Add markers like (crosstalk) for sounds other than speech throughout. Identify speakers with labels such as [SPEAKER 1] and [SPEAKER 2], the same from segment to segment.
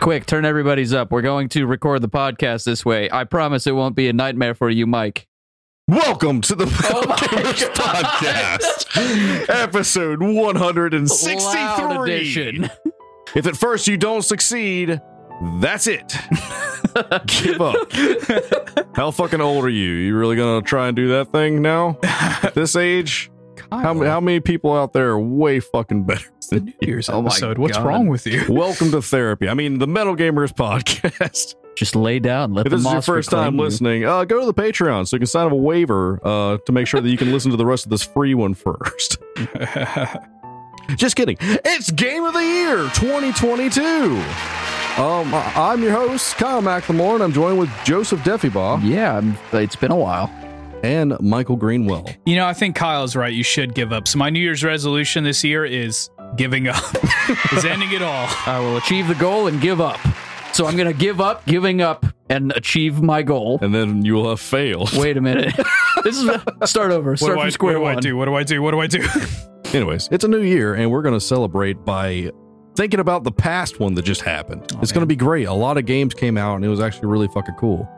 [SPEAKER 1] Quick, turn everybody's up. We're going to record the podcast this way. I promise it won't be a nightmare for you, Mike.
[SPEAKER 2] Welcome to the
[SPEAKER 1] Oh my (laughs)
[SPEAKER 2] Pelicaners
[SPEAKER 1] God.
[SPEAKER 2] Podcast, episode 163.
[SPEAKER 1] Loud edition.
[SPEAKER 2] If at first you don't succeed,
[SPEAKER 1] (laughs)
[SPEAKER 2] that's it. Give up. How fucking old are you? You really gonna try and do that thing now? At this age? How, how many people out there are way fucking better?
[SPEAKER 3] the New Year's
[SPEAKER 1] Oh my
[SPEAKER 3] episode. What's
[SPEAKER 1] God.
[SPEAKER 3] wrong with you?
[SPEAKER 2] Welcome to therapy. I mean, the Metal Gamers Podcast.
[SPEAKER 1] Just lay down. Let
[SPEAKER 2] If
[SPEAKER 1] the
[SPEAKER 2] this is your
[SPEAKER 1] monster
[SPEAKER 2] first time
[SPEAKER 1] claim you.
[SPEAKER 2] listening, uh, go to the Patreon so you can sign up a waiver uh, to make sure that you can listen to the rest of this free one (laughs) first. Just kidding. It's Game of the Year 2022. Um, I- I'm your host, Kyle McLemore, and I'm joined with Joseph Defibaugh
[SPEAKER 1] Yeah, I'm, it's been a while.
[SPEAKER 2] and Michael Greenwell.
[SPEAKER 3] you know, I think Kyle's right. You should give up. So my New Year's resolution this year is giving up. (laughs) is ending it (laughs) all.
[SPEAKER 1] I will achieve the goal and give up. So I'm going to give up giving up and achieve my goal.
[SPEAKER 2] And then you will have failed.
[SPEAKER 1] Wait a minute. (laughs) this is start over.
[SPEAKER 3] What
[SPEAKER 1] Start
[SPEAKER 3] do, I,
[SPEAKER 1] from square
[SPEAKER 3] what do I
[SPEAKER 1] one.
[SPEAKER 3] do? What do I do? What do I do?
[SPEAKER 2] Anyways, it's a new year, and we're going to celebrate by thinking about the past one that just happened.
[SPEAKER 1] Oh,
[SPEAKER 2] it's going to be great. A lot of games came out, and it was actually really fucking cool.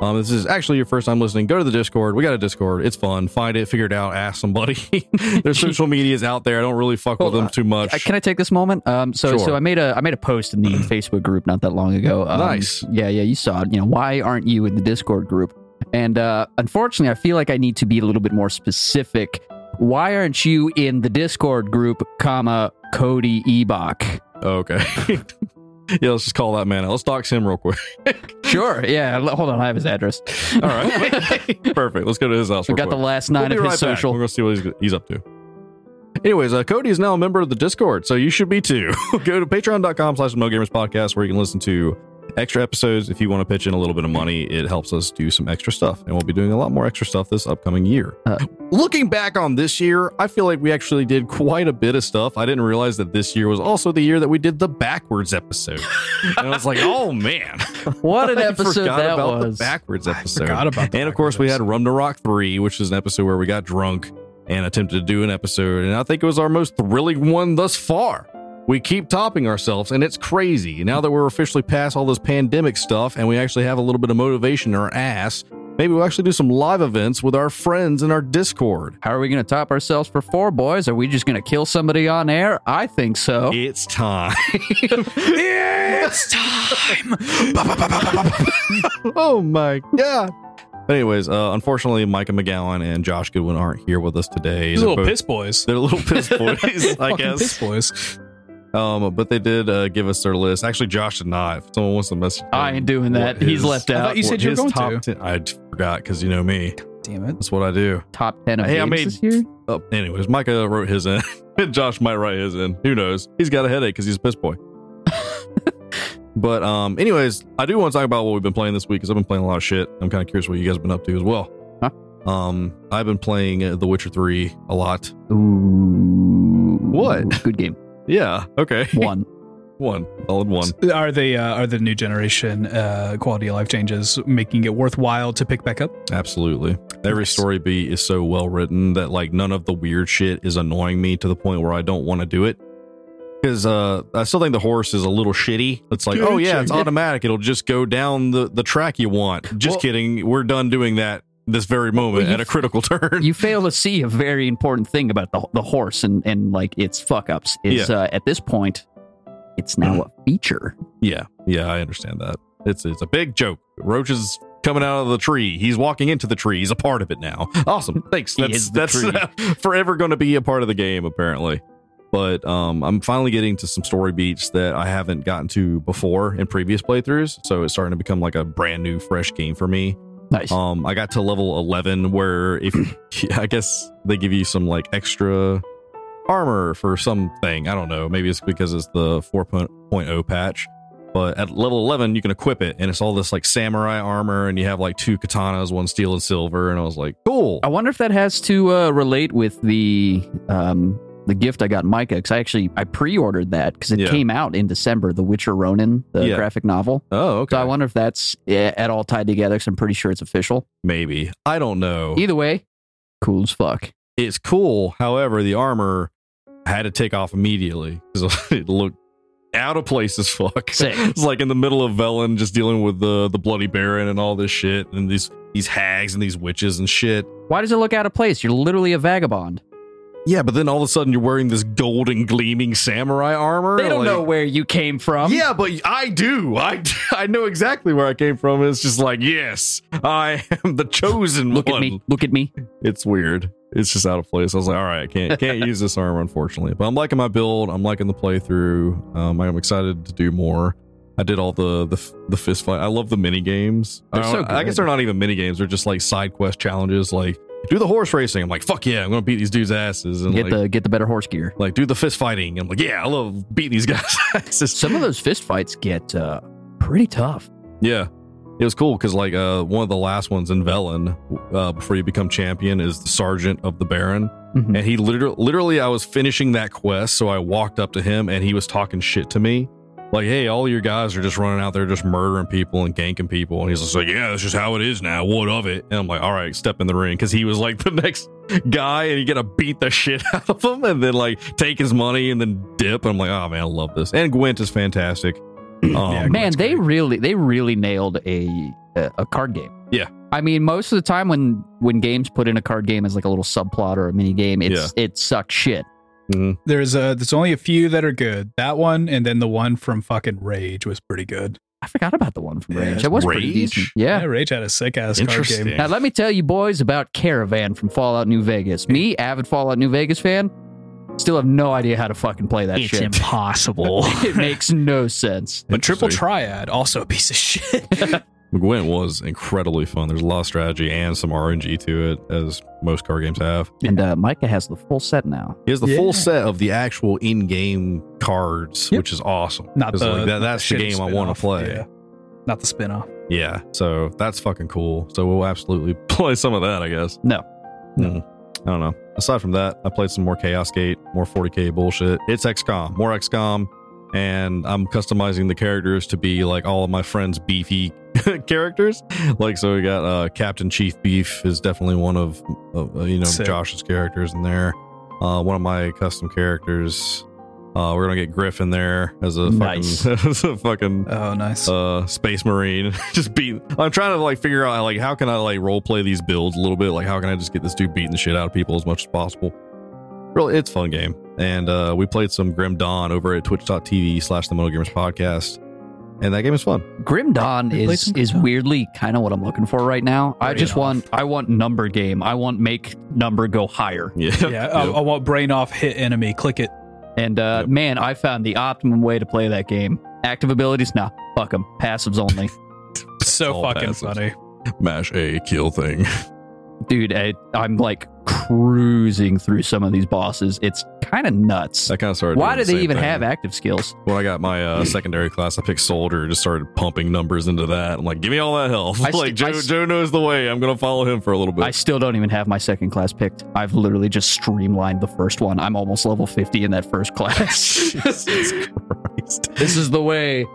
[SPEAKER 2] Um, this is actually your first time listening. Go to the Discord. We got a Discord. It's fun. Find it, figure it out, ask somebody. (laughs) Their social medias out there. I don't really fuck
[SPEAKER 1] Hold
[SPEAKER 2] with them
[SPEAKER 1] on.
[SPEAKER 2] too much.
[SPEAKER 1] I, Uh, can I take this moment? Um, so
[SPEAKER 2] Sure.
[SPEAKER 1] so I made a I made a post
[SPEAKER 2] (clears throat)
[SPEAKER 1] in the Facebook group not that long ago. Um,
[SPEAKER 2] Nice.
[SPEAKER 1] Yeah, yeah, you saw it. You know, why aren't you in the Discord group? And uh, unfortunately, I feel like I need to be a little bit more specific. Why aren't you in the Discord group, comma Cody Ebach?
[SPEAKER 2] okay. (laughs) yeah, let's just call that man out. Let's dox him real
[SPEAKER 1] (laughs)
[SPEAKER 2] quick.
[SPEAKER 1] Sure. (laughs) Yeah. l- Hold on, I have his address.
[SPEAKER 2] All right. (laughs) Perfect. Let's go to his house.
[SPEAKER 1] We
[SPEAKER 2] real
[SPEAKER 1] got
[SPEAKER 2] quick.
[SPEAKER 1] the last 9
[SPEAKER 2] We'll
[SPEAKER 1] of
[SPEAKER 2] be
[SPEAKER 1] his
[SPEAKER 2] right back. (laughs)
[SPEAKER 1] social.
[SPEAKER 2] We're gonna see what he's, he's up to. Anyways, uh, Cody is now a member of the Discord, so you should be too. (laughs) Go to patreon.com slash Mo Gamers Podcast where you can listen to extra episodes. If you want to pitch in a little bit of money, it helps us do some extra stuff. And we'll be doing a lot more extra stuff this upcoming year.
[SPEAKER 1] Uh,
[SPEAKER 2] Looking back on this year, I feel like we actually did quite a bit of stuff. I didn't realize that this year was also the year that we did the
[SPEAKER 1] (laughs)
[SPEAKER 2] backwards episode. and I was like, oh man.
[SPEAKER 1] What an
[SPEAKER 2] I
[SPEAKER 1] episode
[SPEAKER 2] forgot
[SPEAKER 1] that
[SPEAKER 2] about
[SPEAKER 1] was.
[SPEAKER 2] the backwards episode
[SPEAKER 3] Forgot about that.
[SPEAKER 2] and of course, we had Rum to Rock 3, which is an episode where we got drunk and attempted to do an episode. And I think it was our most thrilling one thus far. We keep topping ourselves, and it's crazy. Now that we're officially past all this pandemic stuff and we actually have a little bit of motivation in our ass, maybe we'll actually do some live events with our friends in our Discord.
[SPEAKER 1] How are we going to top ourselves for four boys? Are we just going to kill somebody on air? I think so.
[SPEAKER 2] It's time.
[SPEAKER 3] It's time.
[SPEAKER 2] oh my God. Anyways, uh, unfortunately, Micah McGowan and Josh Goodwin aren't here with us today.
[SPEAKER 3] These
[SPEAKER 2] They're
[SPEAKER 3] little
[SPEAKER 2] both-
[SPEAKER 3] piss boys.
[SPEAKER 2] They're little piss boys, I
[SPEAKER 3] Fucking
[SPEAKER 2] guess.
[SPEAKER 3] Piss boys.
[SPEAKER 2] Um, but they did uh, give us their list. Actually, Josh did not. If someone wants to message, him
[SPEAKER 1] I ain't doing that.
[SPEAKER 2] what
[SPEAKER 1] He's
[SPEAKER 2] his-
[SPEAKER 1] left
[SPEAKER 3] I
[SPEAKER 1] out.
[SPEAKER 3] thought you
[SPEAKER 2] what
[SPEAKER 3] said you were
[SPEAKER 2] his
[SPEAKER 3] going
[SPEAKER 2] top
[SPEAKER 3] to.
[SPEAKER 2] Ten, I forgot because you know me.
[SPEAKER 3] Damn it.
[SPEAKER 2] That's what I do.
[SPEAKER 1] top 10 of
[SPEAKER 2] Hey, I
[SPEAKER 1] games
[SPEAKER 2] made-
[SPEAKER 1] this year?
[SPEAKER 2] Oh, anyways, Micah wrote his in. (laughs) Josh might write his in. Who knows? He's got a headache because he's a piss boy. but um, anyways, I do want to talk about what we've been playing this week because I've been playing a lot of shit. I'm kind of curious what you guys have been up to as well.
[SPEAKER 1] Huh?
[SPEAKER 2] Um, I've been playing uh, The Witcher Three a lot.
[SPEAKER 1] Ooh.
[SPEAKER 2] What?
[SPEAKER 1] (laughs) Good
[SPEAKER 2] (laughs)
[SPEAKER 1] game.
[SPEAKER 2] Yeah. Okay.
[SPEAKER 1] One.
[SPEAKER 2] (laughs) one. All in one.
[SPEAKER 3] Are they uh, are the new generation uh, quality of life changes making it worthwhile to pick back up?
[SPEAKER 2] Absolutely. Every
[SPEAKER 3] Nice.
[SPEAKER 2] story beat is so well written that like none of the weird shit is annoying me to the point where I don't want to do it. Cause uh I still think the horse is a little shitty. It's like,
[SPEAKER 3] Get
[SPEAKER 2] oh
[SPEAKER 3] it,
[SPEAKER 2] yeah, it's
[SPEAKER 3] Jake.
[SPEAKER 2] automatic. It'll just go down the, the track you want. Just
[SPEAKER 1] Well-
[SPEAKER 2] kidding. We're done doing that this very moment
[SPEAKER 1] Well, you-
[SPEAKER 2] at a critical (laughs) turn.
[SPEAKER 1] You fail to see a very important thing about the, the horse and, and like its fuck ups is uh, at this point, it's now
[SPEAKER 2] Mm.
[SPEAKER 1] a feature.
[SPEAKER 2] yeah, yeah, I understand that. It's it's a big joke. Roach is coming out of the tree. He's walking into the tree. He's a part of it now. Awesome. Thanks.
[SPEAKER 1] He
[SPEAKER 2] That's
[SPEAKER 1] is the
[SPEAKER 2] that's (laughs) forever going to be a part of the game apparently. But um, I'm finally getting to some story beats that I haven't gotten to before in previous playthroughs. So it's starting to become like a brand new, fresh game for me.
[SPEAKER 1] Nice.
[SPEAKER 2] Um, I got to level 11 where
[SPEAKER 1] (clears throat)
[SPEAKER 2] if I guess they give you some like extra armor for something. I don't know. Maybe it's because it's the 4.0 patch. But at level 11, you can equip it and it's all this like samurai armor and you have like two katanas, one steel and silver. And I was like, cool.
[SPEAKER 1] I wonder if that has to uh, relate with the um, the gift I got Micah because I actually I pre-ordered that because it
[SPEAKER 2] Yeah.
[SPEAKER 1] came out in December, The Witcher Ronin, the
[SPEAKER 2] Yeah.
[SPEAKER 1] graphic novel.
[SPEAKER 2] Oh, okay.
[SPEAKER 1] So I wonder if that's uh, at all tied together because I'm pretty sure it's official.
[SPEAKER 2] Maybe. I don't know.
[SPEAKER 1] Either way, cool as fuck.
[SPEAKER 2] It's cool. However, the armor I had to take off immediately because (laughs) it looked out of place as fuck.
[SPEAKER 1] Sick.
[SPEAKER 2] (laughs) It's like in the middle of Velen, just dealing with the the Bloody Baron and all this shit, and these these hags and these witches and shit.
[SPEAKER 1] Why does it look out of place? You're literally a vagabond.
[SPEAKER 2] Yeah, but then all of a sudden you're wearing this golden gleaming samurai armor.
[SPEAKER 1] They don't
[SPEAKER 2] like-
[SPEAKER 1] know where you came from.
[SPEAKER 2] yeah, but I do. I (laughs) I know exactly where I came from. It's just like yes, I am the chosen
[SPEAKER 1] Look
[SPEAKER 2] one.
[SPEAKER 1] at me. Look at me.
[SPEAKER 2] It's weird. It's just out of place. I was like, all right, I
[SPEAKER 1] (laughs)
[SPEAKER 2] can't can't use this armor, unfortunately. But I'm liking my build. I'm liking the playthrough. Um, I'm excited to do more. I did all the the, f- the fist fight. I love the mini games. I,
[SPEAKER 1] They're so
[SPEAKER 2] don't- I
[SPEAKER 1] good.
[SPEAKER 2] guess they're not even mini games. They're just like side quest challenges. Like do the horse racing. I'm like, fuck yeah, I'm gonna beat these dudes' asses. And
[SPEAKER 1] Get
[SPEAKER 2] like,
[SPEAKER 1] the get the better horse gear.
[SPEAKER 2] like do the fist fighting. I'm like, yeah, I love beating these (laughs) guys' asses.
[SPEAKER 1] Some of those fist fights get uh, pretty tough.
[SPEAKER 2] Yeah. It was cool because like uh, one of the last ones in Velen, uh, before you become champion, is the sergeant of the Baron,
[SPEAKER 1] Mhm.
[SPEAKER 2] and he literally, literally, I was finishing that quest, so I walked up to him and he was talking shit to me, like, "Hey, all your guys are just running out there, just murdering people and ganking people," and he's just like, "Yeah, that's just how it is now. What of it?" And I'm like, "All right, step in the ring," because he was like (laughs) the next guy, and you gotta beat the shit (laughs) out of him, and then like take his money and then dip. And I'm like, "Oh man, I love this." And Gwent
[SPEAKER 3] (clears throat)
[SPEAKER 2] is fantastic. Um,
[SPEAKER 3] Yeah,
[SPEAKER 1] Man,
[SPEAKER 3] That's
[SPEAKER 1] they
[SPEAKER 3] great.
[SPEAKER 1] really they really nailed a a a card game.
[SPEAKER 2] Yeah.
[SPEAKER 1] I mean, most of the time when when games put in a card game as like a little subplot or a mini game, it's it sucks shit.
[SPEAKER 2] mhm.
[SPEAKER 3] There's a there's only a few that are good. That one and then the one from fucking Rage was pretty good.
[SPEAKER 1] I forgot about the one from
[SPEAKER 3] Yeah.
[SPEAKER 1] Rage. That was pretty
[SPEAKER 2] Rage?
[SPEAKER 1] decent. Yeah.
[SPEAKER 3] Yeah, Rage had a sick ass card
[SPEAKER 2] Interesting.
[SPEAKER 3] game.
[SPEAKER 1] Now let me tell you boys about Caravan from Fallout New Vegas. Me, avid Fallout New Vegas fan, still have no idea how to fucking play that
[SPEAKER 4] it's
[SPEAKER 1] shit.
[SPEAKER 4] impossible.
[SPEAKER 1] (laughs) it makes no sense.
[SPEAKER 3] But Triple
[SPEAKER 2] Interesting.
[SPEAKER 3] Triad also a piece of shit.
[SPEAKER 2] Gwent was incredibly fun. There's a lot of strategy and some RNG to it, as most car games have.
[SPEAKER 1] And uh, Micah has the full set now.
[SPEAKER 2] He has the
[SPEAKER 3] Yeah.
[SPEAKER 2] full set of the actual in-game cards,
[SPEAKER 3] Yep.
[SPEAKER 2] which is awesome.
[SPEAKER 3] Not
[SPEAKER 2] 'Cause,
[SPEAKER 3] the
[SPEAKER 2] like,
[SPEAKER 3] not
[SPEAKER 2] that, that's the
[SPEAKER 3] shitty
[SPEAKER 2] game I want
[SPEAKER 3] spinoff.
[SPEAKER 2] to play.
[SPEAKER 3] Yeah. Not the spinoff.
[SPEAKER 2] Yeah. so that's fucking cool. So we'll absolutely (laughs) play some of that, I guess.
[SPEAKER 1] No.
[SPEAKER 2] Mm. I don't know. Aside from that, I played some more Chaos Gate, more 40k bullshit. It's XCOM, more XCOM, and I'm customizing the characters to be like all of my friends' beefy (laughs) characters. Like, so we got uh, Captain Chief Beef is definitely one of uh, you know
[SPEAKER 3] Sick.
[SPEAKER 2] Josh's characters in there. Uh, one of my custom characters. Uh, we're gonna get Griff in there as a
[SPEAKER 1] Nice.
[SPEAKER 2] fucking (laughs) as a fucking
[SPEAKER 3] Oh, nice.
[SPEAKER 2] (laughs) uh space marine (laughs) just beat i'm trying to like figure out like how can i like role play these builds a little bit like how can i just get this dude beating the shit out of people as much as possible really it's a fun game and uh we played some grim dawn over at twitch.tv slash the metal gamers podcast and that game is fun (laughs)
[SPEAKER 1] Grim Dawn
[SPEAKER 3] We played
[SPEAKER 1] is
[SPEAKER 3] some Grim
[SPEAKER 1] is
[SPEAKER 3] Dawn.
[SPEAKER 1] weirdly kind of what I'm looking for right now. I
[SPEAKER 3] Fair
[SPEAKER 1] just
[SPEAKER 3] enough.
[SPEAKER 1] want I want number game. I want make number go higher.
[SPEAKER 2] yeah
[SPEAKER 4] uh,
[SPEAKER 3] yeah, I, I want brain off, hit enemy, click it.
[SPEAKER 1] And uh,
[SPEAKER 2] Yep.
[SPEAKER 1] man, I found the optimum way to play that game. Active abilities, nah, fuck them. Passives only,
[SPEAKER 3] So
[SPEAKER 2] All
[SPEAKER 3] fucking
[SPEAKER 2] passes.
[SPEAKER 3] funny.
[SPEAKER 2] mash a kill thing (laughs)
[SPEAKER 1] dude. I, I'm like cruising through some of these bosses. It's kind of nuts.
[SPEAKER 2] i kind of started
[SPEAKER 1] Why do
[SPEAKER 2] doing the
[SPEAKER 1] they
[SPEAKER 2] same
[SPEAKER 1] even
[SPEAKER 2] thing.
[SPEAKER 1] have active skills?
[SPEAKER 2] when i got my uh secondary class i picked soldier just started pumping numbers into that i'm like give me all that health (laughs)
[SPEAKER 1] I st-
[SPEAKER 2] like
[SPEAKER 1] I
[SPEAKER 2] joe,
[SPEAKER 1] st-
[SPEAKER 2] joe knows the way i'm gonna follow him for a little bit
[SPEAKER 1] I still don't even have my second class picked. I've literally just streamlined the first one. I'm almost level 50 in that first (laughs) class.
[SPEAKER 2] (laughs) Jesus Christ.
[SPEAKER 1] this is the way.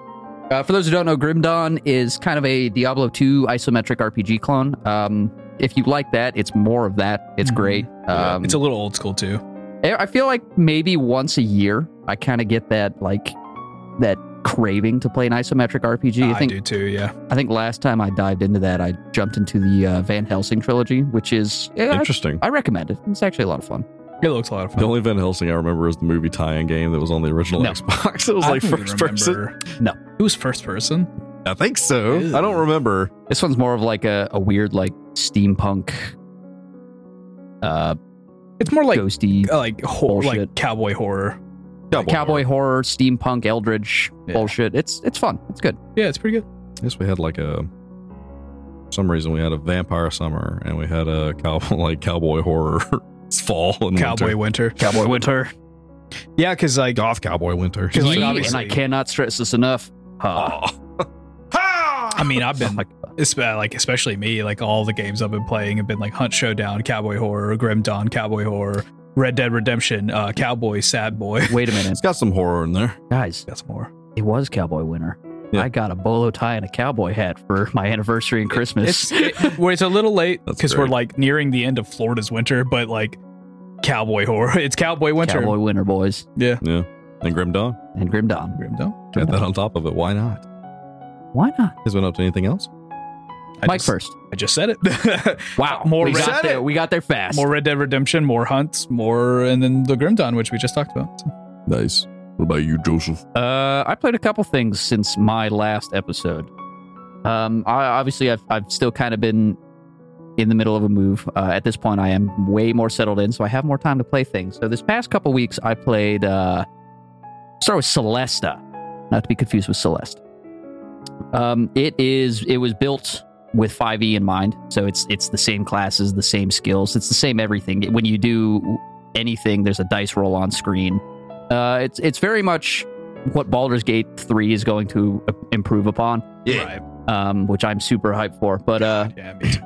[SPEAKER 1] Uh, for those who don't know, Grim Dawn is kind of a Diablo 2 isometric RPG clone. Um, if you like that, it's more of that. It's
[SPEAKER 3] Mhm.
[SPEAKER 1] great.
[SPEAKER 2] Yeah,
[SPEAKER 1] Um,
[SPEAKER 3] It's a little old school too.
[SPEAKER 1] I I feel like maybe once a year, I kind of get that like that craving to play an isometric RPG.
[SPEAKER 3] I,
[SPEAKER 1] I think
[SPEAKER 3] do too. Yeah,
[SPEAKER 1] I think last time I dived into that, I jumped into the uh, Van Helsing trilogy, which is eh, I,
[SPEAKER 2] Interesting.
[SPEAKER 1] I recommend it. It's actually a lot of fun.
[SPEAKER 3] it looks a lot of fun.
[SPEAKER 2] The only Van Helsing I remember is the movie tie-in game that was on the original
[SPEAKER 1] No.
[SPEAKER 2] Xbox. (laughs) It was
[SPEAKER 3] I
[SPEAKER 2] like
[SPEAKER 3] don't even
[SPEAKER 2] first person.
[SPEAKER 3] remember.
[SPEAKER 1] No.
[SPEAKER 3] it was first person.
[SPEAKER 2] I think so.
[SPEAKER 3] Ew.
[SPEAKER 2] I don't remember.
[SPEAKER 1] This one's more of like a, a weird like steampunk, uh,
[SPEAKER 3] It's more like
[SPEAKER 1] ghosty
[SPEAKER 3] uh, like horror,
[SPEAKER 1] Bullshit.
[SPEAKER 3] like cowboy horror.
[SPEAKER 1] cowboy, horror, steampunk, eldritch
[SPEAKER 3] Yeah.
[SPEAKER 1] bullshit. It's it's fun. It's good.
[SPEAKER 3] Yeah, it's pretty good.
[SPEAKER 2] I guess we had like a. For some reason we had a vampire summer and we had a cow (laughs) like cowboy horror (laughs) fall and
[SPEAKER 3] cowboy winter.
[SPEAKER 2] winter.
[SPEAKER 1] Cowboy (laughs) Winter.
[SPEAKER 3] Yeah, because like
[SPEAKER 2] goth cowboy winter.
[SPEAKER 3] 'Cause, like,
[SPEAKER 2] (laughs)
[SPEAKER 1] and I
[SPEAKER 3] obviously-
[SPEAKER 1] cannot stress this enough. Huh.
[SPEAKER 2] Aw. (laughs) Ha!
[SPEAKER 3] I mean, I've
[SPEAKER 2] (laughs)
[SPEAKER 3] been
[SPEAKER 1] Like,
[SPEAKER 3] it's been, like especially me like all the games I've been playing have been like Hunt Showdown, Cowboy Horror, Grim Dawn, Cowboy Horror, Red Dead Redemption, uh, Cowboy Sad Boy. (laughs)
[SPEAKER 1] wait a minute,
[SPEAKER 2] it's got some horror in there.
[SPEAKER 1] guys.
[SPEAKER 3] That's more.
[SPEAKER 1] It was Cowboy Winter.
[SPEAKER 2] Yeah.
[SPEAKER 1] I got a bolo tie and a cowboy hat for my anniversary and Christmas.
[SPEAKER 3] It's it,
[SPEAKER 1] (laughs)
[SPEAKER 3] well, it's a little late
[SPEAKER 2] That's
[SPEAKER 3] because we're
[SPEAKER 2] great.
[SPEAKER 3] like nearing the end of Florida's winter, but like Cowboy Horror, (laughs) it's Cowboy Winter.
[SPEAKER 1] Cowboy Winter, boys.
[SPEAKER 2] Yeah. And Grim Dawn.
[SPEAKER 1] and Grim Dawn.
[SPEAKER 3] Grim Dawn.
[SPEAKER 2] Add that on top of it. Why not?
[SPEAKER 1] Why not?
[SPEAKER 2] Has been up to anything else?
[SPEAKER 3] I
[SPEAKER 1] Mike
[SPEAKER 3] just,
[SPEAKER 1] first.
[SPEAKER 3] I just said it.
[SPEAKER 1] Wow,
[SPEAKER 3] More
[SPEAKER 1] we
[SPEAKER 3] Red-
[SPEAKER 1] got
[SPEAKER 2] Said
[SPEAKER 1] there.
[SPEAKER 2] it.
[SPEAKER 1] We got there
[SPEAKER 3] (laughs)
[SPEAKER 1] fast.
[SPEAKER 3] more Red Dead Redemption, more hunts, more, and then the Grim Dawn, which we just talked about.
[SPEAKER 2] Nice. What about you, (laughs) Joseph?
[SPEAKER 1] Uh, I played a couple things since my last episode. Um, I obviously I've I've still kind of been in the middle of a move. Uh, at this point, I am way more settled in, so I have more time to play things. So this past couple weeks, I played. Uh, start with Celesta, not to be confused with Celeste. Um, it is it was built with 5e in mind, so it's it's the same classes, the same skills, it's the same everything. When you do anything, there's a dice roll on screen. Uh, it's it's very much what Baldur's Gate 3 is going to uh, improve upon,
[SPEAKER 2] Yeah.
[SPEAKER 3] Right.
[SPEAKER 1] um, which I'm super hyped for. But uh,
[SPEAKER 3] yeah, me too.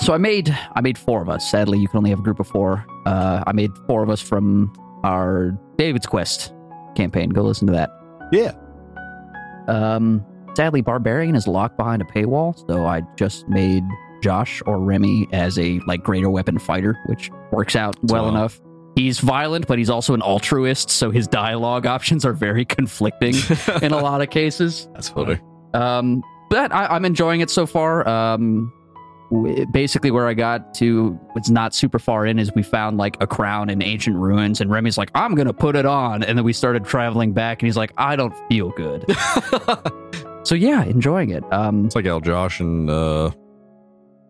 [SPEAKER 1] so I made I made four of us. Sadly, you can only have a group of four. Uh, I made four of us from our David's Quest campaign. Go listen to that.
[SPEAKER 2] Yeah.
[SPEAKER 1] Um, sadly, Barbarian is locked behind a paywall, so I just made Josh or Remy as a like greater weapon fighter, which works out well
[SPEAKER 2] Wow.
[SPEAKER 1] enough. He's violent, but he's also an altruist, so his dialogue options are very (laughs) conflicting in a lot of cases.
[SPEAKER 3] That's
[SPEAKER 2] funny.
[SPEAKER 3] funny.
[SPEAKER 1] Um, but I, I'm enjoying it so far. Um, w- basically, where I got to, it's not super far in, is we found like a crown in ancient ruins, and Remy's like, "I'm gonna put it on," and then we started traveling back, and he's like, "I don't feel
[SPEAKER 2] (laughs)
[SPEAKER 1] good."
[SPEAKER 2] it's
[SPEAKER 1] so yeah, enjoying it. Um,
[SPEAKER 2] like how Josh and uh,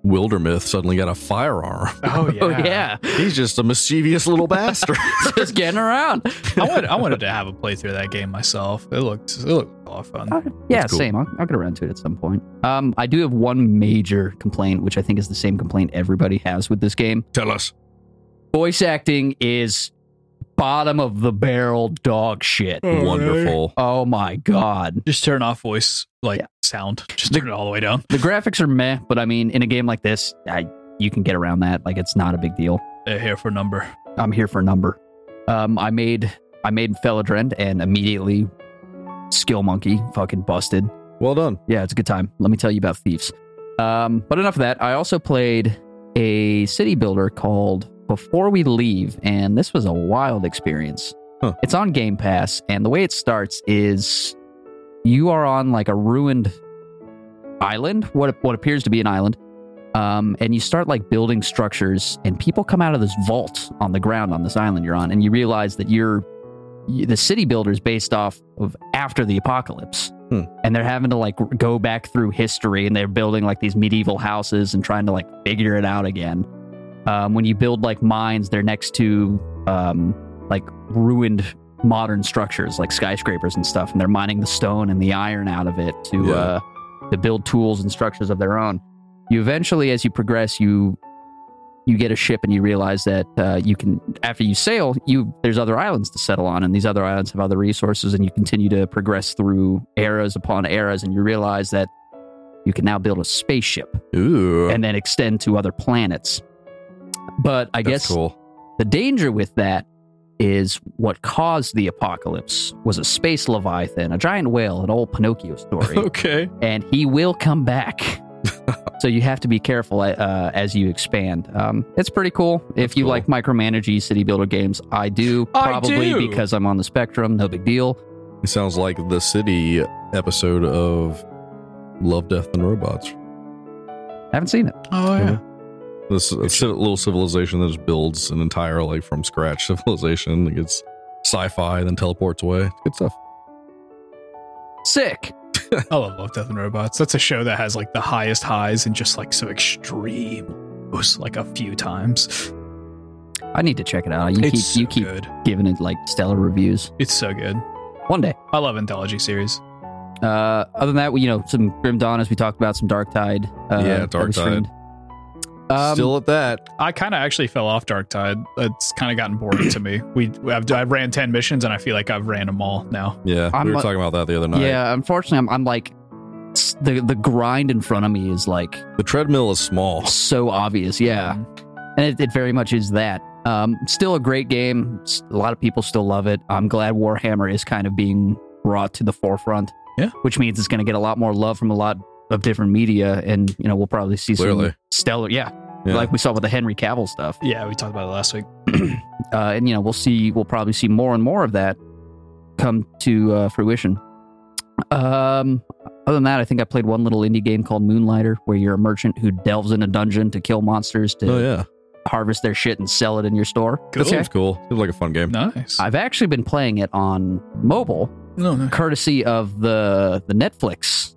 [SPEAKER 2] Wildermyth suddenly got a (laughs) firearm.
[SPEAKER 3] (laughs) Oh yeah.
[SPEAKER 1] oh yeah, (laughs)
[SPEAKER 2] He's just a mischievous (laughs) little bastard.
[SPEAKER 1] just getting around.
[SPEAKER 3] I wanted, I wanted to have a playthrough of that game myself. It looked it looked a lot of fun.
[SPEAKER 1] (laughs) Uh, yeah,
[SPEAKER 2] (laughs) That's cool.
[SPEAKER 1] same. I'll, I'll get around to it at some point. Um, I do have one major complaint, which I think is the same complaint everybody has with this game.
[SPEAKER 2] Tell us.
[SPEAKER 1] Voice acting is bottom of the barrel dog shit.
[SPEAKER 2] Hmm. Wonderful.
[SPEAKER 1] Oh my god.
[SPEAKER 3] Just turn off voice like
[SPEAKER 1] Yeah.
[SPEAKER 3] sound. Just turn it all the way down.
[SPEAKER 1] The graphics are meh, but I mean, in a game like this, I, you can get around that. Like, it's not a big deal.
[SPEAKER 3] They're here for number.
[SPEAKER 1] I'm here for a number. Um, I made I made Felidrend and immediately skill monkey fucking busted.
[SPEAKER 2] Well done.
[SPEAKER 1] Yeah, it's a good time. Let me tell you about thieves. Um, but enough of that. I also played a city builder called Before We Leave, and this was a wild experience.
[SPEAKER 2] Huh.
[SPEAKER 1] It's on Game Pass, and the way it starts is you are on like a ruined island, what what appears to be an island, um, and you start like building structures, and people come out of this vault on the ground on this island you're on, and you realize that you're y- the city builder is based off of after the apocalypse and they're having to like go back through history and they're building like these medieval houses and trying to like figure it out again. Um, when you build like mines, they're next to um, like ruined modern structures like skyscrapers and stuff, and they're mining the stone and the iron out of it to
[SPEAKER 2] Yeah.
[SPEAKER 1] uh, to build tools and structures of their own. You eventually, as you progress, you you get a ship and you realize that uh, you can after you sail you there's other islands to settle on and these other islands have other resources and you continue to progress through eras upon eras and you realize that you can now build a spaceship
[SPEAKER 2] Ooh.
[SPEAKER 1] and then extend to other planets but i
[SPEAKER 2] That's
[SPEAKER 1] guess
[SPEAKER 2] cool.
[SPEAKER 1] the danger with that is what caused the apocalypse was a space leviathan a giant whale an old pinocchio story
[SPEAKER 2] (laughs) Okay.
[SPEAKER 1] and he will come back. so you have to be careful uh, as you expand. Um, it's pretty cool. if
[SPEAKER 2] That's
[SPEAKER 1] you
[SPEAKER 2] cool.
[SPEAKER 1] like micromanagey city builder games, I do
[SPEAKER 3] I
[SPEAKER 1] probably
[SPEAKER 3] do.
[SPEAKER 1] because I'm on the spectrum. No big deal.
[SPEAKER 2] It sounds like the city episode of Love, Death, and Robots.
[SPEAKER 1] Haven't seen it.
[SPEAKER 3] Oh
[SPEAKER 2] yeah. This a ci- little civilization that just builds an entire like from scratch (laughs) civilization. Like it's sci-fi, then teleports away. Good stuff.
[SPEAKER 1] Sick.
[SPEAKER 3] Oh, I love Love, Death, and Robots. That's a show that has like the highest highs and just like so extreme. lows, Like a few times.
[SPEAKER 1] I need to check it out. You
[SPEAKER 3] it's
[SPEAKER 1] keep
[SPEAKER 3] so
[SPEAKER 1] you keep
[SPEAKER 3] good.
[SPEAKER 1] giving it like stellar reviews.
[SPEAKER 3] It's so good.
[SPEAKER 1] One day.
[SPEAKER 3] I love anthology series.
[SPEAKER 1] Uh, other than that, we, you know, some Grim Dawn as we talked about, some Dark Tide. Uh,
[SPEAKER 2] Yeah,
[SPEAKER 1] that
[SPEAKER 2] Dark
[SPEAKER 1] was streamed. Um,
[SPEAKER 2] Still at that.
[SPEAKER 3] I kind of actually fell off Dark Tide. It's kind of gotten boring to me. We I've, I've ran ten missions and I feel like I've ran them all now.
[SPEAKER 2] Yeah,
[SPEAKER 1] I'm
[SPEAKER 2] we were
[SPEAKER 1] a-
[SPEAKER 2] talking about that the other night.
[SPEAKER 1] yeah, unfortunately, I'm, I'm like s- the the grind in front of me is like
[SPEAKER 2] The treadmill is small.
[SPEAKER 1] so obvious. Yeah.
[SPEAKER 3] Um,
[SPEAKER 1] and it, it very much is that. Um, still a great game. S- A lot of people still love it. I'm glad Warhammer is kind of being brought to the forefront.
[SPEAKER 3] Yeah.
[SPEAKER 1] which means it's going to get a lot more love from a lot of different media, and you know we'll probably see
[SPEAKER 2] Clearly.
[SPEAKER 1] some stellar, yeah,
[SPEAKER 2] Yeah.
[SPEAKER 1] like we saw with the Henry Cavill stuff. (clears throat)
[SPEAKER 3] Yeah, we talked about it last week.
[SPEAKER 1] Uh, and you know we'll see, we'll probably see more and more of that. come to uh, fruition. Um, other than that, I think I played one little indie game called Moonlighter, where you're a merchant who delves in a dungeon to kill monsters to
[SPEAKER 2] Oh yeah,
[SPEAKER 1] harvest their shit and sell it in your store.
[SPEAKER 2] that seems cool. Seems like a fun game.
[SPEAKER 3] Nice.
[SPEAKER 1] I've actually been playing it on mobile,
[SPEAKER 3] no, no.
[SPEAKER 1] courtesy of the the
[SPEAKER 2] (laughs)
[SPEAKER 1] Netflix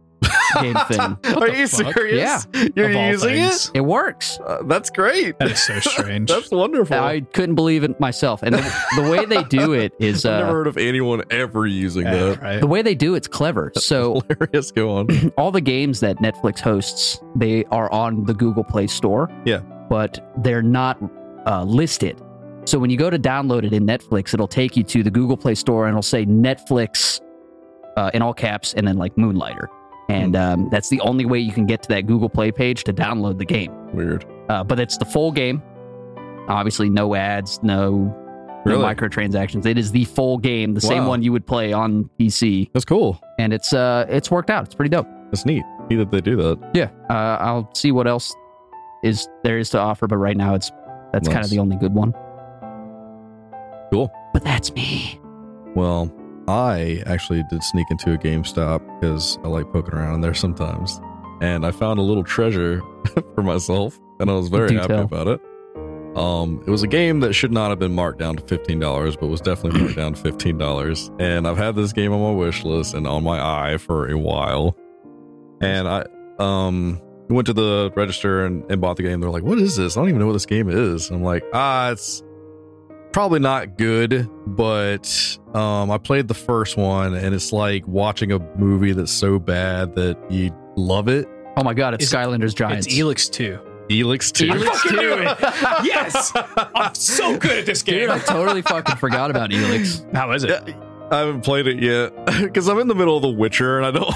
[SPEAKER 1] game thing.
[SPEAKER 2] Are
[SPEAKER 3] the
[SPEAKER 2] you
[SPEAKER 3] fuck?
[SPEAKER 2] serious? Yeah, you're
[SPEAKER 3] Of all
[SPEAKER 2] using
[SPEAKER 3] things.
[SPEAKER 2] it.
[SPEAKER 1] It works.
[SPEAKER 2] Uh, that's great.
[SPEAKER 3] That is
[SPEAKER 1] (laughs)
[SPEAKER 3] so strange.
[SPEAKER 2] That's wonderful.
[SPEAKER 1] I couldn't believe it myself. And the, the way they do it is
[SPEAKER 2] (laughs) I've never
[SPEAKER 1] uh,
[SPEAKER 2] heard of anyone ever using
[SPEAKER 3] Yeah,
[SPEAKER 2] (laughs) that.
[SPEAKER 3] Eh, right.
[SPEAKER 1] the way they do it's clever. So
[SPEAKER 2] (laughs) Hilarious. Go on.
[SPEAKER 1] all the games that Netflix hosts, they are on the Google Play Store.
[SPEAKER 2] Yeah.
[SPEAKER 1] But they're not uh, listed. So when you go to download it in Netflix, it'll take you to the Google Play Store and it'll say Netflix uh, in all caps and then like Moonlighter. And
[SPEAKER 2] Hmm.
[SPEAKER 1] um, that's the only way you can get to that Google Play page to download the game.
[SPEAKER 2] Weird.
[SPEAKER 1] Uh, but it's the full game. Obviously, no ads, no no
[SPEAKER 2] Really?
[SPEAKER 1] microtransactions. It is the full game, the same
[SPEAKER 2] Wow.
[SPEAKER 1] one you would play on PC,
[SPEAKER 2] That's cool.
[SPEAKER 1] and it's uh it's worked out. It's pretty dope.
[SPEAKER 2] That's neat. Neat that they do that.
[SPEAKER 1] Yeah, uh, I'll see what else is there is to offer, but right now it's that's kind
[SPEAKER 2] Nice.
[SPEAKER 1] of the only good one.
[SPEAKER 2] Cool.
[SPEAKER 1] But that's me.
[SPEAKER 2] Well, I actually did sneak into a GameStop because I like poking around in there sometimes, and I found a little treasure (laughs) for myself, and I was very
[SPEAKER 1] Do
[SPEAKER 2] happy
[SPEAKER 1] tell.
[SPEAKER 2] about it. Um, it was a game that should not have been marked down to fifteen dollars, but was definitely marked down to fifteen dollars. And I've had this game on my wish list and on my eye for a while. And I um went to the register and, and bought the game. They're like, "What is this? I don't even know what this game is." And I'm like, "Ah, it's probably not good, but um, I played the first one, and it's like watching a movie that's so bad that you love it."
[SPEAKER 1] Oh my god, it's
[SPEAKER 3] Is it-
[SPEAKER 1] Skylanders Giants.
[SPEAKER 3] It's Elix 2.
[SPEAKER 2] Elix two.
[SPEAKER 3] Elix
[SPEAKER 2] I fucking
[SPEAKER 3] two.
[SPEAKER 1] (laughs)
[SPEAKER 2] knew it.
[SPEAKER 3] Yes! (laughs) I'm so good at this
[SPEAKER 1] Dude,
[SPEAKER 3] game. (laughs)
[SPEAKER 1] I totally fucking forgot (laughs) about Elix.
[SPEAKER 3] How is it?
[SPEAKER 2] (laughs) Yeah, I haven't played it yet (laughs) because I'm in the middle of The Witcher and I don't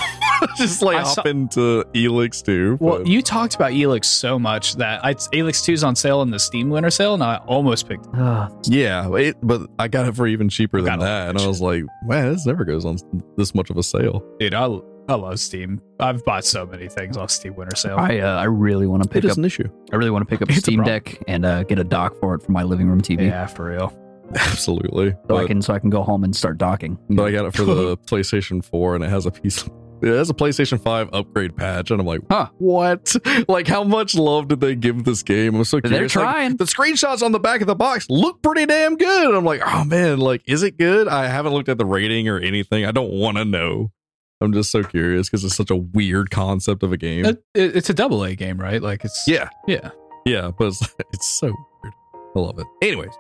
[SPEAKER 2] (laughs) just like
[SPEAKER 3] I
[SPEAKER 2] hop
[SPEAKER 3] saw-
[SPEAKER 2] into Elix too.
[SPEAKER 3] Well,
[SPEAKER 2] but-
[SPEAKER 3] you talked about Elix so much that I, Elix 2 is on sale in the Steam Winter Sale, and I almost picked it.
[SPEAKER 1] Ugh.
[SPEAKER 2] yeah, it, but I got it for even cheaper
[SPEAKER 3] Got
[SPEAKER 2] than
[SPEAKER 3] a
[SPEAKER 2] that, and I
[SPEAKER 3] lot.
[SPEAKER 2] was like, man, this never goes on this much of a sale.
[SPEAKER 3] Dude, I, I love Steam. I've bought so many things off Steam Winter Sale.
[SPEAKER 1] I uh, I really want to
[SPEAKER 2] It
[SPEAKER 1] pick
[SPEAKER 2] is
[SPEAKER 1] up.
[SPEAKER 2] an issue,
[SPEAKER 1] I really want to pick up a
[SPEAKER 3] It's a
[SPEAKER 1] Steam
[SPEAKER 3] problem.
[SPEAKER 1] Deck and uh, get a dock for it for my living room TV,
[SPEAKER 3] yeah, for real.
[SPEAKER 2] (laughs) absolutely.
[SPEAKER 1] so I
[SPEAKER 2] but,
[SPEAKER 1] can so I can go home and start docking. you
[SPEAKER 2] but
[SPEAKER 1] know?
[SPEAKER 2] I got it
[SPEAKER 1] (laughs)
[SPEAKER 2] for the PlayStation 4, and it has a piece. It has a PlayStation 5 upgrade patch, and I'm like,
[SPEAKER 1] Huh.
[SPEAKER 2] what? (laughs) Like, how much love did they give this game? I'm so
[SPEAKER 1] They're
[SPEAKER 2] curious. Like,
[SPEAKER 1] trying.
[SPEAKER 2] the screenshots on the back of the box look pretty damn good. And I'm like, oh man, like, is it good? I haven't looked at the rating or anything. I don't want to know. I'm just so curious because it's such a weird concept of a game.
[SPEAKER 3] It, it- it's a double A game, right? Like, it's.
[SPEAKER 2] yeah,
[SPEAKER 3] Yeah.
[SPEAKER 2] yeah, but it's, (laughs) it's so weird. I love it. Anyways,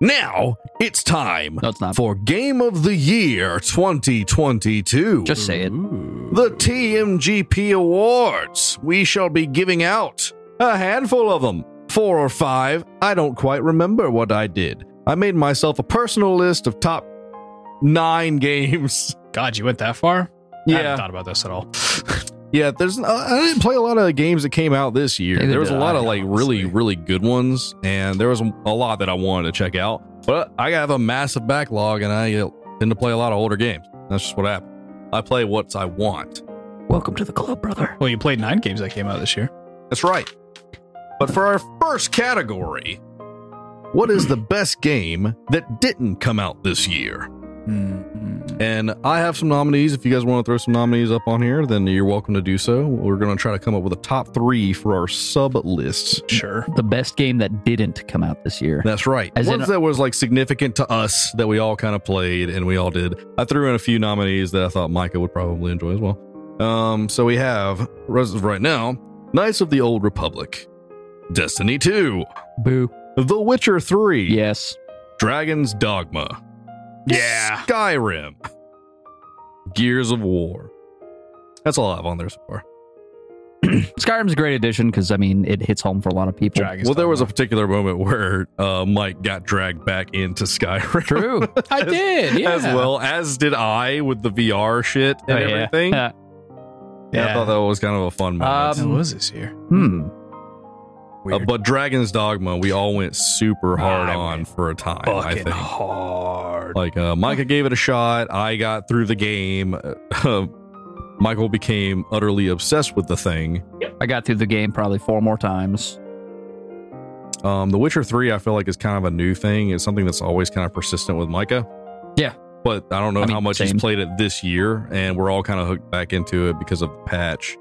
[SPEAKER 2] now it's time
[SPEAKER 1] no, it's not.
[SPEAKER 2] for Game of the Year 2022.
[SPEAKER 1] Just say it.
[SPEAKER 2] the TMGP Awards. We shall be giving out a handful of them. Four or five. I don't quite remember what I did. I made myself a personal list of top nine (laughs) games.
[SPEAKER 3] God, you went that far? I haven't
[SPEAKER 2] Yeah.
[SPEAKER 3] thought about this at all.
[SPEAKER 2] Yeah. There's, uh, I didn't play a lot of games that came out this year.
[SPEAKER 1] Neither
[SPEAKER 2] there was a
[SPEAKER 1] did
[SPEAKER 2] lot
[SPEAKER 1] I,
[SPEAKER 2] of like really,
[SPEAKER 3] honestly.
[SPEAKER 2] really good ones. And there was a lot that I wanted to check out. But I have a massive backlog and I uh, tend to play a lot of older games. That's just what happened. I play what I want.
[SPEAKER 1] Welcome to the club, brother.
[SPEAKER 3] Well, you played nine games that came out this year.
[SPEAKER 2] That's right. But for our first category, what is the best game that didn't come out this year?
[SPEAKER 3] Mm.
[SPEAKER 2] And I have some nominees. If you guys want to throw some nominees up on here, then you're welcome to do so. We're going to try to come up with a top three for our sub lists.
[SPEAKER 3] Sure.
[SPEAKER 1] The best game that didn't come out this year.
[SPEAKER 2] That's right.
[SPEAKER 1] As in-
[SPEAKER 2] Ones that was like significant to us that we all kind of played and we all did. I threw in a few nominees that I thought Micah would probably enjoy as well. Um, so we have as of right now, Knights of the Old Republic, Destiny 2,
[SPEAKER 1] Boo.
[SPEAKER 2] The Witcher 3,
[SPEAKER 1] Yes.
[SPEAKER 2] Dragon's Dogma.
[SPEAKER 3] Yeah.
[SPEAKER 2] Skyrim. Gears of War. That's all I have on there so far.
[SPEAKER 1] Skyrim's a great addition because I mean it hits home for a lot of people.
[SPEAKER 3] Dragon's
[SPEAKER 2] well, there was a
[SPEAKER 3] Dogma.
[SPEAKER 2] particular moment (laughs) where uh, Mike got dragged back into Skyrim.
[SPEAKER 1] True.
[SPEAKER 3] I did. Yeah.
[SPEAKER 2] (laughs) As well as did I with the VR shit and
[SPEAKER 1] Oh, yeah.
[SPEAKER 2] everything.
[SPEAKER 1] Uh,
[SPEAKER 2] Yeah, I thought that was kind of a fun moment.
[SPEAKER 1] Um,
[SPEAKER 3] That was this year.
[SPEAKER 1] hmm.
[SPEAKER 2] Uh,
[SPEAKER 3] Weird.
[SPEAKER 2] but Dragon's Dogma, we all went super hard
[SPEAKER 3] I
[SPEAKER 2] on
[SPEAKER 3] went
[SPEAKER 2] for a time. I
[SPEAKER 3] fucking
[SPEAKER 2] think.
[SPEAKER 3] hard.
[SPEAKER 2] Like uh, Micah gave it a shot. I got through the game. (laughs) Michael became utterly obsessed with the thing.
[SPEAKER 1] I got through the game probably four more times.
[SPEAKER 2] Um, the Witcher Three, I feel like is kind of a new thing. It's something that's always kind of persistent with Micah.
[SPEAKER 1] Yeah.
[SPEAKER 2] but I don't know
[SPEAKER 1] I mean,
[SPEAKER 2] how much
[SPEAKER 1] same.
[SPEAKER 2] he's played it this year, and we're all kind of hooked back into it because of the
[SPEAKER 1] (laughs)
[SPEAKER 2] patch.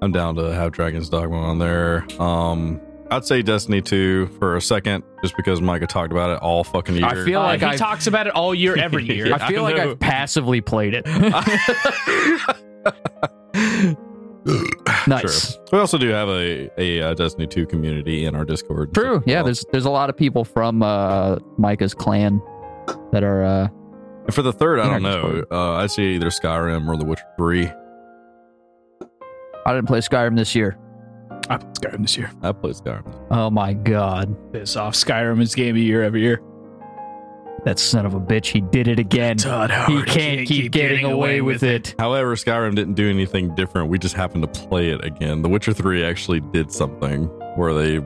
[SPEAKER 2] I'm down to have Dragon's Dogma on there. Um, I'd say Destiny 2 for a second, just because Micah talked about it all fucking year.
[SPEAKER 1] I feel (laughs)
[SPEAKER 4] Uh,
[SPEAKER 1] like
[SPEAKER 4] he
[SPEAKER 1] I've-
[SPEAKER 4] talks about it all year,
[SPEAKER 3] (laughs)
[SPEAKER 4] every year.
[SPEAKER 2] Yeah,
[SPEAKER 1] I feel
[SPEAKER 2] I
[SPEAKER 1] like
[SPEAKER 2] know.
[SPEAKER 1] I've passively played it.
[SPEAKER 2] (laughs)
[SPEAKER 1] nice.
[SPEAKER 2] (laughs) We also do have a, a uh, Destiny 2 community in our Discord.
[SPEAKER 1] True. Yeah, there's there's a lot of people from uh, Micah's clan that are uh,
[SPEAKER 2] And for the third, I
[SPEAKER 1] in
[SPEAKER 2] don't
[SPEAKER 1] our
[SPEAKER 2] know. Uh, I'd say either Skyrim or The Witcher 3.
[SPEAKER 1] I didn't play Skyrim this year.
[SPEAKER 3] I played Skyrim this year.
[SPEAKER 2] I played Skyrim.
[SPEAKER 1] Oh my god.
[SPEAKER 4] Piss off. Skyrim is game of the year every year.
[SPEAKER 1] That son of a bitch, he did it again.
[SPEAKER 3] Todd
[SPEAKER 1] He can't, keep, getting, away with it.
[SPEAKER 2] However, Skyrim didn't do anything different. We just happened to play it again. The Witcher 3 actually did something where they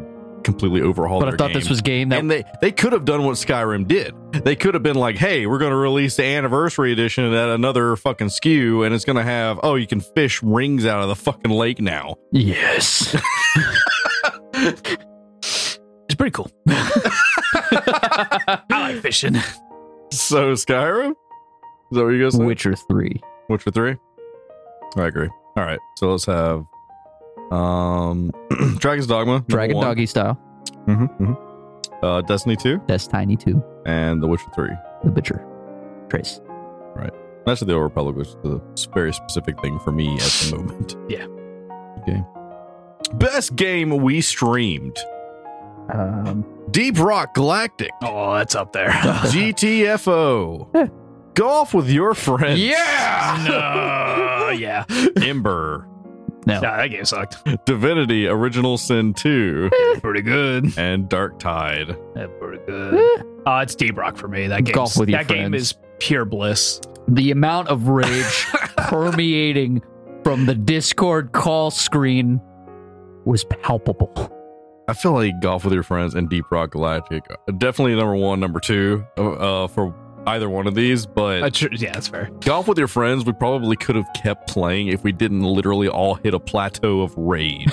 [SPEAKER 2] completely overhauled
[SPEAKER 1] But I
[SPEAKER 2] their
[SPEAKER 1] thought
[SPEAKER 2] game.
[SPEAKER 1] this was game that
[SPEAKER 2] and they, they could have done what Skyrim did. They could have been like, hey, we're going to release the anniversary edition at another fucking SKU, and it's going to have, oh, you can fish rings out of the fucking lake now. (laughs)
[SPEAKER 1] Yes.
[SPEAKER 3] It's pretty
[SPEAKER 1] (laughs)
[SPEAKER 3] cool. I like fishing.
[SPEAKER 2] So, Skyrim? Is that what you guys think?
[SPEAKER 1] Witcher 3.
[SPEAKER 2] (laughs) Witcher 3? I agree. All right. So, let's have um (clears throat) Dragon's Dogma. number
[SPEAKER 1] Dragon
[SPEAKER 2] one.
[SPEAKER 1] Doggy style.
[SPEAKER 2] Mhm, mhm. Uh, Destiny 2
[SPEAKER 1] That's Tiny 2.
[SPEAKER 2] and The Witcher 3.
[SPEAKER 1] The Witcher. Trace.
[SPEAKER 2] That's the Old Republic, which is a very specific thing for me at the moment.
[SPEAKER 4] Yeah.
[SPEAKER 2] Okay. Best game we streamed
[SPEAKER 1] Um,
[SPEAKER 2] Deep Rock Galactic, (laughs)
[SPEAKER 3] Oh, that's up
[SPEAKER 1] (laughs)
[SPEAKER 3] there.
[SPEAKER 2] GTFO, Golf with Your Friends,
[SPEAKER 3] no, yeah.
[SPEAKER 2] (laughs) Ember,
[SPEAKER 1] no.
[SPEAKER 3] Nah, that game sucked.
[SPEAKER 2] Divinity Original Sin 2,
[SPEAKER 3] Pretty good.
[SPEAKER 2] and Dark Tide.
[SPEAKER 3] Yeah, pretty good. Oh, it's Deep Rock for me. That game.
[SPEAKER 1] Golf with your
[SPEAKER 3] That game
[SPEAKER 1] friends.
[SPEAKER 3] is pure bliss.
[SPEAKER 1] (laughs) the amount of rage permeating from the Discord call screen was palpable.
[SPEAKER 2] I feel like Golf with Your Friends and Deep Rock Galactic are definitely number one, number two uh, for either one of these, but
[SPEAKER 3] Uh, tr- yeah, that's fair.
[SPEAKER 2] Golf with your friends, we probably could have kept playing if we didn't literally all hit a plateau of
[SPEAKER 3] (laughs)
[SPEAKER 2] rage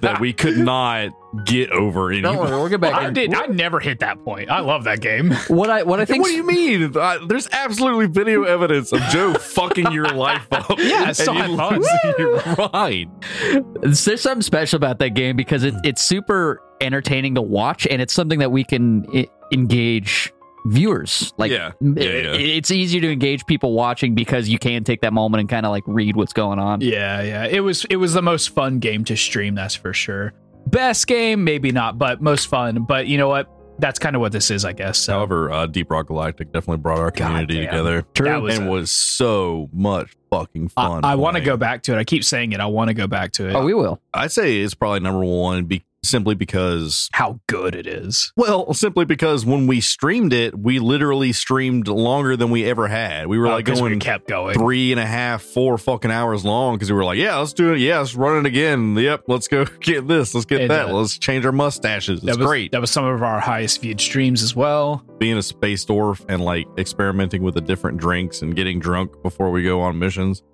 [SPEAKER 2] that we could not get over
[SPEAKER 1] Don't
[SPEAKER 2] anymore.
[SPEAKER 1] worry, we'll get back.
[SPEAKER 3] I
[SPEAKER 1] in.
[SPEAKER 3] did. I never hit that point. I love that game.
[SPEAKER 1] What I what I think
[SPEAKER 2] What do you mean? Uh, there's absolutely video evidence of
[SPEAKER 3] (laughs)
[SPEAKER 2] Joe fucking your life up.
[SPEAKER 3] Yeah, I
[SPEAKER 2] and
[SPEAKER 3] saw
[SPEAKER 2] you
[SPEAKER 3] it.
[SPEAKER 2] lost your ride.
[SPEAKER 1] there's something special about that game because it, it's super entertaining to watch and it's something that we can I- engage viewers like
[SPEAKER 2] Yeah.
[SPEAKER 1] m-
[SPEAKER 2] Yeah, yeah.
[SPEAKER 1] i- it's easier to engage people watching because you can take that moment and kind of like read what's going on
[SPEAKER 3] Yeah, yeah. It was it was the most fun game to stream, that's for sure. Best game, maybe not, but most fun. But you know what? That's kind of what this is, I guess. So
[SPEAKER 2] However, uh, Deep Rock Galactic definitely brought our community
[SPEAKER 3] Goddamn.
[SPEAKER 2] together
[SPEAKER 3] That was
[SPEAKER 2] and
[SPEAKER 3] a-
[SPEAKER 2] was so much fucking
[SPEAKER 3] I,
[SPEAKER 2] fun.
[SPEAKER 3] I want to
[SPEAKER 2] playing.
[SPEAKER 3] go back to it. I keep saying it. I want to go back to it.
[SPEAKER 1] oh we will
[SPEAKER 2] I'd say it's probably number one be- simply because
[SPEAKER 3] How good it is.
[SPEAKER 2] Well, simply because when we streamed it, we literally streamed longer than we ever had. We were
[SPEAKER 3] Uh,
[SPEAKER 2] like
[SPEAKER 3] 'cause we
[SPEAKER 2] going
[SPEAKER 3] kept going.
[SPEAKER 2] three and a half, four fucking hours long because we were like, yeah, let's do it. Yeah, let's run it again. Yep, let's go (laughs) get this. Let's get
[SPEAKER 3] And,
[SPEAKER 2] that.
[SPEAKER 3] uh,
[SPEAKER 2] let's change our mustaches. It's
[SPEAKER 3] that was,
[SPEAKER 2] great.
[SPEAKER 3] That was some of our highest viewed streams as well.
[SPEAKER 2] Being a space dwarf and like experimenting with the different drinks and getting drunk before we go on missions.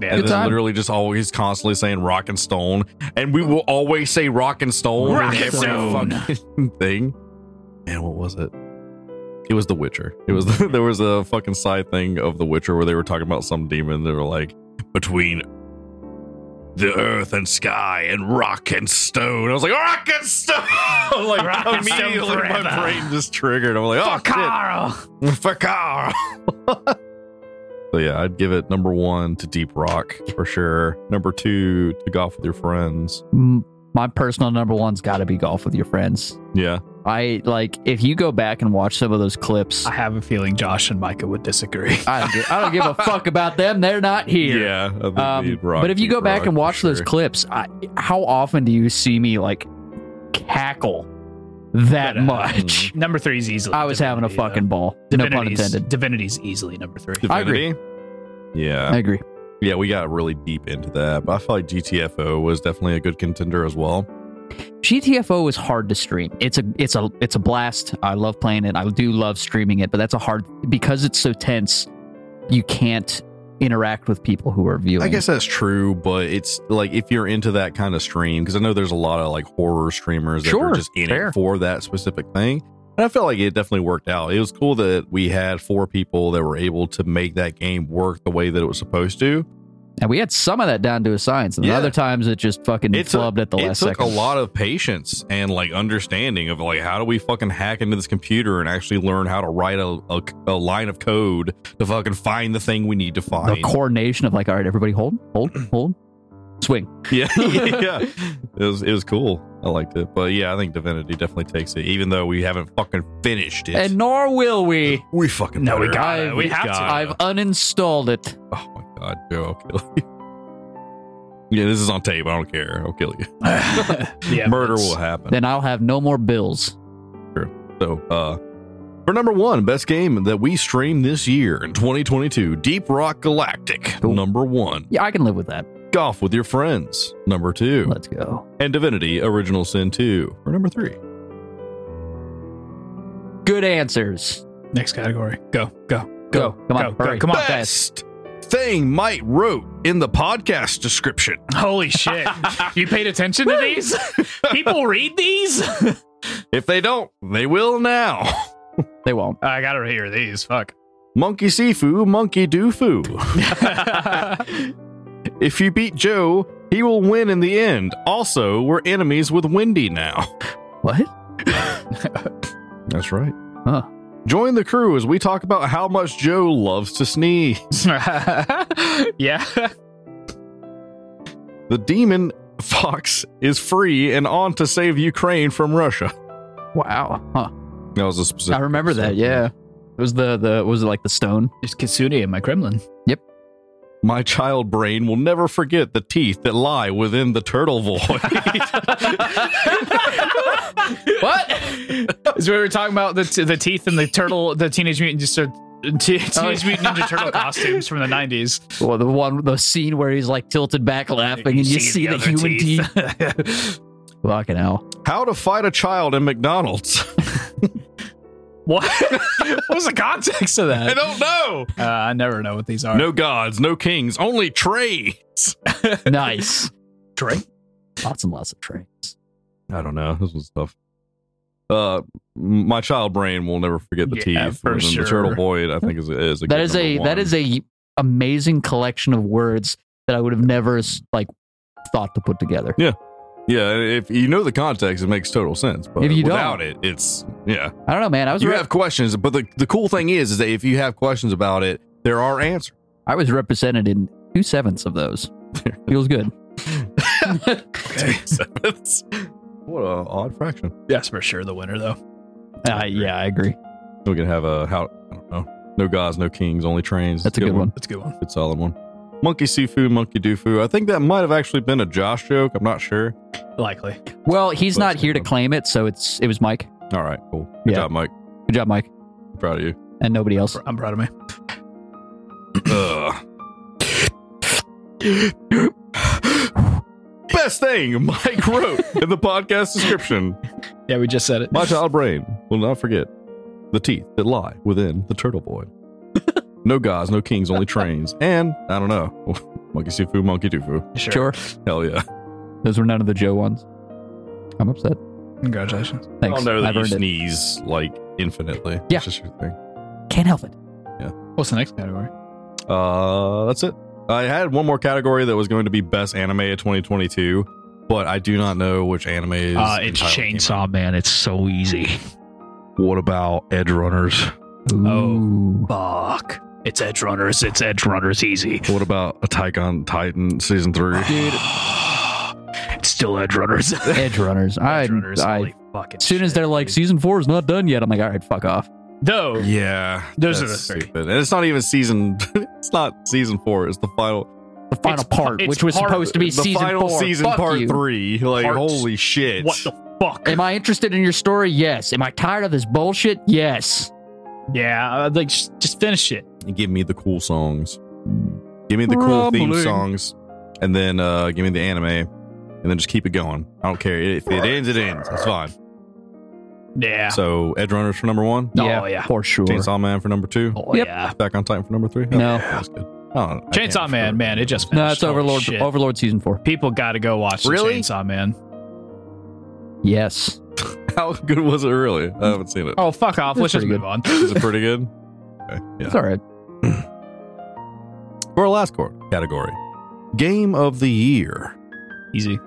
[SPEAKER 3] Yeah,
[SPEAKER 2] And
[SPEAKER 1] Good
[SPEAKER 2] then
[SPEAKER 1] time.
[SPEAKER 2] literally just always constantly saying rock and stone. And we will always say rock and stone
[SPEAKER 3] Rock
[SPEAKER 2] in
[SPEAKER 3] and
[SPEAKER 2] every
[SPEAKER 3] stone.
[SPEAKER 2] fucking thing. Man, what was it? It was The Witcher. It was (laughs) there was a fucking side thing of The Witcher where they were talking about some demon. They were like between the earth and sky and rock and stone. I was like rock and stone. (laughs) like
[SPEAKER 3] Rock and stone
[SPEAKER 2] immediately my
[SPEAKER 3] forever.
[SPEAKER 2] brain just triggered. I'm like oh
[SPEAKER 3] Fuck
[SPEAKER 2] shit.
[SPEAKER 3] Carl.
[SPEAKER 2] For Carl. (laughs) so yeah, I'd give it number one to Deep Rock for sure. Number two to Golf with Your Friends.
[SPEAKER 1] M- my personal number one's got to be golf with your friends
[SPEAKER 2] Yeah.
[SPEAKER 1] i like if you go back and watch some of those clips
[SPEAKER 3] I have a feeling Josh and Micah would disagree.
[SPEAKER 1] I don't, gi- I don't give a fuck about them they're not here
[SPEAKER 2] Yeah. I think
[SPEAKER 1] Um,
[SPEAKER 2] Deep Rock,
[SPEAKER 1] but if you
[SPEAKER 2] Deep
[SPEAKER 1] go back
[SPEAKER 2] Rock
[SPEAKER 1] and
[SPEAKER 2] for
[SPEAKER 1] watch those
[SPEAKER 2] sure.
[SPEAKER 1] clips, I, how often do you see me like cackle that
[SPEAKER 3] But, uh,
[SPEAKER 1] much?
[SPEAKER 2] mm-hmm.
[SPEAKER 3] number three is easily.
[SPEAKER 1] I was having a
[SPEAKER 3] Divinity,
[SPEAKER 1] fucking ball.
[SPEAKER 3] though.
[SPEAKER 1] No pun
[SPEAKER 3] Divinity's-
[SPEAKER 1] intended.
[SPEAKER 3] Divinity's easily number three.
[SPEAKER 1] I agree.
[SPEAKER 2] Divinity? Yeah.
[SPEAKER 1] I agree.
[SPEAKER 2] Yeah, we got really deep into that. But I feel like GTFO was definitely a good contender as well.
[SPEAKER 1] GTFO is hard to stream. It's a it's a it's a blast. I love playing it. I do love streaming it, but that's a hard because it's so tense. You can't interact with people who are viewing.
[SPEAKER 2] I guess that's true, but it's like if you're into that kind of stream, because I know there's a lot of like horror streamers that
[SPEAKER 1] Sure,
[SPEAKER 2] are just in
[SPEAKER 1] fair.
[SPEAKER 2] it for that specific thing. And I felt like it definitely worked out. It was cool that we had four people that were able to make that game work the way that it was supposed to.
[SPEAKER 1] And we had some of that down to a science, and then
[SPEAKER 2] Yeah.
[SPEAKER 1] other times it just fucking
[SPEAKER 2] It took-
[SPEAKER 1] flubbed at the
[SPEAKER 2] it
[SPEAKER 1] last
[SPEAKER 2] took
[SPEAKER 1] second.
[SPEAKER 2] a lot of patience and like understanding of like how do we fucking hack into this computer and actually learn how to write a, a, a line of code to fucking find the thing we need to
[SPEAKER 1] the
[SPEAKER 2] find.
[SPEAKER 1] coordination of like, all right, everybody, hold,
[SPEAKER 2] (clears throat)
[SPEAKER 1] hold, hold, swing.
[SPEAKER 3] (laughs)
[SPEAKER 2] yeah, yeah. It was it was cool. I liked it, but yeah, I think Divinity definitely takes it, even though we haven't fucking finished it.
[SPEAKER 1] And nor will we.
[SPEAKER 2] we fucking
[SPEAKER 3] No, we
[SPEAKER 2] better.
[SPEAKER 3] got
[SPEAKER 1] I've-
[SPEAKER 3] it. We have to.
[SPEAKER 1] I've uninstalled it.
[SPEAKER 2] Oh my god, Joe, I'll kill you. (laughs) Yeah, this is on tape. I don't care. I'll kill you.
[SPEAKER 3] yeah,
[SPEAKER 2] Murder
[SPEAKER 3] that's-
[SPEAKER 2] will happen.
[SPEAKER 1] Then I'll have no more bills.
[SPEAKER 2] So, uh, for number one, best game that we streamed this year in 2022, Deep Rock Galactic.
[SPEAKER 1] Cool.
[SPEAKER 2] Number one,
[SPEAKER 1] Yeah, I can live with that.
[SPEAKER 2] Golf with Your Friends. Number two,
[SPEAKER 1] Let's go.
[SPEAKER 2] and Divinity Original Sin 2. For number three,
[SPEAKER 1] Good answers.
[SPEAKER 3] Next category. Go, go,
[SPEAKER 1] Go.
[SPEAKER 3] go,
[SPEAKER 1] Come on,
[SPEAKER 3] go,
[SPEAKER 1] hurry.
[SPEAKER 3] go. Come on, guys.
[SPEAKER 2] best thing Mike wrote in the podcast description.
[SPEAKER 4] Holy (laughs) shit. you paid attention to these?
[SPEAKER 3] (laughs)
[SPEAKER 4] People read these?
[SPEAKER 2] If they don't, they will now. (laughs)
[SPEAKER 1] They won't.
[SPEAKER 4] I gotta hear
[SPEAKER 3] (laughs)
[SPEAKER 4] these. Fuck. (laughs)
[SPEAKER 2] Monkey Sifu, Monkey Doofu. If you beat Joe, he will win in the end. Also, we're enemies with Wendy now.
[SPEAKER 1] What?
[SPEAKER 2] That's right.
[SPEAKER 1] Huh.
[SPEAKER 2] Join the crew as we talk about how much Joe loves to sneeze.
[SPEAKER 4] yeah.
[SPEAKER 2] The demon (laughs) fox is free and on to save Ukraine from Russia.
[SPEAKER 1] Wow. Huh.
[SPEAKER 2] That was a specific.
[SPEAKER 1] I remember that. Yeah. It was the the was it like the
[SPEAKER 2] (laughs)
[SPEAKER 1] stone?
[SPEAKER 4] It's Kitsune and my gremlin.
[SPEAKER 2] My child brain will never forget the teeth that lie within the turtle void. (laughs)
[SPEAKER 1] What?
[SPEAKER 4] Is what we were talking about the, t- the teeth and the turtle, the Teenage Mutant Ninja,
[SPEAKER 3] Oh,
[SPEAKER 4] t- Teenage Mutant Ninja Turtle costumes from
[SPEAKER 3] (laughs)
[SPEAKER 4] the 90s.
[SPEAKER 1] well, the one the scene where he's like tilted back laughing and you see, the,
[SPEAKER 4] other
[SPEAKER 1] human teeth. Fucking
[SPEAKER 2] (laughs)
[SPEAKER 1] hell.
[SPEAKER 2] How to fight a child in McDonald's?
[SPEAKER 4] (laughs)
[SPEAKER 2] (laughs)
[SPEAKER 4] what? what was the context of
[SPEAKER 2] I
[SPEAKER 4] that?
[SPEAKER 2] don't know.
[SPEAKER 4] Uh, I never know what these are.
[SPEAKER 2] No gods, no kings, only trades.
[SPEAKER 1] Nice.
[SPEAKER 4] Drake.
[SPEAKER 1] lots and lots of trains.
[SPEAKER 2] I don't know. This was tough. Uh, my child brain will never forget the
[SPEAKER 4] Yeah,
[SPEAKER 2] teeth
[SPEAKER 4] for
[SPEAKER 2] within
[SPEAKER 4] sure.
[SPEAKER 2] the turtle void. I think is is a
[SPEAKER 1] That
[SPEAKER 2] good
[SPEAKER 1] is a
[SPEAKER 2] number
[SPEAKER 1] that
[SPEAKER 2] one.
[SPEAKER 1] is a amazing collection of words that I would have never like thought to put together.
[SPEAKER 2] Yeah, if you know the context, it makes total sense. But
[SPEAKER 1] If you don't-
[SPEAKER 2] without it, it's yeah.
[SPEAKER 1] I don't know, man. I was
[SPEAKER 2] You
[SPEAKER 1] re-
[SPEAKER 2] have questions, but the, the cool thing is, is that if you have questions about it, there are answers. (laughs)
[SPEAKER 1] I was represented in two sevenths of those. Feels
[SPEAKER 2] (laughs)
[SPEAKER 1] good.
[SPEAKER 2] So it's- what a odd fraction.
[SPEAKER 3] That's for sure the winner, though.
[SPEAKER 1] Uh, yeah, I agree.
[SPEAKER 2] We can have a how I don't know. No gods, no kings, only trains.
[SPEAKER 1] That's a good one.
[SPEAKER 3] That's a good one.
[SPEAKER 2] Good solid one. Monkey Sifu, Monkey Doofu. I think that might have actually been a Josh joke. I'm not sure.
[SPEAKER 3] Likely.
[SPEAKER 1] Well, he's
[SPEAKER 2] That's
[SPEAKER 1] not
[SPEAKER 2] a
[SPEAKER 1] here
[SPEAKER 2] good
[SPEAKER 1] to
[SPEAKER 2] one.
[SPEAKER 1] claim it, so it's it was Mike.
[SPEAKER 2] All right, cool. Good
[SPEAKER 1] Yeah.
[SPEAKER 2] job, Mike.
[SPEAKER 1] Good job, Mike,
[SPEAKER 2] Proud of
[SPEAKER 1] (laughs)
[SPEAKER 2] you.
[SPEAKER 1] and nobody else.
[SPEAKER 3] I'm proud of me.
[SPEAKER 2] Ugh. Best thing Mike wrote in the podcast description.
[SPEAKER 3] Yeah, we just said it.
[SPEAKER 2] My child brain will not forget the teeth that lie within the turtle void. no gods, no kings, only trains. And I don't know. (laughs) Monkey Sifu, Monkey Dufu.
[SPEAKER 1] Sure,
[SPEAKER 2] Hell yeah.
[SPEAKER 1] those were none of the Joe ones. I'm upset.
[SPEAKER 3] Congratulations.
[SPEAKER 1] Thanks.
[SPEAKER 2] I'll know that
[SPEAKER 1] I've
[SPEAKER 2] you
[SPEAKER 1] earned it.
[SPEAKER 2] sneeze like infinitely. It's
[SPEAKER 1] Yeah.
[SPEAKER 2] just your thing.
[SPEAKER 1] Can't help it.
[SPEAKER 4] What's the next category?
[SPEAKER 2] Uh, that's it. I had one more category that was going to be best anime of 2022, but I do not know which anime is.
[SPEAKER 4] Uh, it's
[SPEAKER 2] entirely came out.
[SPEAKER 4] Chainsaw Man. It's so easy.
[SPEAKER 2] What about Edge Runners?
[SPEAKER 4] Oh.
[SPEAKER 1] Ooh.
[SPEAKER 4] Fuck. It's Edge Runners. It's Edge Runners.
[SPEAKER 2] (sighs)
[SPEAKER 4] Easy.
[SPEAKER 2] What about Attack on Titan season
[SPEAKER 4] (sighs)
[SPEAKER 2] three?
[SPEAKER 1] Dude,
[SPEAKER 4] It's still Edge
[SPEAKER 2] (laughs)
[SPEAKER 4] Runners.
[SPEAKER 1] (laughs) Edge runners. I,
[SPEAKER 4] Edge Runners.
[SPEAKER 1] I,
[SPEAKER 4] holy fucking
[SPEAKER 1] as soon as
[SPEAKER 4] shit,
[SPEAKER 1] they're like,
[SPEAKER 4] dude.
[SPEAKER 1] season four is not done yet, I'm like, all right, fuck off.
[SPEAKER 4] no.
[SPEAKER 2] Yeah,
[SPEAKER 4] Those
[SPEAKER 2] that's
[SPEAKER 4] are the three.
[SPEAKER 2] stupid. And it's not even season. (laughs) It's not season four. It's the final,
[SPEAKER 1] The final
[SPEAKER 4] It's-
[SPEAKER 1] part,
[SPEAKER 4] it's
[SPEAKER 1] which was
[SPEAKER 4] part-
[SPEAKER 1] supposed to be
[SPEAKER 2] the
[SPEAKER 1] season
[SPEAKER 2] final
[SPEAKER 1] four.
[SPEAKER 2] season
[SPEAKER 1] Fuck
[SPEAKER 2] part
[SPEAKER 1] you.
[SPEAKER 2] three. Like
[SPEAKER 4] Part-
[SPEAKER 2] holy shit!
[SPEAKER 4] What the fuck?
[SPEAKER 1] Am I interested in your story? Yes. Am I tired of this bullshit? Yes.
[SPEAKER 4] yeah, uh, like just, just finish it.
[SPEAKER 2] give me the cool songs. Give me the cool theme
[SPEAKER 1] Rumbling.
[SPEAKER 2] songs, and then uh, give me the anime, and then just keep it going. I don't care if it ends. It ends. It's fine.
[SPEAKER 4] Yeah.
[SPEAKER 2] So Edge Runners for number one,
[SPEAKER 4] Oh, yeah.
[SPEAKER 1] for sure.
[SPEAKER 2] Chainsaw Man for number two,
[SPEAKER 4] oh
[SPEAKER 1] Yep.
[SPEAKER 4] yeah.
[SPEAKER 2] Attack on Titan for number three. Oh,
[SPEAKER 1] No.
[SPEAKER 2] (laughs) that was good. Oh, I can't
[SPEAKER 4] Chainsaw Man,
[SPEAKER 2] remember.
[SPEAKER 4] man, it just
[SPEAKER 1] No,
[SPEAKER 4] finished.
[SPEAKER 1] it's
[SPEAKER 4] Holy
[SPEAKER 1] Overlord.
[SPEAKER 4] Oh, shit.
[SPEAKER 1] Overlord season four.
[SPEAKER 4] People got to go watch the
[SPEAKER 2] Really?
[SPEAKER 4] Chainsaw Man.
[SPEAKER 1] Yes.
[SPEAKER 2] How good was it really? I haven't seen it.
[SPEAKER 4] Oh, fuck off.
[SPEAKER 1] That's
[SPEAKER 4] Let's just
[SPEAKER 1] pretty
[SPEAKER 4] move on.
[SPEAKER 2] Is it pretty good? Okay, yeah.
[SPEAKER 4] (laughs)
[SPEAKER 1] It's all right.
[SPEAKER 2] For our last cor- category, game of the year.
[SPEAKER 4] Easy.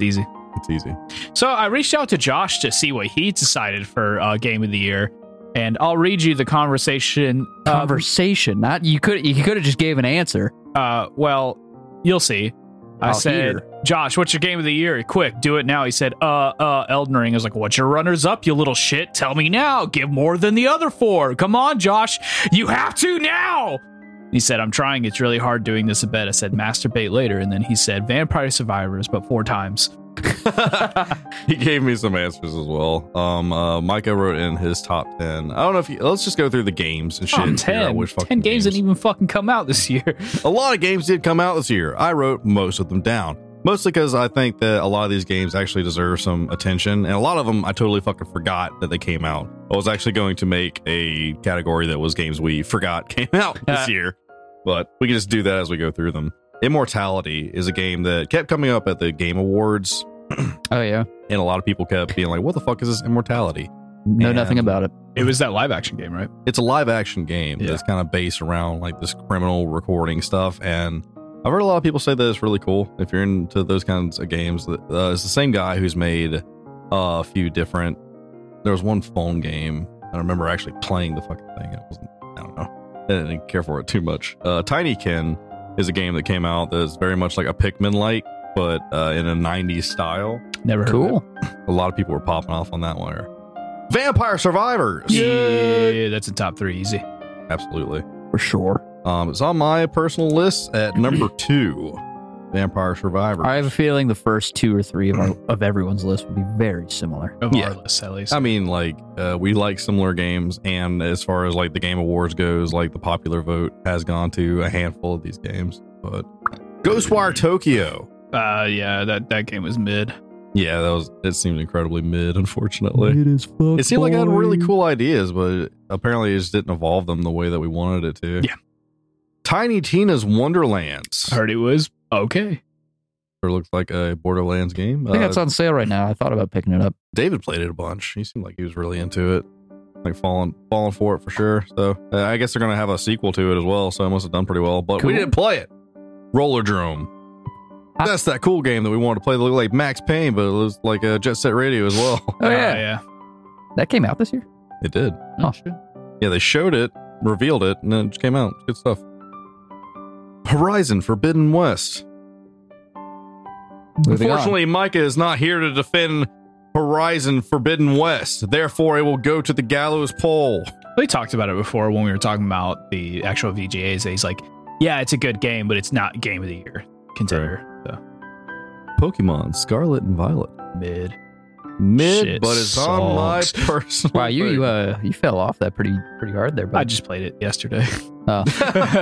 [SPEAKER 4] Easy.
[SPEAKER 2] It's easy. (laughs)
[SPEAKER 4] So I reached out to Josh to see what he decided for uh, game of the year, and I'll read you the conversation. uh,
[SPEAKER 1] Conversation. Not you could you could have just gave an answer.
[SPEAKER 4] Uh, well, you'll see. I
[SPEAKER 1] I'll
[SPEAKER 4] said,
[SPEAKER 1] hear.
[SPEAKER 4] Josh, what's your game of the year? Quick, do it now. He said, uh, uh, Elden Ring. I was like, what's your runners up, you little shit? Tell me now. Give more than the other four. Come on, Josh. You have to now. He said, I'm trying. It's really hard doing this in bed. I said, masturbate later. And then he said, Vampire Survivors, but four times.
[SPEAKER 2] he gave me some answers as well. Um, uh, Micah wrote in his top ten. I don't know if you, let's just go through the games and shit.
[SPEAKER 4] Oh,
[SPEAKER 2] and figure out
[SPEAKER 4] 10.
[SPEAKER 2] which fucking
[SPEAKER 4] 10 games didn't even fucking come out this year.
[SPEAKER 2] A lot of games did come out this year. I wrote most of them down, mostly because I think that a lot of these games actually deserve some attention, and a lot of them I totally fucking forgot that they came out. I was actually going to make a category that was games we forgot (laughs) came out this year, but we can just do that as we go through them. Immortality is a game that kept coming up at the Game Awards,
[SPEAKER 1] Oh yeah.
[SPEAKER 2] and a lot of people kept being like, "What the fuck is this Immortality?"
[SPEAKER 1] Know
[SPEAKER 2] And-
[SPEAKER 1] nothing about it.
[SPEAKER 4] It was that live action game, right?
[SPEAKER 2] it's a live action game
[SPEAKER 4] Yeah.
[SPEAKER 2] that's kind of based around like this criminal recording stuff and i've heard a lot of people say that it's really cool if you're into those kinds of games that uh, it's the same guy who's made uh, a few different there was one phone game i remember actually playing the fucking thing it wasn't i don't know i didn't care for it too much uh, tiny kin is a game that came out that's very much like a pikmin like but uh, in a 90s style
[SPEAKER 4] Never heard of
[SPEAKER 1] Cool.
[SPEAKER 2] a lot of people were popping off on that one vampire survivors
[SPEAKER 4] it. Yeah. that's a top three, easy.
[SPEAKER 2] absolutely
[SPEAKER 1] For sure.
[SPEAKER 2] Um, it's on my personal list
[SPEAKER 1] (clears throat)
[SPEAKER 2] at number two, Vampire Survivor.
[SPEAKER 1] I have a feeling the first two or three of our, (clears throat) of everyone's list would be very similar.
[SPEAKER 4] Of
[SPEAKER 2] Yeah.
[SPEAKER 4] our list, at
[SPEAKER 1] Um,
[SPEAKER 4] least.
[SPEAKER 2] I mean, like uh, we like similar games, and as far as like the Game Awards goes, like the popular vote has gone to a handful of these games. But Ghostwire Tokyo,
[SPEAKER 4] Uh, yeah, that, that game was mid.
[SPEAKER 2] yeah, that was it seemed incredibly mid, unfortunately.
[SPEAKER 1] is
[SPEAKER 2] It seemed like it had really cool ideas, but apparently it just didn't evolve them the way that we wanted it to.
[SPEAKER 4] Yeah.
[SPEAKER 2] Tiny Tina's Wonderlands
[SPEAKER 4] I heard it was okay.
[SPEAKER 2] sure looks like a Borderlands game.
[SPEAKER 1] I think
[SPEAKER 2] Uh,
[SPEAKER 1] that's on sale right now. I thought about picking it up.
[SPEAKER 2] David played it a bunch. He seemed like he was really into it, like falling falling for it for sure. So uh, I guess they're gonna have a sequel to it as well. So I must have done pretty well, but
[SPEAKER 1] Cool.
[SPEAKER 2] we didn't play it. Roller Drome.
[SPEAKER 1] I-
[SPEAKER 2] That's that cool game that we wanted to play. That looked like Max Payne, but it was like a Jet Set Radio as well. (laughs)
[SPEAKER 1] Oh
[SPEAKER 4] Uh,
[SPEAKER 1] yeah.
[SPEAKER 4] yeah.
[SPEAKER 1] That came out this year.
[SPEAKER 2] It did.
[SPEAKER 1] Oh.
[SPEAKER 2] Yeah, they showed it, revealed it, and then it just came out. Good stuff. Horizon Forbidden West.
[SPEAKER 1] Moving on.
[SPEAKER 2] Unfortunately, Micah is not here to defend Horizon Forbidden West. Therefore, it will go to the gallows pole.
[SPEAKER 4] We talked about it before when we were talking about the actual VGAs. He's like, yeah, it's a good game, but it's not game of the year contender. So
[SPEAKER 2] Pokemon Scarlet and Violet.
[SPEAKER 4] mid.
[SPEAKER 2] Mid,
[SPEAKER 4] Shit
[SPEAKER 2] but it's on my
[SPEAKER 4] sucks.
[SPEAKER 2] (laughs) personal.
[SPEAKER 1] Wow, you you,
[SPEAKER 2] (laughs) thing.
[SPEAKER 1] uh, you fell off that pretty pretty hard there,
[SPEAKER 4] I
[SPEAKER 1] but
[SPEAKER 4] just played it yesterday. (laughs)
[SPEAKER 2] (laughs)
[SPEAKER 1] Oh.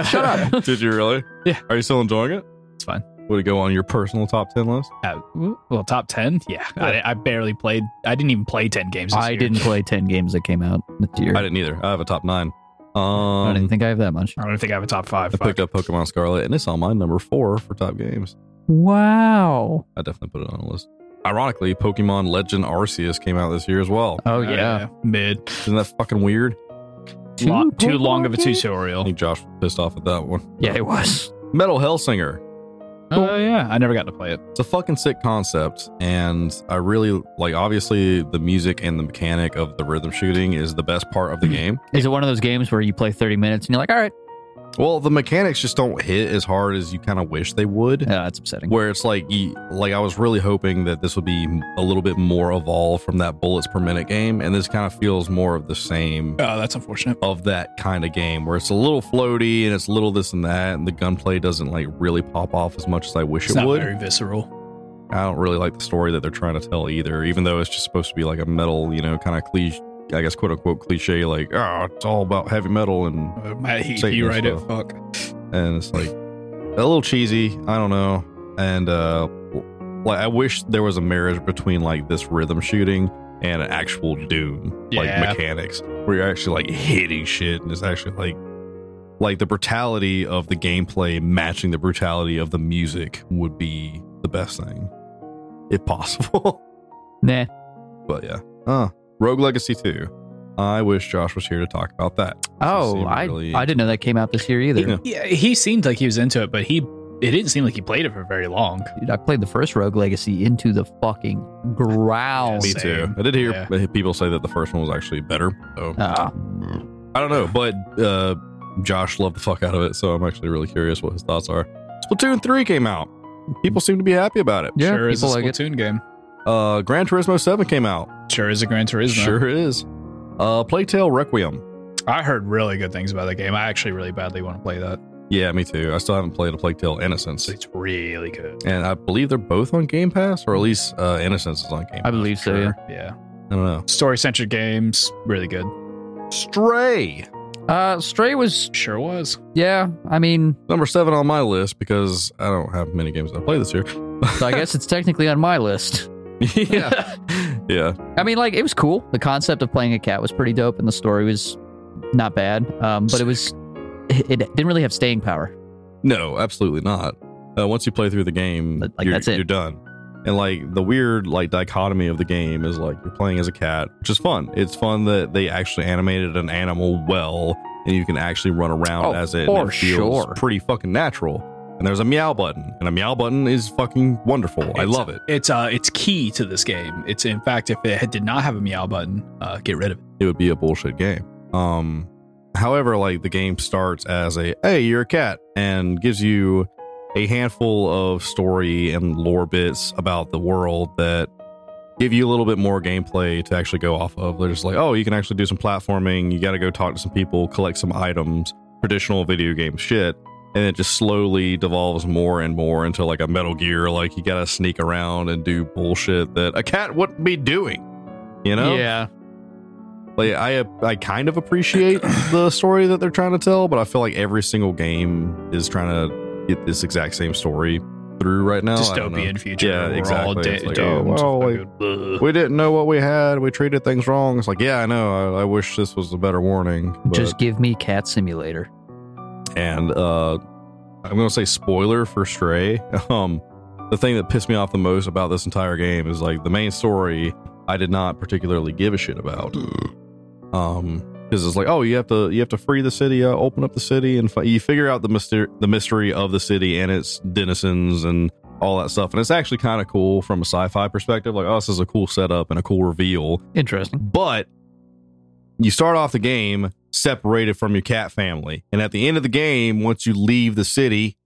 [SPEAKER 4] Shut
[SPEAKER 1] up.
[SPEAKER 2] Did you really?
[SPEAKER 4] Yeah.
[SPEAKER 2] Are you still enjoying it?
[SPEAKER 4] It's fine.
[SPEAKER 2] Would it go on your personal top ten list?
[SPEAKER 4] well, top ten. Yeah, I, I barely played. I didn't even play ten games. This
[SPEAKER 1] I
[SPEAKER 4] year.
[SPEAKER 1] didn't play ten games that came out this year.
[SPEAKER 2] I didn't either. I have a top nine. Um,
[SPEAKER 1] I
[SPEAKER 2] I
[SPEAKER 1] didn't think I have that much.
[SPEAKER 4] I don't think I have a top five.
[SPEAKER 2] I picked up Pokemon Scarlet, and it's on my number four for top games.
[SPEAKER 1] Wow.
[SPEAKER 2] I definitely put it on the list. Ironically, Pokemon Legend Arceus came out this year as well.
[SPEAKER 1] Oh yeah.
[SPEAKER 4] mid.
[SPEAKER 2] Isn't that fucking weird?
[SPEAKER 1] Two
[SPEAKER 4] Lo- too
[SPEAKER 1] Pokemon
[SPEAKER 4] long of a
[SPEAKER 1] games?
[SPEAKER 2] I
[SPEAKER 4] tutorial.
[SPEAKER 2] think Josh was pissed off at that one.
[SPEAKER 1] Yeah, it was.
[SPEAKER 2] Metal Hellsinger.
[SPEAKER 4] Oh yeah, I never got to play it.
[SPEAKER 2] It's a fucking sick concept, and I really like. Obviously, the music and the mechanic of the rhythm shooting is the best part
[SPEAKER 3] Hmm.
[SPEAKER 2] of the game.
[SPEAKER 1] Is it one of those games where you play thirty minutes and you're like, all right,
[SPEAKER 2] Well, the mechanics just don't hit as hard as you kind of wish they would.
[SPEAKER 1] yeah, that's upsetting.
[SPEAKER 2] Where it's like, you, like I was really hoping that this would be a little bit more evolved from that bullets per minute game, and this kind of feels more of the same
[SPEAKER 3] Oh, that's unfortunate.
[SPEAKER 2] of that kind of game, where it's a little floaty and it's a little this and that, and the gunplay doesn't like really pop off as much as I wish
[SPEAKER 3] It's
[SPEAKER 2] it
[SPEAKER 3] not
[SPEAKER 2] would.
[SPEAKER 3] very visceral.
[SPEAKER 2] I don't really like the story that they're trying to tell either, even though it's just supposed to be like a metal, you know, kind of cliche, I guess, quote unquote cliche, like, oh, it's all about heavy metal. And,
[SPEAKER 3] Uh, Matt, he,
[SPEAKER 2] Satan
[SPEAKER 3] he
[SPEAKER 2] as
[SPEAKER 3] right it.
[SPEAKER 2] well.
[SPEAKER 3] Fuck.
[SPEAKER 2] and it's like a little cheesy. I don't know. And, uh, like, I wish there was a marriage between like this rhythm shooting and an actual Doom,
[SPEAKER 4] Yeah.
[SPEAKER 2] like mechanics, where you're actually like hitting shit and it's actually like, like the brutality of the gameplay matching the brutality of the music would be the best thing, if possible. (laughs)
[SPEAKER 1] Nah.
[SPEAKER 2] But yeah, Uh, Rogue Legacy 2. I wish Josh was here to talk about that.
[SPEAKER 1] Oh,
[SPEAKER 2] seemed
[SPEAKER 1] I
[SPEAKER 2] really-
[SPEAKER 1] I didn't know that came out this year either.
[SPEAKER 2] Yeah.
[SPEAKER 4] Yeah, he seemed like he was into it, but he it didn't seem like he played it for very long.
[SPEAKER 1] Dude, I played the first Rogue Legacy into the fucking ground.
[SPEAKER 2] Me
[SPEAKER 4] Same.
[SPEAKER 2] too. I did hear
[SPEAKER 4] Yeah.
[SPEAKER 2] people say that the first one was actually better. So
[SPEAKER 1] Ah.
[SPEAKER 2] I don't know, but uh, Josh loved the fuck out of it. So I'm actually really curious what his thoughts are. Splatoon 3 came out. People seem to be happy about it.
[SPEAKER 1] yeah,
[SPEAKER 4] sure is a
[SPEAKER 1] people like it.
[SPEAKER 4] Splatoon game.
[SPEAKER 2] Uh, Gran Turismo 7 came out.
[SPEAKER 4] Sure is a Gran Turismo.
[SPEAKER 2] Sure is. Uh, Playtale Requiem.
[SPEAKER 4] I heard really good things about that game. I actually really badly want to play that.
[SPEAKER 2] Yeah, me too. I still haven't played a Playtale Innocence.
[SPEAKER 4] It's really good.
[SPEAKER 2] And I believe they're both on Game Pass, or at least uh, Innocence is on Game
[SPEAKER 1] I
[SPEAKER 2] Pass.
[SPEAKER 1] believe so. Yeah.
[SPEAKER 4] Sure. Yeah.
[SPEAKER 2] I don't know.
[SPEAKER 4] Story centric games, really good.
[SPEAKER 2] Stray.
[SPEAKER 1] Uh, Stray was
[SPEAKER 4] Sure was.
[SPEAKER 1] yeah. I mean,
[SPEAKER 2] Number seven on my list because I don't have many games that I play
[SPEAKER 1] (laughs)
[SPEAKER 2] this year.
[SPEAKER 1] so I guess it's technically on my list.
[SPEAKER 2] yeah. (laughs) yeah.
[SPEAKER 1] I mean, like it was cool. The concept of playing a cat was pretty dope, and the story was not bad. Um, but it was it didn't really have staying power.
[SPEAKER 2] No, absolutely not. Uh, once you play through the game,
[SPEAKER 1] But, like,
[SPEAKER 2] you're,
[SPEAKER 1] that's it.
[SPEAKER 2] you're done. And like the weird like dichotomy of the game is like you're playing as a cat, which is fun. It's fun that they actually animated an animal well, and you can actually run around
[SPEAKER 1] Oh,
[SPEAKER 2] as it.
[SPEAKER 1] for
[SPEAKER 2] and it feels
[SPEAKER 1] sure.
[SPEAKER 2] pretty fucking natural. And there's a meow button, and a meow button is fucking wonderful. I
[SPEAKER 4] It's-
[SPEAKER 2] love it.
[SPEAKER 4] It's uh it's key to this game. It's in fact if it had- did not have a meow button, uh get rid of it.
[SPEAKER 2] it would be a bullshit game. Um, however, like the game starts as a hey, you're a cat, and gives you a handful of story and lore bits about the world that give you a little bit more gameplay to actually go off of. They're just like, oh, you can actually do some platforming. You got to go talk to some people, collect some items, traditional video game shit. And it just slowly devolves more and more into like a Metal Gear. Like you gotta sneak around and do bullshit that a cat wouldn't be doing. You know?
[SPEAKER 1] Yeah,
[SPEAKER 2] like I I kind of appreciate the story that they're trying to tell, but I feel like every single game is trying to get this exact same story through right now. I don't know.
[SPEAKER 4] Dystopian future.
[SPEAKER 2] Yeah,
[SPEAKER 4] where
[SPEAKER 2] exactly.
[SPEAKER 4] We're all
[SPEAKER 2] It's
[SPEAKER 4] da-
[SPEAKER 2] like, oh,
[SPEAKER 4] doomed.
[SPEAKER 2] well, like-
[SPEAKER 4] Fucking-
[SPEAKER 2] We didn't know what we had. We treated things wrong. It's like, yeah, I know. I, I wish this was a better warning. But,
[SPEAKER 1] just give me Cat Simulator.
[SPEAKER 2] and uh, I'm gonna say spoiler for Stray. (laughs) Um, the thing that pissed me off the most about this entire game is like the main story. I did not particularly give a shit about. Um, because it's like, oh, you have to you have to free the city, uh, open up the city, and fi- you figure out the myster- the mystery of the city and its denizens and all that stuff. And it's actually kind of cool from a sci-fi perspective. Like, oh, this is a cool setup and a cool reveal
[SPEAKER 1] Interesting.
[SPEAKER 2] but you start off the game separated from your cat family and at the end of the game once you leave the city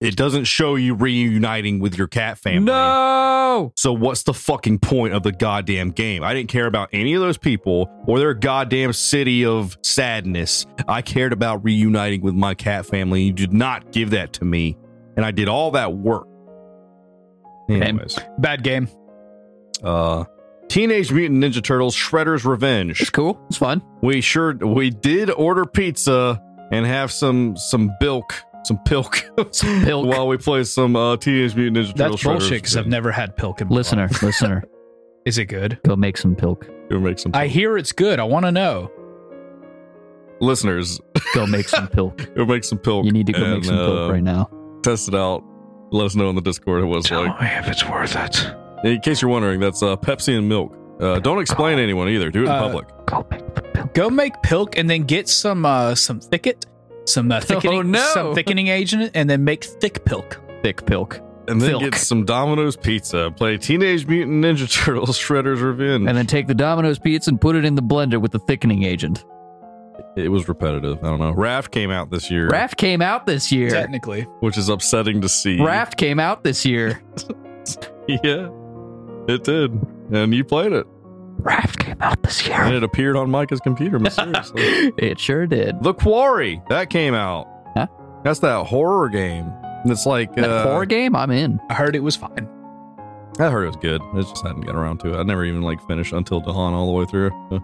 [SPEAKER 2] it doesn't show you reuniting with your cat family
[SPEAKER 1] No.
[SPEAKER 2] so what's the fucking point of the goddamn game i didn't care about any of those people or their goddamn city of sadness i cared about reuniting with my cat family you did not give that to me and i did all that work anyways
[SPEAKER 4] Bad game.
[SPEAKER 2] uh teenage mutant ninja turtles shredder's revenge
[SPEAKER 1] It's cool. It's fun.
[SPEAKER 2] we sure we did order pizza and have some some bilk some pilk (laughs)
[SPEAKER 1] Some pilk.
[SPEAKER 2] while we play some uh, Teenage Mutant Ninja Turtles.
[SPEAKER 4] That's bullshit
[SPEAKER 2] Shredder's
[SPEAKER 4] because I've
[SPEAKER 2] Revenge.
[SPEAKER 4] never had pilk in my
[SPEAKER 1] listener,
[SPEAKER 4] life.
[SPEAKER 1] listener,
[SPEAKER 4] Is it good?
[SPEAKER 1] go make some pilk.
[SPEAKER 2] It'll make some
[SPEAKER 4] I hear it's good. I want to know.
[SPEAKER 2] listeners.
[SPEAKER 1] Go make some pilk.
[SPEAKER 2] It'll make some pilk.
[SPEAKER 1] You need to go make
[SPEAKER 2] and,
[SPEAKER 1] some
[SPEAKER 2] uh,
[SPEAKER 1] pilk right now.
[SPEAKER 2] Test it out. Let us know in the Discord what it's like.
[SPEAKER 4] me if it's worth it.
[SPEAKER 2] In case you're wondering, that's uh, Pepsi and milk. Uh, don't explain
[SPEAKER 1] Oh.
[SPEAKER 2] to anyone either. Do it in
[SPEAKER 4] Uh,
[SPEAKER 2] public.
[SPEAKER 1] Go make some pilk.
[SPEAKER 4] Go make pilk and then get some uh, some thicket, some
[SPEAKER 3] (laughs)
[SPEAKER 4] uh, thickening,
[SPEAKER 1] Oh, no.
[SPEAKER 4] some thickening agent, and then make thick pilk.
[SPEAKER 1] Thick pilk.
[SPEAKER 2] And then
[SPEAKER 1] Filk.
[SPEAKER 2] get some Domino's pizza. Play Teenage Mutant Ninja (laughs) Turtles Shredder's Revenge.
[SPEAKER 1] And then take the Domino's pizza and put it in the blender with the thickening agent.
[SPEAKER 2] it was repetitive. I don't know. Raft came out this year,
[SPEAKER 1] Raft came out this year.
[SPEAKER 4] Technically,
[SPEAKER 2] which is upsetting to see.
[SPEAKER 1] Raft came out this year.
[SPEAKER 2] (laughs) yeah, it did. And you played it.
[SPEAKER 1] (laughs) Raft came out this
[SPEAKER 2] And
[SPEAKER 1] year.
[SPEAKER 2] it appeared on
[SPEAKER 1] (laughs)
[SPEAKER 2] Micah's computer mysteriously.
[SPEAKER 1] It sure did.
[SPEAKER 2] the Quarry, that came out.
[SPEAKER 1] Huh?
[SPEAKER 2] That's that horror game. It's like,
[SPEAKER 1] That
[SPEAKER 2] uh,
[SPEAKER 1] horror game, I'm in.
[SPEAKER 4] I heard it was fine.
[SPEAKER 2] I heard it was good. I just hadn't got around to it. I never even like finished Until Dawn all the way through. So,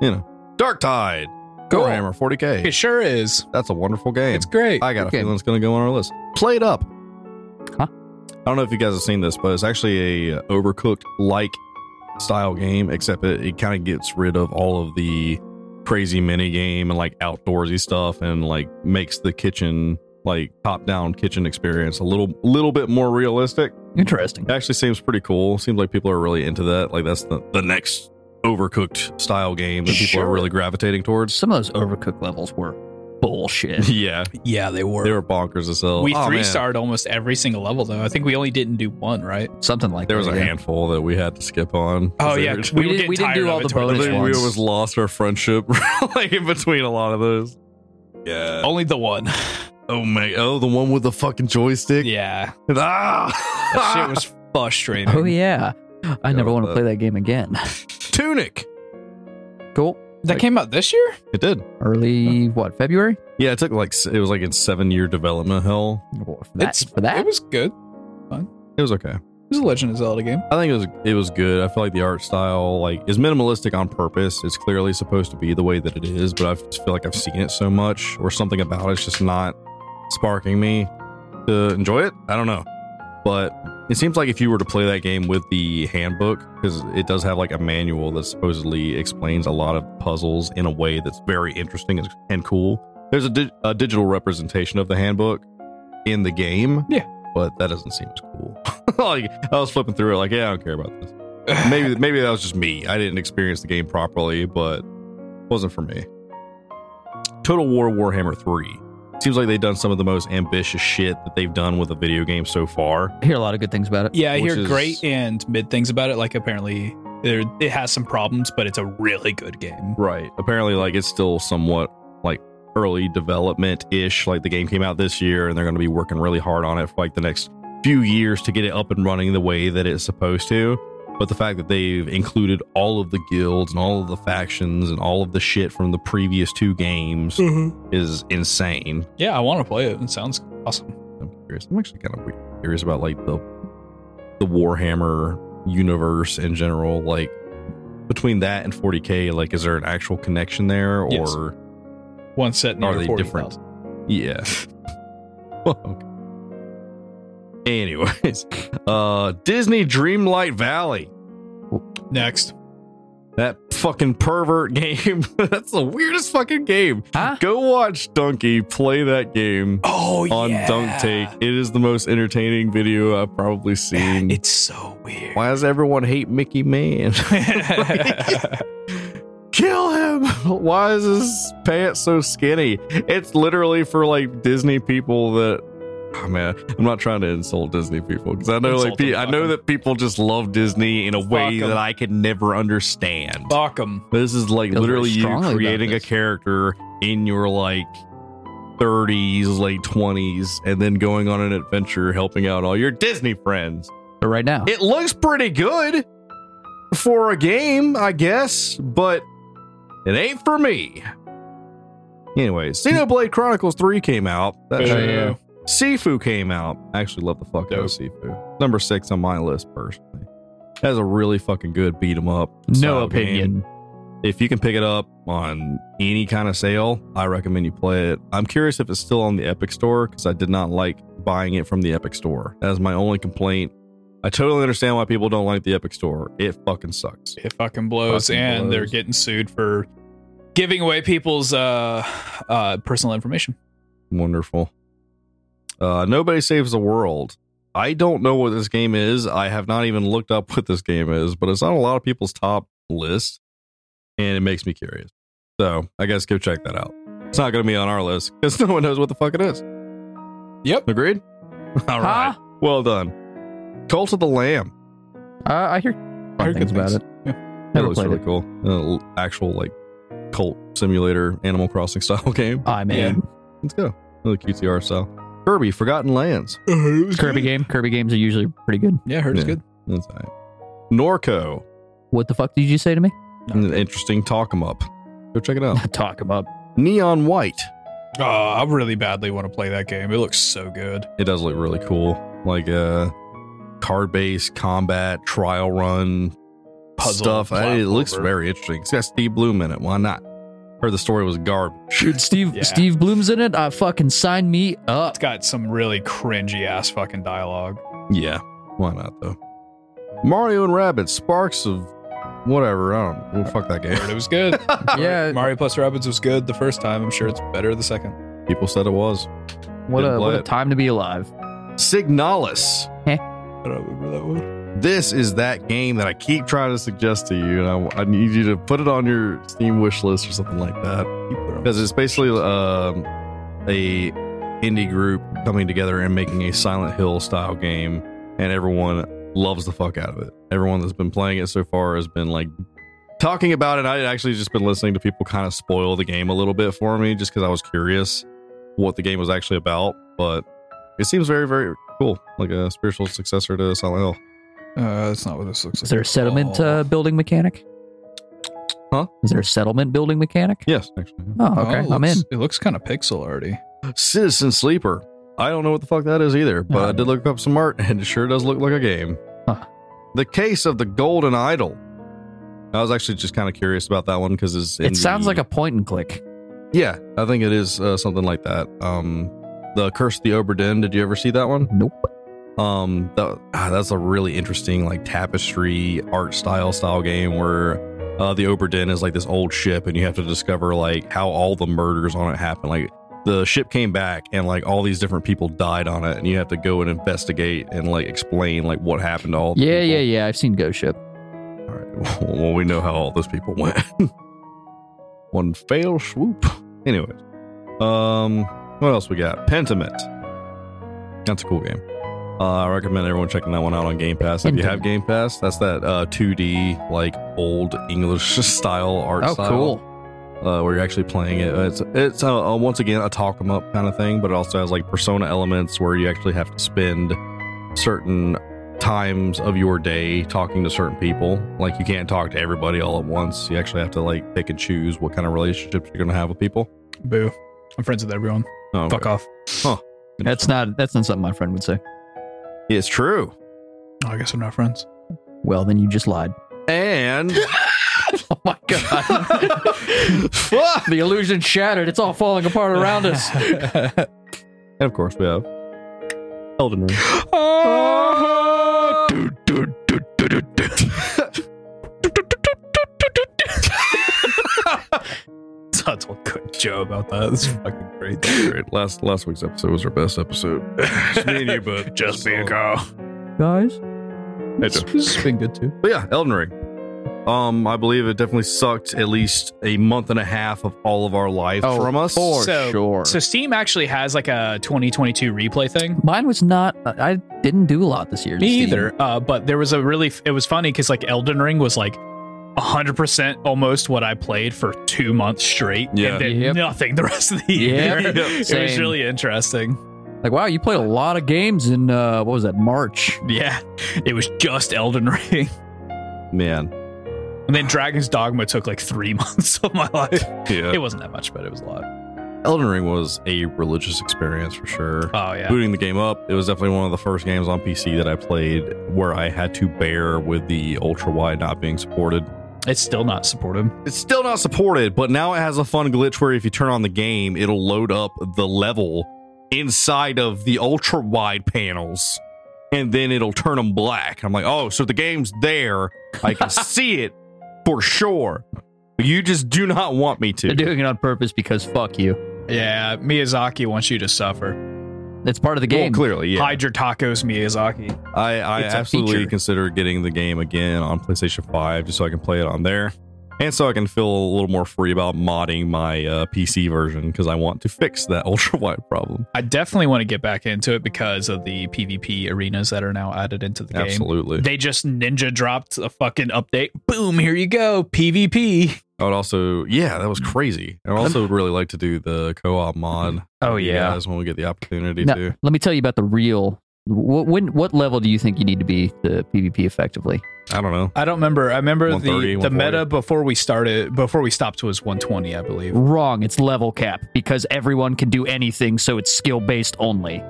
[SPEAKER 2] you know, Dark Tide,
[SPEAKER 1] Cool.
[SPEAKER 2] Warhammer
[SPEAKER 4] It
[SPEAKER 2] 40k.
[SPEAKER 4] sure is.
[SPEAKER 2] That's a wonderful game.
[SPEAKER 4] It's great.
[SPEAKER 2] I got a
[SPEAKER 1] Okay.
[SPEAKER 2] feeling it's going to go on our list. Played up.
[SPEAKER 1] Huh?
[SPEAKER 2] I don't know if you guys have seen this, but it's actually a uh, overcooked like style game, except it, it kind of gets rid of all of the crazy mini game and like outdoorsy stuff, and like makes the kitchen like top down kitchen experience a little little bit more realistic.
[SPEAKER 1] Interesting.
[SPEAKER 2] Actually, seems pretty cool. Seems like people are really into that. Like that's the, the next overcooked style game that people
[SPEAKER 1] Sure.
[SPEAKER 2] are really gravitating towards. (laughs)
[SPEAKER 1] Some of those overcooked levels were bullshit.
[SPEAKER 2] Yeah,
[SPEAKER 3] Yeah, they were.
[SPEAKER 2] they were bonkers as hell.
[SPEAKER 3] we
[SPEAKER 2] Oh,
[SPEAKER 3] three
[SPEAKER 2] man.
[SPEAKER 3] starred almost every single level though. I think we only didn't do one, right?
[SPEAKER 1] Something like
[SPEAKER 2] There
[SPEAKER 1] that.
[SPEAKER 2] was a
[SPEAKER 1] yeah.
[SPEAKER 2] handful that we had to skip on.
[SPEAKER 3] Oh
[SPEAKER 2] They
[SPEAKER 3] yeah,
[SPEAKER 2] were-
[SPEAKER 3] we,
[SPEAKER 1] We
[SPEAKER 3] were
[SPEAKER 1] did-
[SPEAKER 3] getting
[SPEAKER 1] we didn't do
[SPEAKER 3] tired of
[SPEAKER 1] all
[SPEAKER 3] it
[SPEAKER 1] the
[SPEAKER 3] toward
[SPEAKER 1] bonus
[SPEAKER 2] Literally, we
[SPEAKER 1] ones.
[SPEAKER 2] almost lost our friendship (laughs) like in between a lot of those. Yeah.
[SPEAKER 3] Only the one.
[SPEAKER 2] Oh my! Oh, the one with the fucking joystick.
[SPEAKER 3] Yeah,
[SPEAKER 2] (laughs) Ah!
[SPEAKER 3] that shit was frustrating.
[SPEAKER 1] Oh yeah. I
[SPEAKER 2] Yeah,
[SPEAKER 1] never want to
[SPEAKER 2] but-
[SPEAKER 1] play that game again.
[SPEAKER 2] (laughs) Tunic.
[SPEAKER 1] Cool.
[SPEAKER 3] that came out this year.
[SPEAKER 2] It did.
[SPEAKER 1] Early what? February?
[SPEAKER 2] Yeah, it took like s- it was like in seven year development hell.
[SPEAKER 1] Well, for that,
[SPEAKER 3] It's-
[SPEAKER 1] for that.
[SPEAKER 3] It was good. It
[SPEAKER 2] It was okay.
[SPEAKER 3] was a Legend of Zelda game.
[SPEAKER 2] I think it was it was good. I feel like the art style like is minimalistic on purpose. It's clearly supposed to be the way that it is, but I just feel like I've seen it so much or something about it's just not sparking me to enjoy it. I don't know. But it seems like if you were to play that game with the handbook cuz it does have like a manual that supposedly explains a lot of puzzles in a way that's very interesting and- and cool. There's a, di- a digital representation of the handbook in the game.
[SPEAKER 3] Yeah.
[SPEAKER 2] But that doesn't seem as cool. (laughs) like I was flipping through it, like, yeah, I don't care about this. (sighs) Maybe maybe that was just me. I didn't experience the game properly, but it wasn't for me. Total War Warhammer 3. Seems like they've done some of the most ambitious shit that they've done with a video game so far.
[SPEAKER 1] I hear a lot of good things about
[SPEAKER 3] (sighs)
[SPEAKER 1] it.
[SPEAKER 3] Yeah, I
[SPEAKER 2] Which
[SPEAKER 3] hear
[SPEAKER 2] is-
[SPEAKER 3] great and mid things about it. Like apparently there it has some problems, but it's a really good game.
[SPEAKER 2] Right. Apparently, like it's still somewhat like early development ish. Like the game came out this year, and they're going to be working really hard on it for like the next few years to get it up and running the way that it's supposed to. But the fact that they've included all of the guilds and all of the factions and all of the shit from the previous two games
[SPEAKER 4] Hmm.
[SPEAKER 2] is insane.
[SPEAKER 3] Yeah, I want to play it. It sounds awesome.
[SPEAKER 2] I'm curious. I'm actually kind of curious about like the the Warhammer universe in general. Like between that and 40k, like is there an actual connection there, or
[SPEAKER 3] Yes. One set in
[SPEAKER 2] Are
[SPEAKER 3] the
[SPEAKER 2] they different? Yeah. (laughs) Well, okay. Anyways, (laughs) uh Disney Dreamlight Valley.
[SPEAKER 3] Next,
[SPEAKER 2] That fucking pervert (laughs) game. That's the weirdest fucking game.
[SPEAKER 1] Huh?
[SPEAKER 2] Go watch Donkey play that game
[SPEAKER 3] oh
[SPEAKER 2] on Dunk Take. It is the most entertaining video I've probably seen.
[SPEAKER 3] It's so weird.
[SPEAKER 2] Why (laughs) does everyone hate Mickey Man? (laughs) Kill him! (laughs) Why is his pants so skinny? It's literally for like Disney people that. Oh man, I'm not trying to insult Disney people because I know
[SPEAKER 3] Insult
[SPEAKER 2] like pe-
[SPEAKER 3] them,
[SPEAKER 2] I
[SPEAKER 3] fuck
[SPEAKER 2] know
[SPEAKER 3] them.
[SPEAKER 2] that people just love Disney in a way
[SPEAKER 3] Fuck 'em.
[SPEAKER 2] that I could never understand.
[SPEAKER 3] (laughs) Fuck 'em.
[SPEAKER 2] This is like
[SPEAKER 1] Feel very
[SPEAKER 2] literally you
[SPEAKER 1] strongly about
[SPEAKER 2] creating a
[SPEAKER 1] this.
[SPEAKER 2] character in your like 30s, late 20s, and then going on an adventure helping out all your Disney friends.
[SPEAKER 1] But right now.
[SPEAKER 2] It looks pretty good for a game, I guess, but it ain't for me. Anyways, Xenoblade Chronicles 3 came out. That
[SPEAKER 1] Oh,
[SPEAKER 3] Boo.
[SPEAKER 2] shit- Sifu came out. I actually love the fuck out
[SPEAKER 3] Dope.
[SPEAKER 2] of Sifu. Number six on my list personally. That's a really fucking good beat 'em up.
[SPEAKER 1] no
[SPEAKER 2] style game.
[SPEAKER 1] opinion.
[SPEAKER 2] If you can pick it up on any kind of sale, I recommend you play it. I'm curious if it's still on the Epic Store because I did not like buying it from the Epic Store. That is my only complaint. I totally understand why people don't like the Epic Store. It fucking sucks.
[SPEAKER 3] It fucking blows,
[SPEAKER 2] Fucking
[SPEAKER 3] and they're
[SPEAKER 2] blows.
[SPEAKER 3] getting sued for giving away people's uh, uh, personal information. (laughs)
[SPEAKER 2] Wonderful. Uh, Nobody Saves the World. I don't know what this game is. I have not even looked up (laughs) what this game is, but it's on a lot of people's top list, and it makes me curious. So I guess go check that out. It's not going to be on our list because (laughs) no one knows what the fuck it is.
[SPEAKER 3] Yep.
[SPEAKER 2] Agreed? All right.
[SPEAKER 1] Huh?
[SPEAKER 2] Well done. Cult of the Lamb.
[SPEAKER 1] Uh, I hear
[SPEAKER 3] I
[SPEAKER 1] fun
[SPEAKER 3] heard good
[SPEAKER 1] things about
[SPEAKER 3] things.
[SPEAKER 1] it.
[SPEAKER 3] Yeah.
[SPEAKER 2] That
[SPEAKER 1] Never
[SPEAKER 2] looks
[SPEAKER 1] played
[SPEAKER 2] really
[SPEAKER 1] it.
[SPEAKER 2] cool. Uh, l- actual, like, cult simulator Animal Crossing (laughs) style game.
[SPEAKER 1] I'm in.
[SPEAKER 2] Let's go. Another QTR style. Kirby, Forgotten Lands.
[SPEAKER 1] Kirby game. Kirby games are usually pretty good.
[SPEAKER 3] Yeah, I heard it's
[SPEAKER 2] Yeah.
[SPEAKER 3] good.
[SPEAKER 2] That's all right. Norco.
[SPEAKER 1] What the fuck did you say to me?
[SPEAKER 2] An interesting talk 'em up. Go check it out.
[SPEAKER 1] (laughs) Talk about
[SPEAKER 2] (laughs) Neon White.
[SPEAKER 3] Oh, I really badly want to play that game. It looks so good.
[SPEAKER 2] It does look really cool. Like uh card based combat, trial run,
[SPEAKER 3] Puzzle,
[SPEAKER 2] stuff. I- it looks
[SPEAKER 3] platformer.
[SPEAKER 2] very interesting. It's got Steve Bloom in it. Why not? Heard the story was garbage.
[SPEAKER 1] shoot Steve.
[SPEAKER 3] Yeah.
[SPEAKER 1] Steve Bloom's in it. I Uh, fucking sign me up. (laughs)
[SPEAKER 3] It's got some really cringy ass fucking dialogue.
[SPEAKER 2] Yeah, why not though? Mario and Rabbit, Sparks of whatever. I don't. Well, fuck that game.
[SPEAKER 3] Heard it was good.
[SPEAKER 1] Yeah.
[SPEAKER 3] Mario plus Rabbids was good the first time. I'm sure it's better the second.
[SPEAKER 2] People said it was
[SPEAKER 1] What
[SPEAKER 2] Didn't
[SPEAKER 1] a
[SPEAKER 2] play
[SPEAKER 1] what a
[SPEAKER 2] it.
[SPEAKER 1] time to be alive.
[SPEAKER 2] Signalis.
[SPEAKER 1] Heh.
[SPEAKER 3] I don't remember that one.
[SPEAKER 2] This is that game that I keep trying to suggest to you, and I, I need you to put it on your Steam wish list or something like that. because it's basically um, a indie group coming together and making a Silent Hill style game, and everyone loves the fuck out of it. Everyone that's been playing it so far has been like talking about it. I had actually just been listening to people kind of spoil the game a little bit for me, just because I was curious what the game was actually about. But it seems very, very cool, like a spiritual successor to Silent Hill.
[SPEAKER 3] Uh, that's not what this looks like.
[SPEAKER 1] Is there a settlement uh, building mechanic?
[SPEAKER 2] Huh?
[SPEAKER 1] Is there a settlement building mechanic?
[SPEAKER 2] Yes, actually.
[SPEAKER 1] Oh, okay.
[SPEAKER 3] it
[SPEAKER 1] I'm in.
[SPEAKER 3] looks- It looks kind of pixel already.
[SPEAKER 2] Citizen Sleeper. I don't know what the fuck that is either, but I did look up some art and it sure does look like a game.
[SPEAKER 1] Huh.
[SPEAKER 2] The Case of the Golden Idol. I was actually just kind of curious about that one because it's. in
[SPEAKER 1] It sounds
[SPEAKER 2] the-
[SPEAKER 1] like a point and click.
[SPEAKER 2] Yeah, I think it is uh, something like that. Um, the Curse of the Oberdin. Did you ever see that one?
[SPEAKER 1] Nope.
[SPEAKER 2] Um, that, ah, that's a really interesting like tapestry art style style game where uh, the Oberdin is like this old ship, and you have to discover like how all the murders on it happened. Like the ship came back, and like all these different people died on it, and you have to go and investigate and like explain like what happened to all. The
[SPEAKER 1] Yeah,
[SPEAKER 2] people.
[SPEAKER 1] yeah, yeah. I've seen Ghost Ship.
[SPEAKER 2] All right. (laughs) Well, we know how all those people went. (laughs) One fail swoop. Anyways, um, what else we got? Pentiment. That's a cool game. Uh, I recommend everyone checking that one out on Game Pass. If you have
[SPEAKER 1] Pentiment.
[SPEAKER 2] Game Pass, that's that uh, 2D like old English (laughs) style art
[SPEAKER 1] Oh,
[SPEAKER 2] style
[SPEAKER 1] cool.
[SPEAKER 2] uh, where you're actually playing it. It's it's uh, uh, once again a talk 'em up kind of thing, but it also has like persona elements where you actually have to spend certain times of your day talking to certain people. Like you can't talk to everybody all at once. You actually have to like pick and choose what kind of relationships you're gonna have with people.
[SPEAKER 3] Boo. I'm friends with everyone.
[SPEAKER 2] Oh,
[SPEAKER 3] Fuck off.
[SPEAKER 1] That's not that's not something my friend would say.
[SPEAKER 2] It's true.
[SPEAKER 3] Oh, I guess we're not friends.
[SPEAKER 1] Well, then you just lied.
[SPEAKER 4] (laughs)
[SPEAKER 2] And
[SPEAKER 1] (laughs) Oh my (laughs)
[SPEAKER 2] fuck.
[SPEAKER 1] the illusion shattered. It's all falling apart (laughs) around us.
[SPEAKER 2] And of course we have Elden
[SPEAKER 4] (laughs)
[SPEAKER 2] Ring.
[SPEAKER 3] (laughs) That's a good Joe about that. That's fucking great.
[SPEAKER 2] Great. Last last week's episode was our best
[SPEAKER 4] (laughs)
[SPEAKER 2] episode. Just me and you, but
[SPEAKER 4] Just me and
[SPEAKER 1] (laughs) Guys,
[SPEAKER 2] Hey, Joe.
[SPEAKER 3] It's been good too.
[SPEAKER 2] But yeah, Elden Ring. Um, I believe it definitely sucked at least a month and a half of all of our life
[SPEAKER 1] Oh,
[SPEAKER 2] from us.
[SPEAKER 1] for
[SPEAKER 4] So-
[SPEAKER 1] sure.
[SPEAKER 4] So Steam actually has like a 2022 replay thing.
[SPEAKER 1] Mine was not. I I didn't do a lot this year.
[SPEAKER 4] Me
[SPEAKER 1] Steve.
[SPEAKER 4] either. Uh, but there was a really it was funny because like Elden Ring was like. 100% almost what I played for two months straight.
[SPEAKER 2] Yeah.
[SPEAKER 4] And then
[SPEAKER 1] Yep.
[SPEAKER 4] nothing the rest of the
[SPEAKER 1] Yeah.
[SPEAKER 4] year. (laughs) It was
[SPEAKER 1] Same.
[SPEAKER 4] really interesting.
[SPEAKER 1] Like, wow, you played a lot of games in uh, what was that March?
[SPEAKER 4] Yeah. It was just Elden (laughs) Ring.
[SPEAKER 2] Man,
[SPEAKER 4] And then Dragon's Dogma took like three (laughs) months of my life.
[SPEAKER 2] yeah,
[SPEAKER 4] It wasn't that much, but it was a lot.
[SPEAKER 2] Elden Ring was a religious experience for sure.
[SPEAKER 4] Oh, yeah.
[SPEAKER 2] Booting the game up, it was definitely one of the first games on PC that I played where I had to bear with the ultra wide not being supported.
[SPEAKER 4] It's still not supported.
[SPEAKER 2] It's still not supported, but now it has a fun glitch where if you turn on the game, it'll load up the level inside of the ultra wide panels and then it'll turn them black. I'm like, oh, so the game's there. I
[SPEAKER 1] (laughs)
[SPEAKER 2] can see it for sure. You just do not want me
[SPEAKER 1] They're
[SPEAKER 2] to.
[SPEAKER 1] doing it on purpose because fuck you.
[SPEAKER 4] Yeah. Miyazaki wants you to suffer.
[SPEAKER 1] It's part of the
[SPEAKER 2] Well,
[SPEAKER 1] game.
[SPEAKER 2] clearly, yeah.
[SPEAKER 4] Hide your tacos, Miyazaki.
[SPEAKER 2] I, I
[SPEAKER 1] It's a
[SPEAKER 2] absolutely
[SPEAKER 1] feature.
[SPEAKER 2] consider getting the game again on PlayStation 5 just so I can play it on there. And so I can feel a little more free about modding my uh, PC version because I want to fix that (laughs) ultra wide problem.
[SPEAKER 4] I definitely want to get back into it because of the PvP arenas that are now added into the game.
[SPEAKER 2] Absolutely.
[SPEAKER 4] They just ninja dropped a fucking update. Boom, here you go. PvP.
[SPEAKER 2] I would also, yeah, that was
[SPEAKER 1] Mm.
[SPEAKER 2] crazy. I also would really like to do the co-op mod.
[SPEAKER 4] Oh,
[SPEAKER 2] with you
[SPEAKER 4] yeah.
[SPEAKER 2] guys when we get the opportunity
[SPEAKER 1] Mm-hmm. No.
[SPEAKER 2] to.
[SPEAKER 1] Let me tell you about the real. What when, what level do you think you need to be to PvP effectively?
[SPEAKER 2] I don't know.
[SPEAKER 4] I don't remember. I remember
[SPEAKER 2] 130,
[SPEAKER 4] the, the
[SPEAKER 2] 140.
[SPEAKER 4] meta before we started, before we stopped was 120, I believe.
[SPEAKER 1] Wrong. It's level cap because everyone can do anything, so it's skill based only.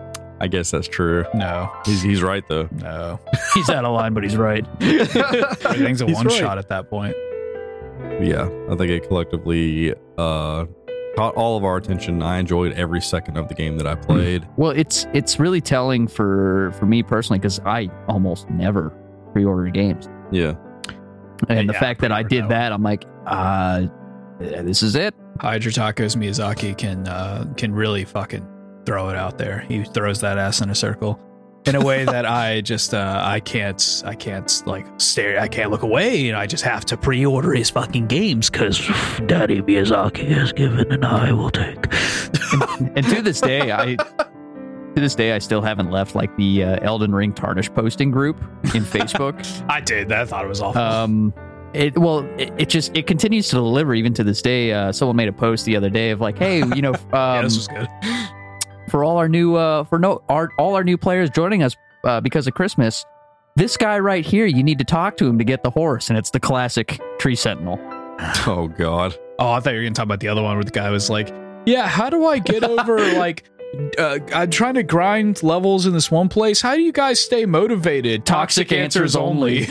[SPEAKER 2] I guess that's true.
[SPEAKER 4] No,
[SPEAKER 2] He's he's right
[SPEAKER 1] (laughs)
[SPEAKER 2] though. (laughs)
[SPEAKER 4] no.
[SPEAKER 1] He's out of line, but he's right.
[SPEAKER 4] Everything's a
[SPEAKER 2] He's
[SPEAKER 4] one
[SPEAKER 2] right.
[SPEAKER 4] shot at that point.
[SPEAKER 2] Yeah, I think it collectively uh, caught all of our attention. I enjoyed every second of the game that I
[SPEAKER 1] Mm.
[SPEAKER 2] played.
[SPEAKER 1] Well, it's it's really telling for for me personally because I almost never pre-order games,
[SPEAKER 2] yeah, (laughs)
[SPEAKER 1] and the
[SPEAKER 4] Yeah,
[SPEAKER 1] fact that I
[SPEAKER 4] pre-order,
[SPEAKER 1] did
[SPEAKER 4] no.
[SPEAKER 1] that, I'm like, uh, this is it.
[SPEAKER 4] Hide your tacos. Miyazaki can uh, can really fucking throw it out there. He throws that ass in a circle. in a way (laughs) that I just uh, I can't I can't like stare I can't look away and I just have to pre-order his fucking games because Daddy Miyazaki has given and I will take.
[SPEAKER 1] And to this day,
[SPEAKER 4] (laughs)
[SPEAKER 1] I to this day I still haven't left like the uh, Elden Ring Tarnish posting group in Facebook.
[SPEAKER 4] (laughs) I did. I thought it was awful.
[SPEAKER 1] um, it well, it, it just it continues to deliver even to this day. Uh, someone made a post the other day of like, hey, you know, um,
[SPEAKER 4] (laughs) yeah, this was good.
[SPEAKER 1] for all our new uh, for no our, all our new players joining us uh, because of Christmas. This guy right here, you need to talk to him to get the horse, and it's the classic tree sentinel.
[SPEAKER 2] Oh God.
[SPEAKER 4] Oh, I thought you were gonna talk about the other one where the guy was like, "Yeah, how do I get (laughs) over like?" Uh, I'm trying to grind levels in this one place. How do you guys stay motivated?
[SPEAKER 1] Toxic answers
[SPEAKER 4] (laughs)
[SPEAKER 1] only.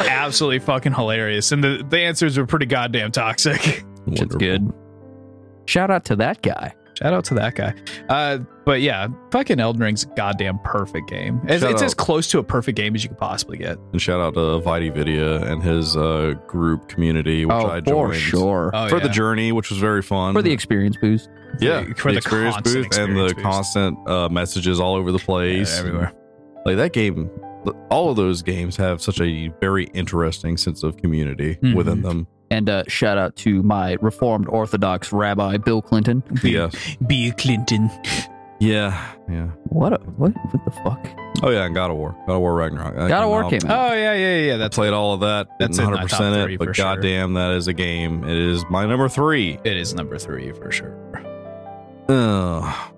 [SPEAKER 4] Absolutely fucking hilarious. And the, the answers were pretty goddamn toxic. (laughs)
[SPEAKER 1] It's good. Shout out to that guy.
[SPEAKER 4] Shout out to that guy. Uh, but yeah, fucking Elden Ring's a goddamn perfect game. It's,
[SPEAKER 2] Shout
[SPEAKER 4] it's as
[SPEAKER 2] out.
[SPEAKER 4] close to a perfect game as you could possibly get.
[SPEAKER 2] And shout out to Vidi Vidya and his uh, group community, which I
[SPEAKER 1] Oh,
[SPEAKER 2] joined
[SPEAKER 1] for sure.
[SPEAKER 4] Oh,
[SPEAKER 2] for
[SPEAKER 4] yeah.
[SPEAKER 2] the journey, which was very fun.
[SPEAKER 1] for the experience boost.
[SPEAKER 2] yeah,
[SPEAKER 4] for the- for the
[SPEAKER 2] experience
[SPEAKER 4] constant
[SPEAKER 2] booth and
[SPEAKER 4] experience
[SPEAKER 2] the
[SPEAKER 4] boost.
[SPEAKER 2] constant uh, messages all over the
[SPEAKER 4] Yeah,
[SPEAKER 2] place,
[SPEAKER 4] everywhere.
[SPEAKER 2] Like that game, all of those games have such a very interesting sense of community
[SPEAKER 4] Mhm.
[SPEAKER 2] within
[SPEAKER 4] (laughs)
[SPEAKER 2] them.
[SPEAKER 1] And uh, shout out to my Reformed Orthodox Rabbi Bill Clinton.
[SPEAKER 2] Yeah,
[SPEAKER 4] Bill Clinton.
[SPEAKER 2] yeah, yeah.
[SPEAKER 1] What? A, what? What the fuck?
[SPEAKER 2] Oh yeah, and God of War, God of War Ragnarok. That
[SPEAKER 1] God of War
[SPEAKER 2] out.
[SPEAKER 1] came out.
[SPEAKER 4] Oh yeah, yeah, yeah.
[SPEAKER 2] I
[SPEAKER 4] That's
[SPEAKER 2] played all of that.
[SPEAKER 4] That's
[SPEAKER 2] That's
[SPEAKER 4] in my
[SPEAKER 2] 100
[SPEAKER 4] top
[SPEAKER 2] percent
[SPEAKER 4] three
[SPEAKER 2] it.
[SPEAKER 4] for
[SPEAKER 2] But
[SPEAKER 4] sure.
[SPEAKER 2] goddamn, that is a game. It is my number three.
[SPEAKER 4] it is number three for sure.
[SPEAKER 2] Ugh.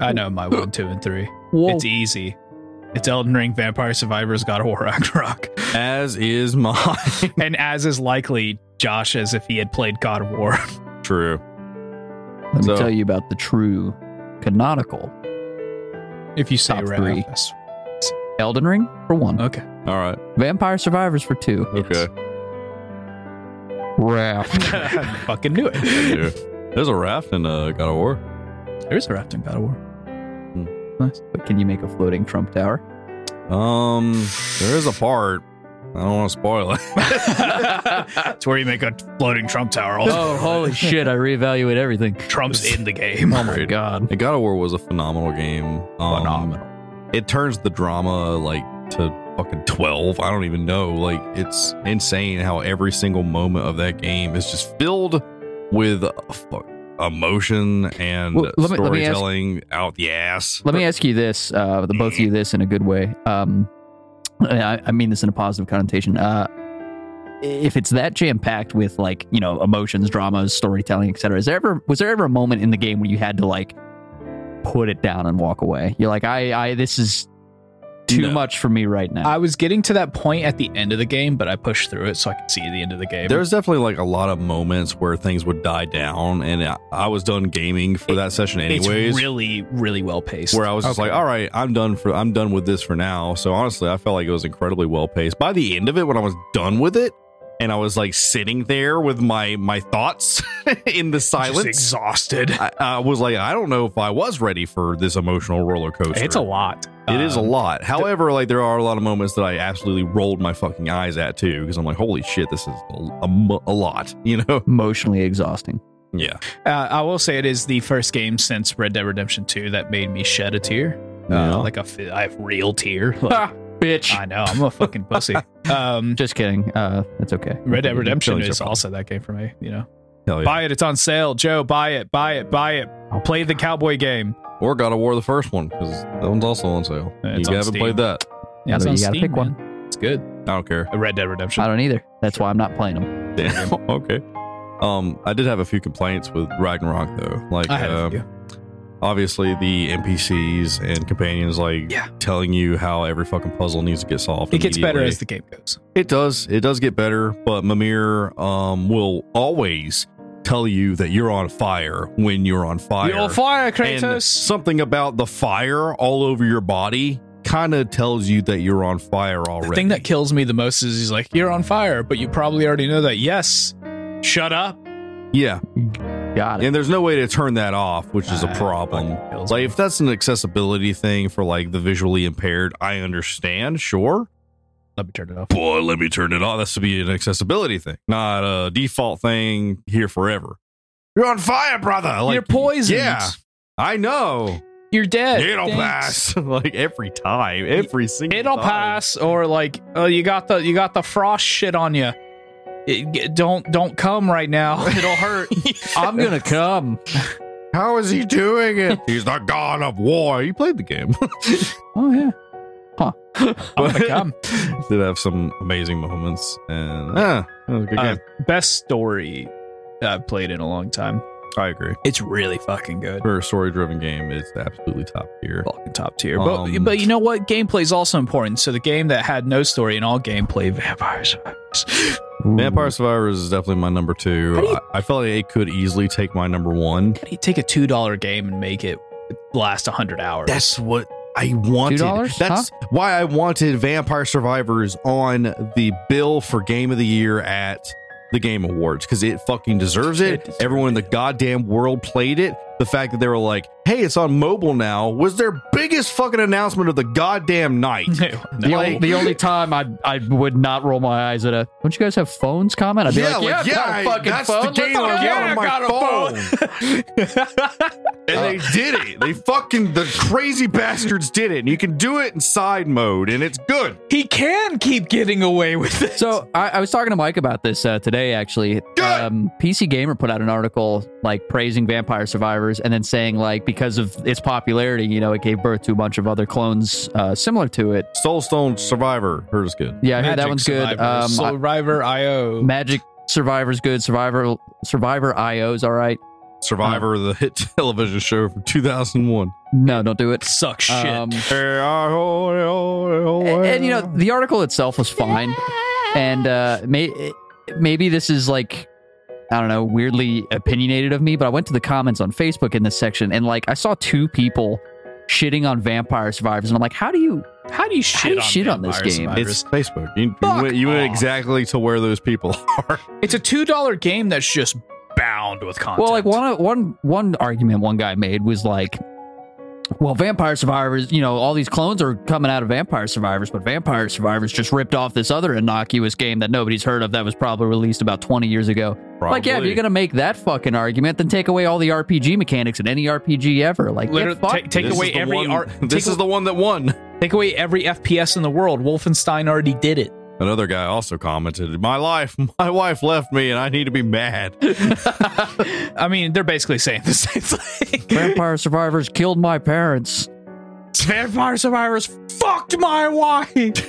[SPEAKER 4] I know my one, two, and three.
[SPEAKER 1] Whoa.
[SPEAKER 4] It's easy. It's Elden Ring, Vampire Survivors, God of War, (laughs) Ragnarok,
[SPEAKER 2] As is (laughs) mine.
[SPEAKER 4] and as is likely Josh, as if he had played God of War. (laughs)
[SPEAKER 2] True.
[SPEAKER 1] Let
[SPEAKER 2] so-
[SPEAKER 1] me tell you about the true canonical
[SPEAKER 4] if you say
[SPEAKER 1] Top
[SPEAKER 4] Wrath,
[SPEAKER 1] three.
[SPEAKER 4] that's-
[SPEAKER 1] Elden Ring for one,
[SPEAKER 4] Okay.
[SPEAKER 2] All right.
[SPEAKER 1] Vampire Survivors for two.
[SPEAKER 2] Okay.
[SPEAKER 1] Raft.
[SPEAKER 4] (laughs) Fucking knew it.
[SPEAKER 2] Yeah. There's a raft in uh, God of War.
[SPEAKER 4] There's a raft in God of War.
[SPEAKER 1] But can you make a floating Trump Tower?
[SPEAKER 2] Um, there is a part. I don't want to spoil it.
[SPEAKER 4] (laughs)
[SPEAKER 2] (laughs)
[SPEAKER 4] It's where you make a floating Trump tower.
[SPEAKER 1] Oh, (laughs) holy shit! I reevaluate everything.
[SPEAKER 4] (laughs) Trump's in the game.
[SPEAKER 1] (laughs) Oh my god.
[SPEAKER 2] And God of War was a phenomenal game. Um, It turns the drama like to fucking twelve. I don't even know. Like it's insane how every single moment of that game is just filled with uh, fuck, emotion and
[SPEAKER 1] Well, let me- let me ask-
[SPEAKER 2] storytelling out the ass.
[SPEAKER 1] Let me ask you this, uh, the both of you this in a good way. Um, I, I mean this in a positive connotation. Uh, if it's that jam packed with like you know emotions, dramas, storytelling, etc., is there ever was there ever a moment in the game where you had to like put it down and walk away? You're like, I, I this is too
[SPEAKER 2] No.
[SPEAKER 1] much for me right now.
[SPEAKER 4] I was getting to that point at the end of the game, but I pushed through it so I could see the end of the game.
[SPEAKER 2] There's definitely like a lot of moments where things would die down, and I, I was done gaming for
[SPEAKER 4] It-
[SPEAKER 2] that session
[SPEAKER 4] it's
[SPEAKER 2] anyways.
[SPEAKER 4] really, really well paced.
[SPEAKER 2] where I was just
[SPEAKER 1] Okay.
[SPEAKER 2] like, all right, I'm done for I'm done with this for now. So honestly, I felt like it was incredibly well paced. By the end of it, when I was done with it, and I was like sitting there with my my thoughts (laughs) in the
[SPEAKER 4] Just
[SPEAKER 2] silence, (laughs)
[SPEAKER 4] exhausted.
[SPEAKER 2] I, I was like, I don't know if I was ready for this emotional roller coaster.
[SPEAKER 4] It's a lot.
[SPEAKER 2] It is a
[SPEAKER 4] Um,
[SPEAKER 2] lot. However, like there are a lot of moments that I absolutely rolled my fucking eyes at too, because I'm like, holy shit, this is a, a mo- a lot, (laughs) you know?
[SPEAKER 1] Emotionally exhausting.
[SPEAKER 2] Yeah.
[SPEAKER 4] Uh, I will say it is the first game since Red Dead Redemption 2 that made me shed a tear. Uh,
[SPEAKER 2] Yeah.
[SPEAKER 4] Like a, fi- I have real tear. (laughs) Like,
[SPEAKER 1] Ha, bitch.
[SPEAKER 4] I know I'm a fucking
[SPEAKER 2] (laughs)
[SPEAKER 4] pussy. Um,
[SPEAKER 1] Just kidding. Uh, that's okay.
[SPEAKER 4] Red Dead Redemption
[SPEAKER 2] Feelings are
[SPEAKER 4] is
[SPEAKER 2] fine.
[SPEAKER 4] also that game for me. You know,
[SPEAKER 2] Hell yeah.
[SPEAKER 4] buy it. It's on sale. Joe, buy it. Buy it. Buy it. Play the cowboy game.
[SPEAKER 2] Or God of War, the first one, because that one's also on sale.
[SPEAKER 4] Yeah,
[SPEAKER 2] you
[SPEAKER 4] it's on
[SPEAKER 2] haven't
[SPEAKER 4] Steam.
[SPEAKER 2] played that.
[SPEAKER 1] Yeah,
[SPEAKER 4] it's
[SPEAKER 1] you
[SPEAKER 4] on
[SPEAKER 1] gotta
[SPEAKER 4] Steam,
[SPEAKER 1] pick one.
[SPEAKER 4] man. It's good.
[SPEAKER 2] I don't care.
[SPEAKER 4] Red Dead
[SPEAKER 1] I
[SPEAKER 4] Redemption.
[SPEAKER 1] don't either. That's why I'm not playing them.
[SPEAKER 2] Damn. (laughs) okay. Um, I did have a few complaints with Ragnarok though. Like,
[SPEAKER 4] I had a
[SPEAKER 2] uh,
[SPEAKER 4] few.
[SPEAKER 2] obviously the NPCs and companions like
[SPEAKER 4] Yeah.
[SPEAKER 2] telling you how every fucking puzzle needs to get solved.
[SPEAKER 4] It gets better
[SPEAKER 2] immediately.
[SPEAKER 4] as the game goes.
[SPEAKER 2] it does. It does get better, but Mimir um will always tell you that you're on fire when you're on fire.
[SPEAKER 4] fire,
[SPEAKER 2] And something about the fire all over your body kind of tells you that you're on fire already.
[SPEAKER 4] The thing that kills me the most is he's like, "You're on fire," but you probably already know that. Yes. Shut up.
[SPEAKER 2] yeah,
[SPEAKER 1] Got it.
[SPEAKER 2] and there's no way to turn that off, which is a
[SPEAKER 4] Uh,
[SPEAKER 2] problem.
[SPEAKER 4] fucking kills
[SPEAKER 2] Like
[SPEAKER 4] me.
[SPEAKER 2] if that's an accessibility thing for like the visually impaired, I understand, sure.
[SPEAKER 4] Let me turn it off.
[SPEAKER 2] Boy, let me turn it off. This would be an accessibility thing, not a default thing here forever. You're on fire, brother. Like,
[SPEAKER 4] You're poisoned.
[SPEAKER 2] Yeah, I know.
[SPEAKER 4] You're dead.
[SPEAKER 2] It'll
[SPEAKER 4] Thanks.
[SPEAKER 2] pass. (laughs) like every time, every single.
[SPEAKER 4] It'll
[SPEAKER 2] time.
[SPEAKER 4] pass, or like, oh, you got the you got the frost shit on you. It, g- don't don't come right (laughs) now. Oh, It'll hurt.
[SPEAKER 1] I'm (laughs) gonna come.
[SPEAKER 2] (laughs) How is he doing it? He's the god of war. You played the game. (laughs)
[SPEAKER 1] Oh yeah.
[SPEAKER 4] I'm gonna come.
[SPEAKER 2] Did have some amazing moments, and ah, that was a good
[SPEAKER 4] Uh,
[SPEAKER 2] game.
[SPEAKER 4] best story I've played in a long time.
[SPEAKER 2] I agree.
[SPEAKER 4] It's really fucking good.
[SPEAKER 2] For a story-driven game, it's absolutely top tier.
[SPEAKER 4] Fucking top tier.
[SPEAKER 2] Um,
[SPEAKER 4] but but you know what? Gameplay is also important. So the game that had no story in all gameplay, vampires.
[SPEAKER 2] Vampire Survivors is definitely my number two.
[SPEAKER 4] How do you-
[SPEAKER 2] I, I felt like it could easily take my number one.
[SPEAKER 4] How do you take a two dollar game and make it last hundred hours? (laughs)
[SPEAKER 2] That's what I wanted.
[SPEAKER 1] $2,
[SPEAKER 2] That's why I wanted Vampire Survivors on the bill for Game of the Year at the Game Awards because it fucking deserves it.
[SPEAKER 4] It deserved
[SPEAKER 2] Everyone in the goddamn world played it. The fact that they were like, "Hey, it's on mobile now," was their biggest fucking announcement of the goddamn
[SPEAKER 4] (laughs)
[SPEAKER 2] night.
[SPEAKER 4] No, no.
[SPEAKER 1] The, only, the only time I I would not roll my eyes at a don't you guys have phones comment? I'd be like, yeah, yeah,
[SPEAKER 2] I-
[SPEAKER 1] fucking
[SPEAKER 2] that's
[SPEAKER 1] phone.
[SPEAKER 2] the game
[SPEAKER 1] Let's
[SPEAKER 2] I
[SPEAKER 1] go.
[SPEAKER 2] want on my phone.
[SPEAKER 4] (laughs)
[SPEAKER 2] and they did it. They fucking the crazy bastards did it. And you can do it in side mode, and it's good.
[SPEAKER 4] he can keep getting away with it.
[SPEAKER 1] So I, I was talking to Mike about this uh, today. Actually,
[SPEAKER 2] Good.
[SPEAKER 1] um, PC Gamer put out an article like praising Vampire Survivors and then saying like because of its popularity, you know, it gave birth to a bunch of other clones uh, similar to it.
[SPEAKER 2] Soulstone Survivor, heard is good.
[SPEAKER 1] Yeah, I heard that one's good. Um, I-
[SPEAKER 4] Survivor IO.
[SPEAKER 1] Magic Survivor's good. Survivor Survivor IO's all right.
[SPEAKER 2] Survivor, the hit (laughs) television show from 2001.
[SPEAKER 1] No, don't do it.
[SPEAKER 4] Sucks shit.
[SPEAKER 1] Um,
[SPEAKER 2] and,
[SPEAKER 1] and, and, you know the article itself was fine and uh may, maybe this is like i don't know weirdly opinionated of me but i went to the comments on facebook in this section and like i saw two people shitting on vampire survivors and i'm like how do you
[SPEAKER 4] how do you shit,
[SPEAKER 1] how do you
[SPEAKER 4] on,
[SPEAKER 1] shit on this
[SPEAKER 4] Vampire
[SPEAKER 1] game?
[SPEAKER 2] it's
[SPEAKER 4] Survivors?
[SPEAKER 2] Facebook. You, you
[SPEAKER 4] Fuck
[SPEAKER 2] went, you went
[SPEAKER 4] off.
[SPEAKER 2] exactly to where those people are.
[SPEAKER 4] It's a two dollar game that's just bound with content.
[SPEAKER 1] well like one one one argument one guy made was like well vampire survivors you know all these clones are coming out of vampire survivors but vampire survivors just ripped off this other innocuous game that nobody's heard of that was probably released about 20 years ago Like, yeah, if you're gonna make that fucking argument, then take away all the RPG mechanics in any RPG ever. Like,
[SPEAKER 4] Literally,
[SPEAKER 1] get fucked.
[SPEAKER 4] ta- take
[SPEAKER 2] This
[SPEAKER 4] away
[SPEAKER 2] is the
[SPEAKER 4] every
[SPEAKER 2] one-
[SPEAKER 4] art.
[SPEAKER 2] This
[SPEAKER 4] take,
[SPEAKER 2] is the one that won.
[SPEAKER 4] take away every FPS in the world. Wolfenstein already did it.
[SPEAKER 2] Another guy also commented, "My life, (laughs) my wife left me, and I need to be mad."
[SPEAKER 4] I mean, they're basically saying (laughs) the same (laughs) thing.
[SPEAKER 1] Vampire survivors killed my parents.
[SPEAKER 4] Vampire survivors fucked my wife.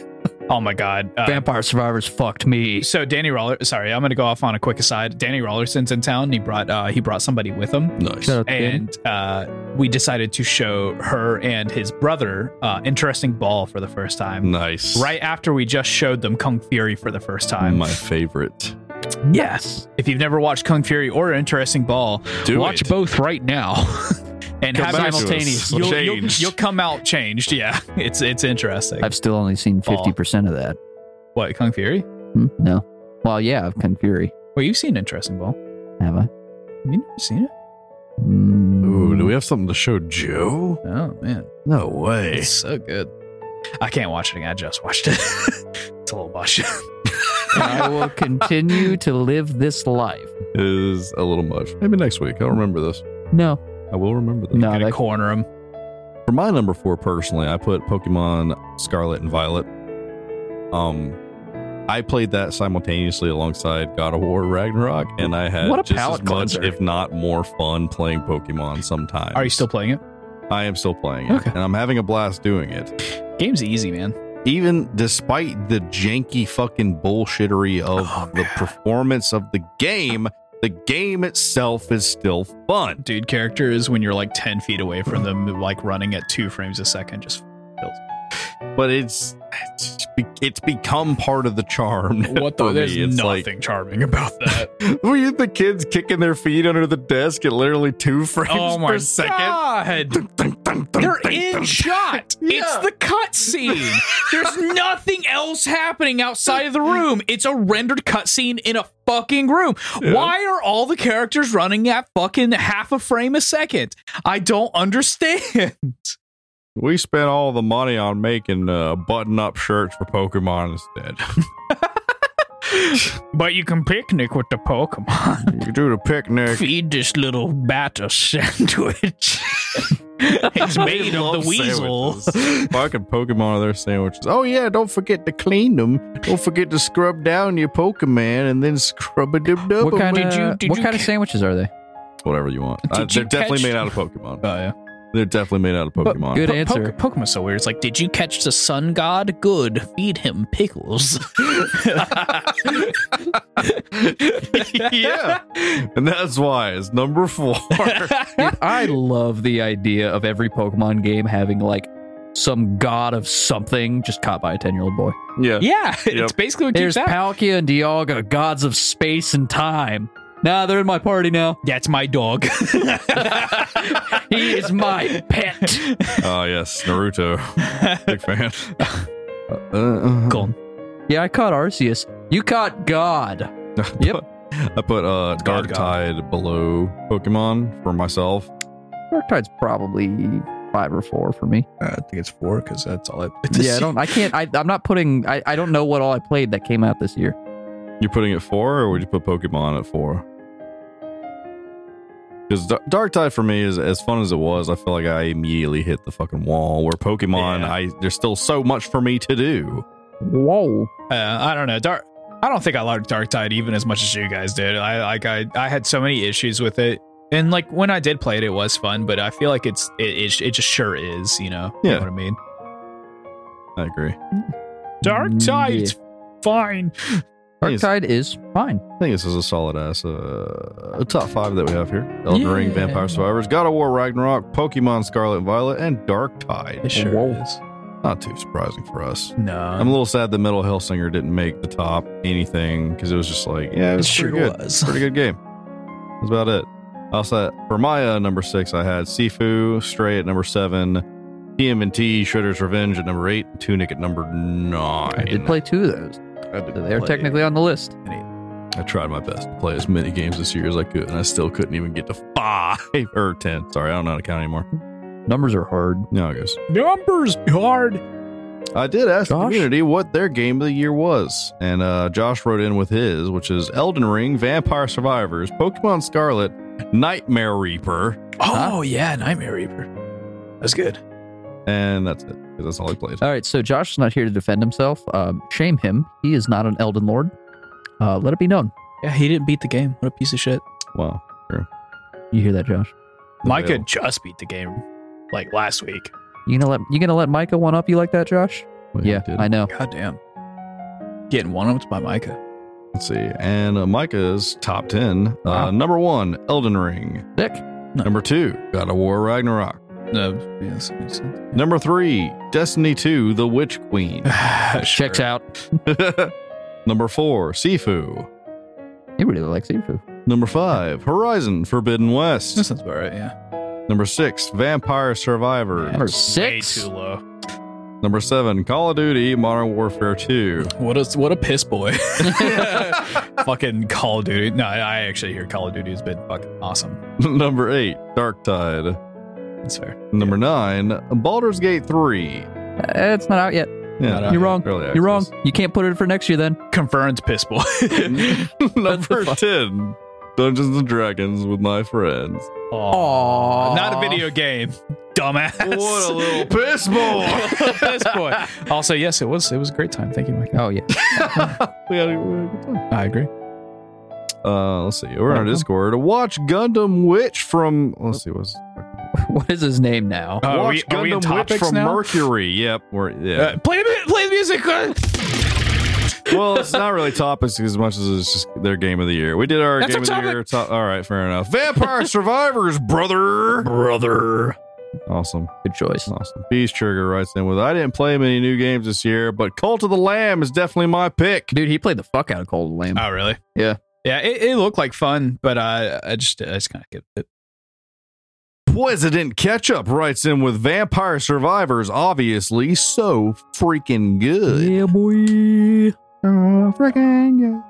[SPEAKER 4] Oh my god. Uh,
[SPEAKER 1] Vampire survivors fucked me.
[SPEAKER 4] so Danny Roller, sorry, I'm gonna go off on a quick aside. Danny Rollerson's in town. And he brought uh, he brought somebody with him.
[SPEAKER 2] Nice.
[SPEAKER 1] Shut up, Dan.
[SPEAKER 4] and uh, we decided to show her and his brother uh, interesting ball for the first time
[SPEAKER 2] Nice.
[SPEAKER 4] right after we just showed them kung fury for the first time
[SPEAKER 2] My favorite.
[SPEAKER 4] yes if you've never watched kung fury or interesting ball
[SPEAKER 2] Do
[SPEAKER 4] watch
[SPEAKER 2] it.
[SPEAKER 4] both right now (laughs) and
[SPEAKER 2] Come
[SPEAKER 4] have
[SPEAKER 2] back to us.
[SPEAKER 4] simultaneous you'll, you'll,
[SPEAKER 2] Changed.
[SPEAKER 4] you'll come out changed (laughs) yeah it's it's interesting
[SPEAKER 1] I've still only seen fifty percent of that.
[SPEAKER 4] what kung fury
[SPEAKER 1] Hmm? No. Well, yeah, I've Kung Fury.
[SPEAKER 4] well you've seen interesting ball
[SPEAKER 1] Have I?
[SPEAKER 4] have you never seen it
[SPEAKER 1] Mm.
[SPEAKER 2] Ooh, do we have something to show Joe?
[SPEAKER 4] oh man
[SPEAKER 2] No way.
[SPEAKER 4] it's so good i can't watch it again i just watched it (laughs) it's a little much
[SPEAKER 1] And (laughs) I will continue to live this life.
[SPEAKER 2] Is a little much. Maybe next week. I'll remember this.
[SPEAKER 1] No,
[SPEAKER 2] I will remember this.
[SPEAKER 1] no,
[SPEAKER 4] gonna
[SPEAKER 1] that,
[SPEAKER 4] corner him
[SPEAKER 2] For my number four, personally, I put Pokemon Scarlet and Violet. Um, I played that simultaneously alongside God of War Ragnarok, and I had
[SPEAKER 1] What a
[SPEAKER 2] just as
[SPEAKER 1] palate
[SPEAKER 2] much,
[SPEAKER 1] cleanser.
[SPEAKER 2] if not more, fun playing Pokemon. Sometimes
[SPEAKER 4] Are you still playing it?
[SPEAKER 2] I am still playing it,
[SPEAKER 4] Okay.
[SPEAKER 2] and I'm having a blast doing it,
[SPEAKER 4] Game's easy, man.
[SPEAKER 2] even despite the janky fucking bullshittery of
[SPEAKER 4] Oh,
[SPEAKER 2] the
[SPEAKER 4] man.
[SPEAKER 2] performance of the game. The game itself is still fun.
[SPEAKER 4] Dude character is when you're like 10 feet away from them,
[SPEAKER 2] (sighs)
[SPEAKER 4] like running at two frames a
[SPEAKER 2] (laughs)
[SPEAKER 4] second. Just
[SPEAKER 2] but it's it's, be, it's become part of the charm. (laughs)
[SPEAKER 4] what
[SPEAKER 2] for me.
[SPEAKER 4] the? There's
[SPEAKER 2] It's like-
[SPEAKER 4] nothing charming about
[SPEAKER 2] (laughs)
[SPEAKER 4] that.
[SPEAKER 2] were you the kids kicking their feet under the desk at literally two (laughs) frames
[SPEAKER 4] oh my
[SPEAKER 2] per second? (laughs)
[SPEAKER 4] god. They're in (laughs) shot. It's the cutscene. (laughs) There's nothing else happening outside of the room. It's a rendered cutscene in a fucking room. Why are all the characters running at fucking half a frame a second? I don't understand. (laughs)
[SPEAKER 2] We spent all the money on making uh, button-up shirts for Pokemon
[SPEAKER 4] (laughs)
[SPEAKER 2] instead.
[SPEAKER 4] But you can picnic with the (laughs) Pokemon.
[SPEAKER 2] you do the picnic. (laughs)
[SPEAKER 4] Feed this little bat a sandwich. It's made of
[SPEAKER 2] Love
[SPEAKER 4] the weasel. (laughs)
[SPEAKER 2] sandwiches. Fucking Pokemon are their sandwiches. Oh yeah, don't forget to clean them. Don't forget to scrub down your Pokemon and then scrub a dub dub.
[SPEAKER 1] What kind of
[SPEAKER 4] did you- did
[SPEAKER 1] what
[SPEAKER 4] you
[SPEAKER 1] kind of
[SPEAKER 4] ca-
[SPEAKER 1] sandwiches are they?
[SPEAKER 2] Whatever you want.
[SPEAKER 4] Did
[SPEAKER 2] Uh,
[SPEAKER 4] you
[SPEAKER 2] they're definitely
[SPEAKER 4] catch-
[SPEAKER 2] made out of Pokemon.
[SPEAKER 4] Oh yeah.
[SPEAKER 2] They're definitely made out of Pokemon.
[SPEAKER 4] (laughs)
[SPEAKER 1] Good
[SPEAKER 4] Po-
[SPEAKER 1] answer.
[SPEAKER 4] Poke- Pokemon's so weird. It's like, did you catch the sun god? Good. Feed him pickles. (laughs)
[SPEAKER 2] yeah, (laughs) and that's why it's number
[SPEAKER 4] (laughs)
[SPEAKER 2] four.
[SPEAKER 1] Dude, I love the idea of every Pokemon game having like some god of something just caught by a ten year old boy.
[SPEAKER 2] yeah.
[SPEAKER 4] (laughs) yeah, it's
[SPEAKER 2] Yep.
[SPEAKER 4] basically what
[SPEAKER 1] There's
[SPEAKER 4] you said.
[SPEAKER 1] Palkia and Dialga, gods of space and time. Nah, they're in my party now.
[SPEAKER 4] That's my dog. (laughs)
[SPEAKER 1] He is my pet.
[SPEAKER 2] Oh yes, Naruto. Big fan. Uh, uh,
[SPEAKER 4] Gone.
[SPEAKER 1] Yeah, I caught Arceus. You caught God. Yep.
[SPEAKER 2] I put uh,
[SPEAKER 4] God,
[SPEAKER 2] Dark Tide below Pokemon for myself.
[SPEAKER 1] Darktide's probably five or four for me.
[SPEAKER 4] I think it's four because that's all I.
[SPEAKER 1] Yeah, I don't. I can't. I, I'm not putting. I, I don't know what all I played that came out this year.
[SPEAKER 2] You're putting it four, or would you put Pokemon at four? Because Dark Tide for me is as fun as it was. I feel like I immediately hit the fucking wall. Where Pokemon,
[SPEAKER 4] Yeah.
[SPEAKER 2] I there's still so much for me to do.
[SPEAKER 1] Whoa.
[SPEAKER 4] Uh, I don't know. Dark. I don't think I liked Dark Tide even as much as you guys did. I like I I had so many issues with it, and like when I did play it, it was fun. But I feel like it's it it, it just sure is. You know. You
[SPEAKER 2] Yeah.
[SPEAKER 4] know what I mean.
[SPEAKER 2] I agree.
[SPEAKER 4] Dark Tide's fine.
[SPEAKER 2] I think, it's-
[SPEAKER 1] Darktide is fine.
[SPEAKER 2] I think this is a solid ass uh, a top five that we have here: Elden Ring,
[SPEAKER 1] Yeah.
[SPEAKER 2] Vampire Survivors, God of War, Ragnarok, Pokemon Scarlet and Violet, and Dark Tide.
[SPEAKER 4] It sure
[SPEAKER 1] Whoa.
[SPEAKER 4] is.
[SPEAKER 2] Not too surprising for us.
[SPEAKER 4] No.
[SPEAKER 2] I'm a little sad that Metal Hellsinger didn't make the top anything because it was just like, yeah, it was pretty good.
[SPEAKER 4] was.
[SPEAKER 2] pretty good game. That's about it. Also, for my uh, number six, I had Sifu, Stray at number seven, TMNT, Shredder's Revenge at number eight, Tunic at number nine.
[SPEAKER 1] I did play two of those.
[SPEAKER 2] I did
[SPEAKER 1] They're
[SPEAKER 2] play-
[SPEAKER 1] technically on the list.
[SPEAKER 2] I tried my best to play as many games this year as I could, and I still couldn't even get to five (laughs) or ten. Sorry, I don't know how to count anymore.
[SPEAKER 1] Numbers are hard.
[SPEAKER 2] No, I guess
[SPEAKER 4] Numbers hard.
[SPEAKER 2] I did ask the
[SPEAKER 1] Josh?
[SPEAKER 2] community what their game of the year was, and uh, Josh wrote in with his, which is Elden Ring, Vampire Survivors, Pokemon Scarlet, Nightmare Reaper.
[SPEAKER 4] Oh yeah, Nightmare Reaper. That's good.
[SPEAKER 2] And that's it. 'cause That's all he played.
[SPEAKER 1] All right, so Josh is not here to defend himself. Um, shame him. He is not an Elden Lord. Uh, let it be known.
[SPEAKER 4] Yeah, he didn't beat the game. What a piece of shit.
[SPEAKER 2] Wow.
[SPEAKER 1] You hear that, Josh?
[SPEAKER 4] Micah
[SPEAKER 2] Well,
[SPEAKER 4] just beat the game, like last week.
[SPEAKER 1] You gonna let you gonna let Micah one up you like that, Josh?
[SPEAKER 4] Oh,
[SPEAKER 2] well,
[SPEAKER 1] yeah,
[SPEAKER 2] he did.
[SPEAKER 1] I know.
[SPEAKER 4] God damn. Getting one upped by Micah.
[SPEAKER 2] Let's see. And uh, Micah's top 10. Uh, Number one, Elden Ring.
[SPEAKER 1] Dick.
[SPEAKER 2] Number two, God of War Ragnarok.
[SPEAKER 4] No, yes, makes (sighs) sense.
[SPEAKER 2] Number three, Destiny 2, The Witch
[SPEAKER 1] (laughs)
[SPEAKER 2] Queen.
[SPEAKER 1] Checks out.
[SPEAKER 2] Number four, Sifu.
[SPEAKER 1] He really likes seafood.
[SPEAKER 2] Number five, Horizon Forbidden
[SPEAKER 4] That
[SPEAKER 2] West.
[SPEAKER 4] sounds about right. Yeah.
[SPEAKER 2] Number six, Vampire Survivors.
[SPEAKER 1] Number
[SPEAKER 4] Way
[SPEAKER 1] six.
[SPEAKER 4] too low.
[SPEAKER 2] Number seven, Call of Duty Modern Warfare 2.
[SPEAKER 4] What a what a piss (laughs) boy. fucking Call of Duty. No, I actually hear Call of Duty has been fucking awesome.
[SPEAKER 2] (laughs) Number eight, Darktide.
[SPEAKER 4] That's fair.
[SPEAKER 2] Number nine, Baldur's Gate 3.
[SPEAKER 1] Uh, It's not out yet.
[SPEAKER 2] Yeah,
[SPEAKER 1] You're wrong.
[SPEAKER 2] early
[SPEAKER 1] You're wrong.
[SPEAKER 2] access.
[SPEAKER 1] You can't put it for next year then.
[SPEAKER 4] Confirmed piss (laughs) boy.
[SPEAKER 2] Number
[SPEAKER 1] fuck?
[SPEAKER 2] 10 Dungeons and Dragons with my
[SPEAKER 4] (laughs)
[SPEAKER 2] friends.
[SPEAKER 1] Aww.
[SPEAKER 4] Not a video game. Dumbass.
[SPEAKER 2] What a little piss
[SPEAKER 4] (laughs)
[SPEAKER 2] boy!
[SPEAKER 4] piss boy. Also, yes, it was it was a great time. Thank you, Micah.
[SPEAKER 1] Oh yeah. (laughs)
[SPEAKER 2] we had a we had a good time.
[SPEAKER 4] I agree.
[SPEAKER 2] Uh, let's see. We're on our Discord. Watch Gundam Witch from. Let's see. What's
[SPEAKER 1] what is his name now?
[SPEAKER 4] Uh, are
[SPEAKER 2] Watch
[SPEAKER 4] we- are we in topics
[SPEAKER 2] from
[SPEAKER 4] now?
[SPEAKER 2] Mercury. Yep. We're, yeah.
[SPEAKER 4] Uh, (laughs) play the play the music. uh,
[SPEAKER 2] well, it's not really topics as much as it's just their game of the year. We did our
[SPEAKER 4] That's
[SPEAKER 2] game
[SPEAKER 4] a
[SPEAKER 2] of the year. To- All right, fair enough.
[SPEAKER 4] (laughs)
[SPEAKER 2] Vampire Survivors, brother.
[SPEAKER 4] Brother.
[SPEAKER 2] Awesome.
[SPEAKER 1] Good choice.
[SPEAKER 2] Awesome. Beast Trigger writes in with I didn't play many new games this year, but Cult of the Lamb is definitely my pick.
[SPEAKER 1] Dude, he played the fuck out of Cold Lamb.
[SPEAKER 4] Oh, really?
[SPEAKER 1] Yeah.
[SPEAKER 4] Yeah, it, it looked like fun, but uh, I just I just kind of get it.
[SPEAKER 2] President Ketchup writes in with Vampire Survivors, obviously so freaking good.
[SPEAKER 1] yeah,
[SPEAKER 4] (laughs)
[SPEAKER 1] boy.
[SPEAKER 2] So freaking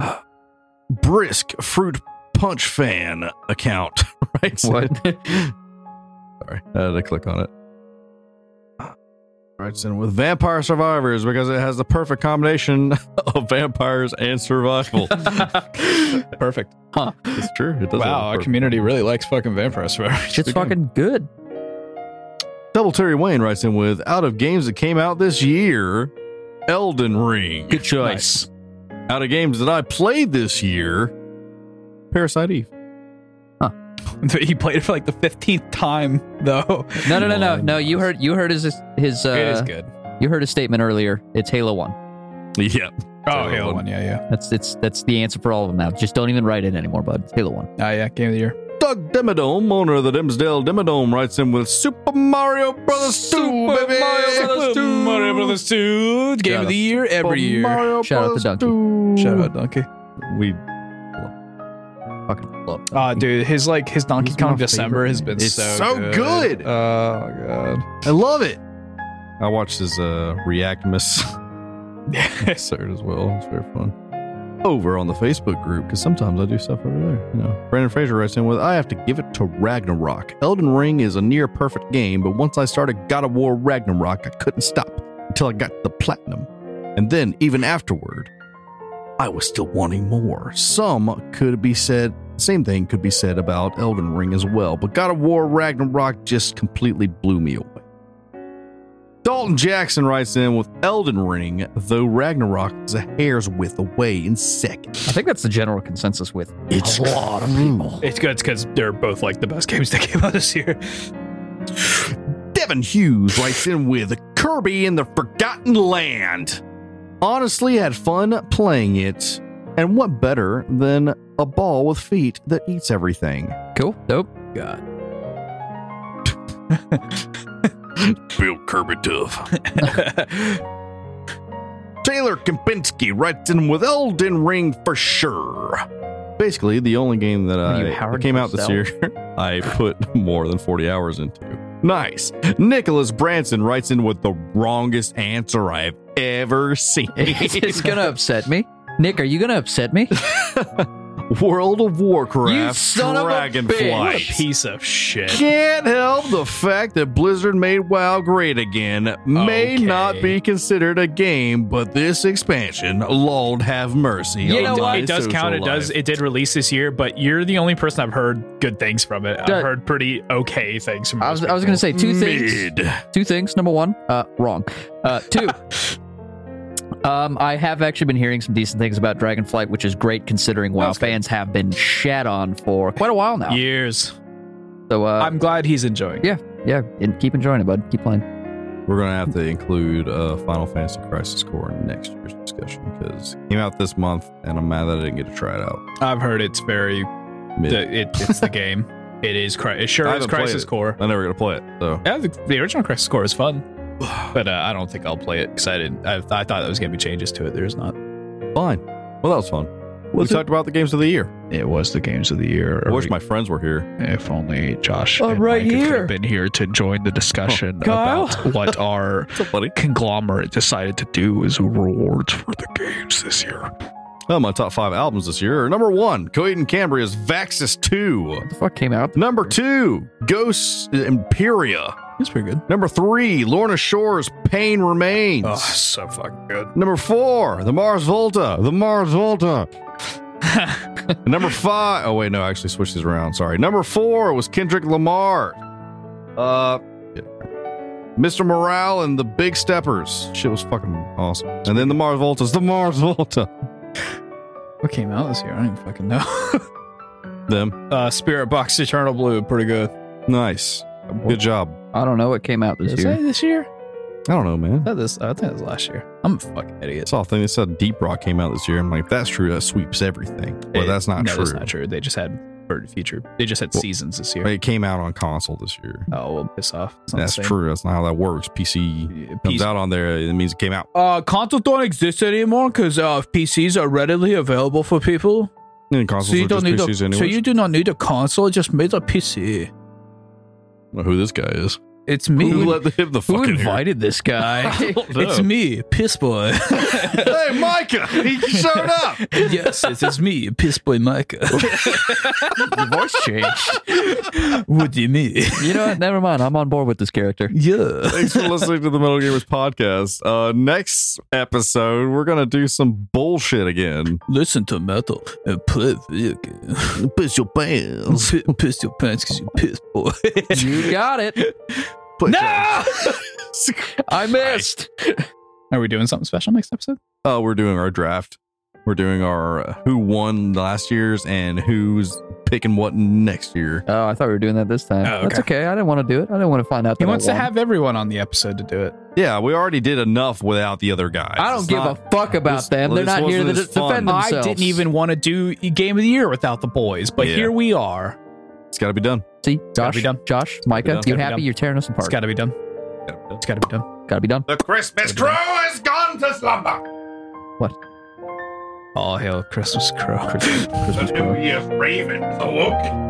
[SPEAKER 2] good. (gasps) Brisk Fruit Punch Fan account (laughs) writes in-
[SPEAKER 1] What?
[SPEAKER 2] Sorry, I had to click on it. All (gasps) writes in with Vampire Survivors because it has the perfect combination (laughs) of vampires and survival.
[SPEAKER 4] Perfect.
[SPEAKER 2] it's true. It does have
[SPEAKER 4] wow, our
[SPEAKER 2] a perfect-
[SPEAKER 4] community really likes fucking Vampire (laughs) Survivors.
[SPEAKER 1] Shit's fucking good.
[SPEAKER 2] Double Terry Wayne writes in with out of games that came out this year, Elden Ring.
[SPEAKER 1] Good choice.
[SPEAKER 2] Out of games that I played this year, Parasite Eve.
[SPEAKER 4] (laughs) he played it for like the fifteenth time, though.
[SPEAKER 1] No, no, no, no, no. You heard, you heard his his.
[SPEAKER 4] (laughs) it is
[SPEAKER 1] Uh,
[SPEAKER 4] good.
[SPEAKER 1] you heard his statement earlier. It's Halo One.
[SPEAKER 2] Yeah.
[SPEAKER 4] Oh,
[SPEAKER 2] Halo
[SPEAKER 4] Halo
[SPEAKER 2] one.
[SPEAKER 4] one, yeah, yeah,
[SPEAKER 1] That's it's that's the answer for all of them now. Just don't even write it anymore, bud. It's Halo One.
[SPEAKER 4] ah, yeah, game of the year.
[SPEAKER 2] Doug Demodome, owner of the Dimsdale Demodome, writes in with Super Mario Brothers 2, baby!
[SPEAKER 4] Mario Brothers Two, game
[SPEAKER 1] Shout
[SPEAKER 4] of the year every year.
[SPEAKER 2] Mario
[SPEAKER 1] Shout out to Donkey.
[SPEAKER 2] 2.
[SPEAKER 4] Shout out Donkey. Ah,
[SPEAKER 2] We
[SPEAKER 1] Fucking love.
[SPEAKER 4] Ah, dude, his like his Donkey
[SPEAKER 1] He's my
[SPEAKER 4] Kong December has been
[SPEAKER 2] It's
[SPEAKER 4] so
[SPEAKER 2] so good.
[SPEAKER 4] Oh (laughs) god,
[SPEAKER 2] I love it. I watched his uh, (laughs) Reactmas episode as well. It's very fun. Over on the Facebook group because sometimes I do stuff over there. You know, Brandon Fraser writes in with, "I have to give it to Ragnarok. Elden Ring is a near perfect game, but once I started God of War Ragnarok, I couldn't stop until I got the platinum, and then even afterward, I was still wanting more. Some could be said." Same thing could be said about Elden Ring as well, but God of War Ragnarok just completely blew me away. Dalton Jackson writes in with Elden Ring, though Ragnarok is a hair's width away in second.
[SPEAKER 1] I think that's the general consensus with
[SPEAKER 2] It's
[SPEAKER 1] a lot of people.
[SPEAKER 5] It's good because they're both like the best (laughs) games that came out this
[SPEAKER 1] (laughs)
[SPEAKER 5] year.
[SPEAKER 2] Devin Hughes writes in with Kirby in the Forgotten Land. Honestly, had fun playing it, and what better than a ball with feet that eats everything?
[SPEAKER 1] Cool. Dope.
[SPEAKER 2] Bill Kirby tough. (laughs) Taylor Kempinski writes in with Elden Ring for sure. Basically, the only game that
[SPEAKER 1] Are
[SPEAKER 2] I
[SPEAKER 1] you
[SPEAKER 2] that
[SPEAKER 1] Howard
[SPEAKER 2] came out this
[SPEAKER 1] Cosell?
[SPEAKER 2] year, (laughs) I put more than 40 hours into. Nice. Nicholas Branson writes in with the wrongest answer I've
[SPEAKER 1] (laughs)
[SPEAKER 2] ever seen.
[SPEAKER 1] (laughs) it's gonna upset me. Nick, are you gonna upset me?
[SPEAKER 2] (laughs) World of Warcraft
[SPEAKER 1] You son of a
[SPEAKER 5] What a
[SPEAKER 2] Dragonflight.
[SPEAKER 5] piece of shit.
[SPEAKER 2] Can't help the fact that Blizzard made WoW great again. May
[SPEAKER 5] Okay.
[SPEAKER 2] not be considered a game, but this expansion, Lord have mercy.
[SPEAKER 1] You
[SPEAKER 2] on
[SPEAKER 1] know what?
[SPEAKER 2] my
[SPEAKER 5] It does
[SPEAKER 2] social
[SPEAKER 5] count. It does.
[SPEAKER 2] life.
[SPEAKER 5] It did release this year, but you're the only person I've heard good things from it.
[SPEAKER 1] Duh.
[SPEAKER 5] I've heard pretty okay things from.
[SPEAKER 1] I was, I was gonna say two things.
[SPEAKER 2] Mid.
[SPEAKER 1] Two things. Number one, uh, wrong. Uh, two. Um, I have actually been hearing some decent things about Dragonflight, which is great considering WoW fans have been shat on for quite a while now.
[SPEAKER 5] years.
[SPEAKER 1] So, uh,
[SPEAKER 4] I'm glad he's enjoying. it.
[SPEAKER 1] yeah, and keep enjoying it, bud. Keep playing.
[SPEAKER 2] We're gonna have to include uh, Final Fantasy Crisis Core in next year's discussion because it came out this month, and I'm mad that I didn't get to try it out.
[SPEAKER 4] I've heard it's very.
[SPEAKER 2] Mid.
[SPEAKER 4] the- it,
[SPEAKER 5] It's the game. It is. Cri- it sure
[SPEAKER 2] I
[SPEAKER 5] is
[SPEAKER 2] haven't played
[SPEAKER 5] Crisis
[SPEAKER 2] it.
[SPEAKER 5] Core.
[SPEAKER 2] I never gonna play it, so
[SPEAKER 4] Yeah, the, the original Crisis Core
[SPEAKER 2] (sighs)
[SPEAKER 4] is fun, but uh, I don't think I'll play it because I didn't. I, I thought there was gonna be changes to it. There's not.
[SPEAKER 2] fine. Well, that was fun. we talked about the games of the year.
[SPEAKER 4] It was the games of the year.
[SPEAKER 2] I wish my friends were here.
[SPEAKER 4] if only Josh
[SPEAKER 1] I'm
[SPEAKER 4] and
[SPEAKER 1] right
[SPEAKER 4] Mike
[SPEAKER 1] here.
[SPEAKER 4] had been Uh, here Oh, to join the discussion
[SPEAKER 1] Kyle?
[SPEAKER 4] about (laughs) what our
[SPEAKER 2] What's up, buddy?
[SPEAKER 4] conglomerate decided to do as rewards for the games this year.
[SPEAKER 2] Well, my top five albums this year are number one, Coed and Cambria's Vaxis 2.
[SPEAKER 1] What the fuck came out?
[SPEAKER 2] Number two, Ghosts Imperia.
[SPEAKER 4] It's pretty good.
[SPEAKER 2] Number three, Lorna Shore's Pain Remains.
[SPEAKER 5] Oh, so fucking good.
[SPEAKER 2] Number four, the Mars Volta. The Mars Volta. Number five. Oh wait, no, I actually switched these around. Sorry. Number four was Kendrick Lamar. Uh, yeah. Mr. Morale and the Big Steppers. Shit was fucking awesome. And then the Mars Volta's the Mars Volta.
[SPEAKER 4] What came out this year? I don't even fucking know. (laughs)
[SPEAKER 2] Them.
[SPEAKER 4] uh, Spirit Box Eternal Blue, pretty good.
[SPEAKER 2] Nice. Good job.
[SPEAKER 1] I don't know what came out this
[SPEAKER 4] Did I
[SPEAKER 1] year.
[SPEAKER 4] say this year?
[SPEAKER 2] I don't know, man.
[SPEAKER 4] I thought this. I think it was last year. I'm a fucking idiot.
[SPEAKER 2] It's all thing. They said Deep Rock came out this year. I'm like, if that's true. That sweeps everything. But
[SPEAKER 4] It-
[SPEAKER 2] that's not
[SPEAKER 4] no,
[SPEAKER 2] true.
[SPEAKER 4] That's not true. They just had for future. They just had
[SPEAKER 2] Well,
[SPEAKER 4] seasons this year.
[SPEAKER 2] But it came out on console this year.
[SPEAKER 4] Oh, well, piss off. It's not the
[SPEAKER 2] That's
[SPEAKER 4] same.
[SPEAKER 2] true. That's not how that works. PC
[SPEAKER 4] Yeah,
[SPEAKER 2] comes
[SPEAKER 4] PC
[SPEAKER 2] out on there. It means it came out.
[SPEAKER 4] Uh, consoles don't exist anymore because uh, PCs are readily available for people.
[SPEAKER 2] And consoles
[SPEAKER 4] so you
[SPEAKER 2] are
[SPEAKER 4] don't
[SPEAKER 2] just
[SPEAKER 4] need
[SPEAKER 2] PCs
[SPEAKER 4] a,
[SPEAKER 2] anyway.
[SPEAKER 4] so you do not need a console. Just made a PC.
[SPEAKER 2] know who this guy is.
[SPEAKER 6] It's me.
[SPEAKER 2] Who let the, him the
[SPEAKER 1] Who
[SPEAKER 2] fucking
[SPEAKER 1] invited this
[SPEAKER 4] (laughs)
[SPEAKER 1] guy?
[SPEAKER 6] It's me, piss boy.
[SPEAKER 2] Hey, (laughs) Micah, he showed up.
[SPEAKER 6] yes, it is me, piss boy
[SPEAKER 4] (laughs)
[SPEAKER 6] Micah.
[SPEAKER 1] Your voice changed.
[SPEAKER 6] what do you mean?
[SPEAKER 1] (laughs) You know what? Never mind. I'm on board with this
[SPEAKER 4] (laughs)
[SPEAKER 1] character.
[SPEAKER 6] yeah.
[SPEAKER 2] Thanks for listening to the Metal Gamers podcast. Uh, next episode, we're gonna do some bullshit again.
[SPEAKER 6] Listen to metal and play video games.
[SPEAKER 2] Piss your pants.
[SPEAKER 6] P- piss your pants because you piss boy.
[SPEAKER 1] You got it.
[SPEAKER 2] No.
[SPEAKER 1] I missed.
[SPEAKER 4] Are we doing something special next episode?
[SPEAKER 2] Uh, we're doing our draft. We're doing our uh, who won last year's and who's picking what next year.
[SPEAKER 1] Oh, I thought we were doing that this time.
[SPEAKER 4] Oh,
[SPEAKER 1] That's okay. I didn't want to do it. I didn't want to find out.
[SPEAKER 4] He
[SPEAKER 1] that I
[SPEAKER 4] wants to
[SPEAKER 1] won.
[SPEAKER 4] have everyone on the episode to do it.
[SPEAKER 2] Yeah, we already did enough without the other guys.
[SPEAKER 1] I
[SPEAKER 2] It's
[SPEAKER 1] don't give
[SPEAKER 2] not-
[SPEAKER 1] a fuck about
[SPEAKER 2] this-
[SPEAKER 1] them. They're
[SPEAKER 2] this
[SPEAKER 1] not here to
[SPEAKER 2] wasn't
[SPEAKER 1] d-
[SPEAKER 2] as fun.
[SPEAKER 1] defend themselves.
[SPEAKER 4] I didn't even want to do game of the year without the boys, but
[SPEAKER 2] Yeah.
[SPEAKER 4] here we are.
[SPEAKER 2] It's got to be done.
[SPEAKER 1] see
[SPEAKER 4] gotta
[SPEAKER 1] Josh,
[SPEAKER 4] be done.
[SPEAKER 1] Josh, Micah.
[SPEAKER 2] done.
[SPEAKER 1] You
[SPEAKER 4] Gotta be
[SPEAKER 1] happy?
[SPEAKER 4] done.
[SPEAKER 1] You're tearing us
[SPEAKER 4] It's
[SPEAKER 1] apart.
[SPEAKER 4] got to be done. It's got to be done.
[SPEAKER 1] Gotta
[SPEAKER 4] (laughs)
[SPEAKER 1] be done.
[SPEAKER 2] The Christmas
[SPEAKER 4] crew
[SPEAKER 2] has gone to slumber.
[SPEAKER 6] All hail Christmas crow.
[SPEAKER 1] Christmas card.
[SPEAKER 2] year's raven
[SPEAKER 6] Oh,
[SPEAKER 2] awoke.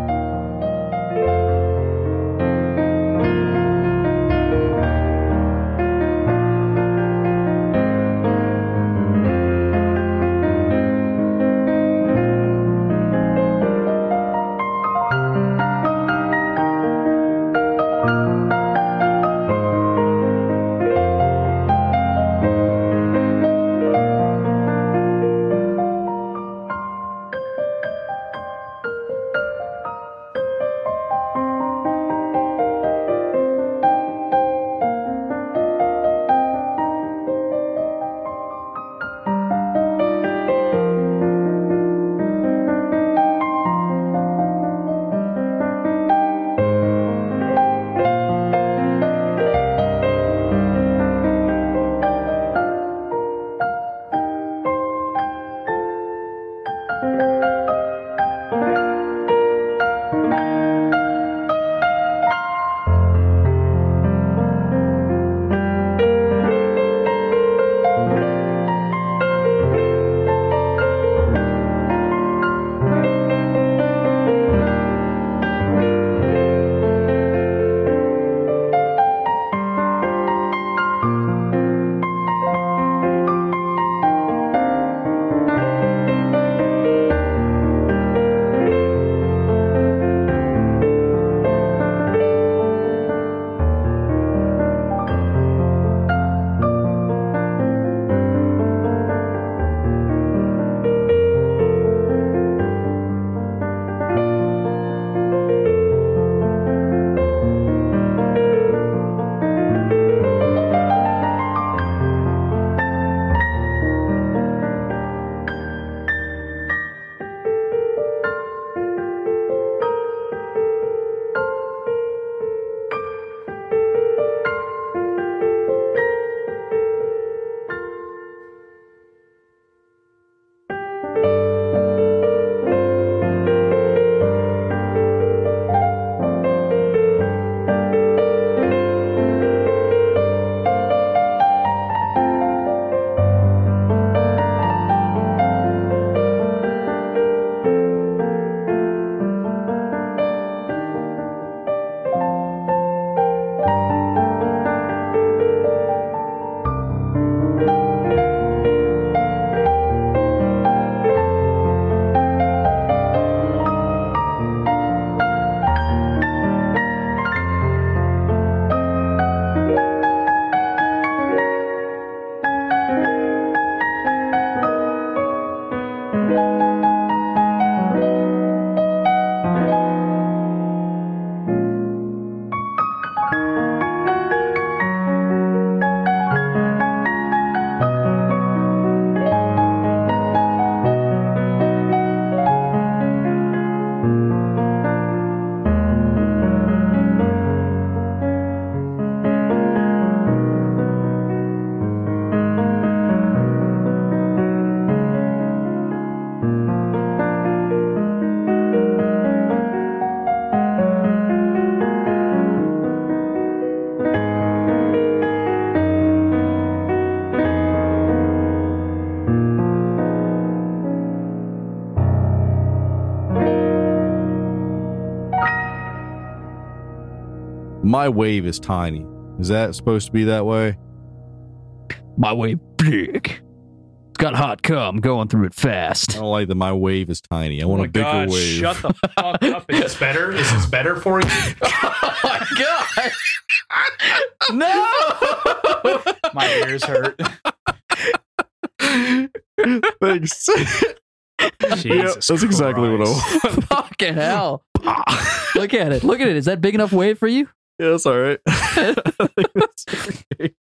[SPEAKER 2] My wave is tiny. Is that supposed to be that way?
[SPEAKER 1] My way big. It's got hot cum going through it fast.
[SPEAKER 2] I don't like that. My wave is tiny. I
[SPEAKER 1] Oh
[SPEAKER 2] want a bigger wave.
[SPEAKER 6] Shut the fuck up. Is this better? Is this better for
[SPEAKER 1] (laughs)
[SPEAKER 6] you?
[SPEAKER 4] (laughs)
[SPEAKER 6] oh my god. no. My ears hurt.
[SPEAKER 2] (laughs) Thanks. Yeah, that's exactly what I want.
[SPEAKER 1] Fucking hell. Look at it. Look at it. Is that big enough wave for you? (laughs)
[SPEAKER 2] Yeah, that's all right. (laughs)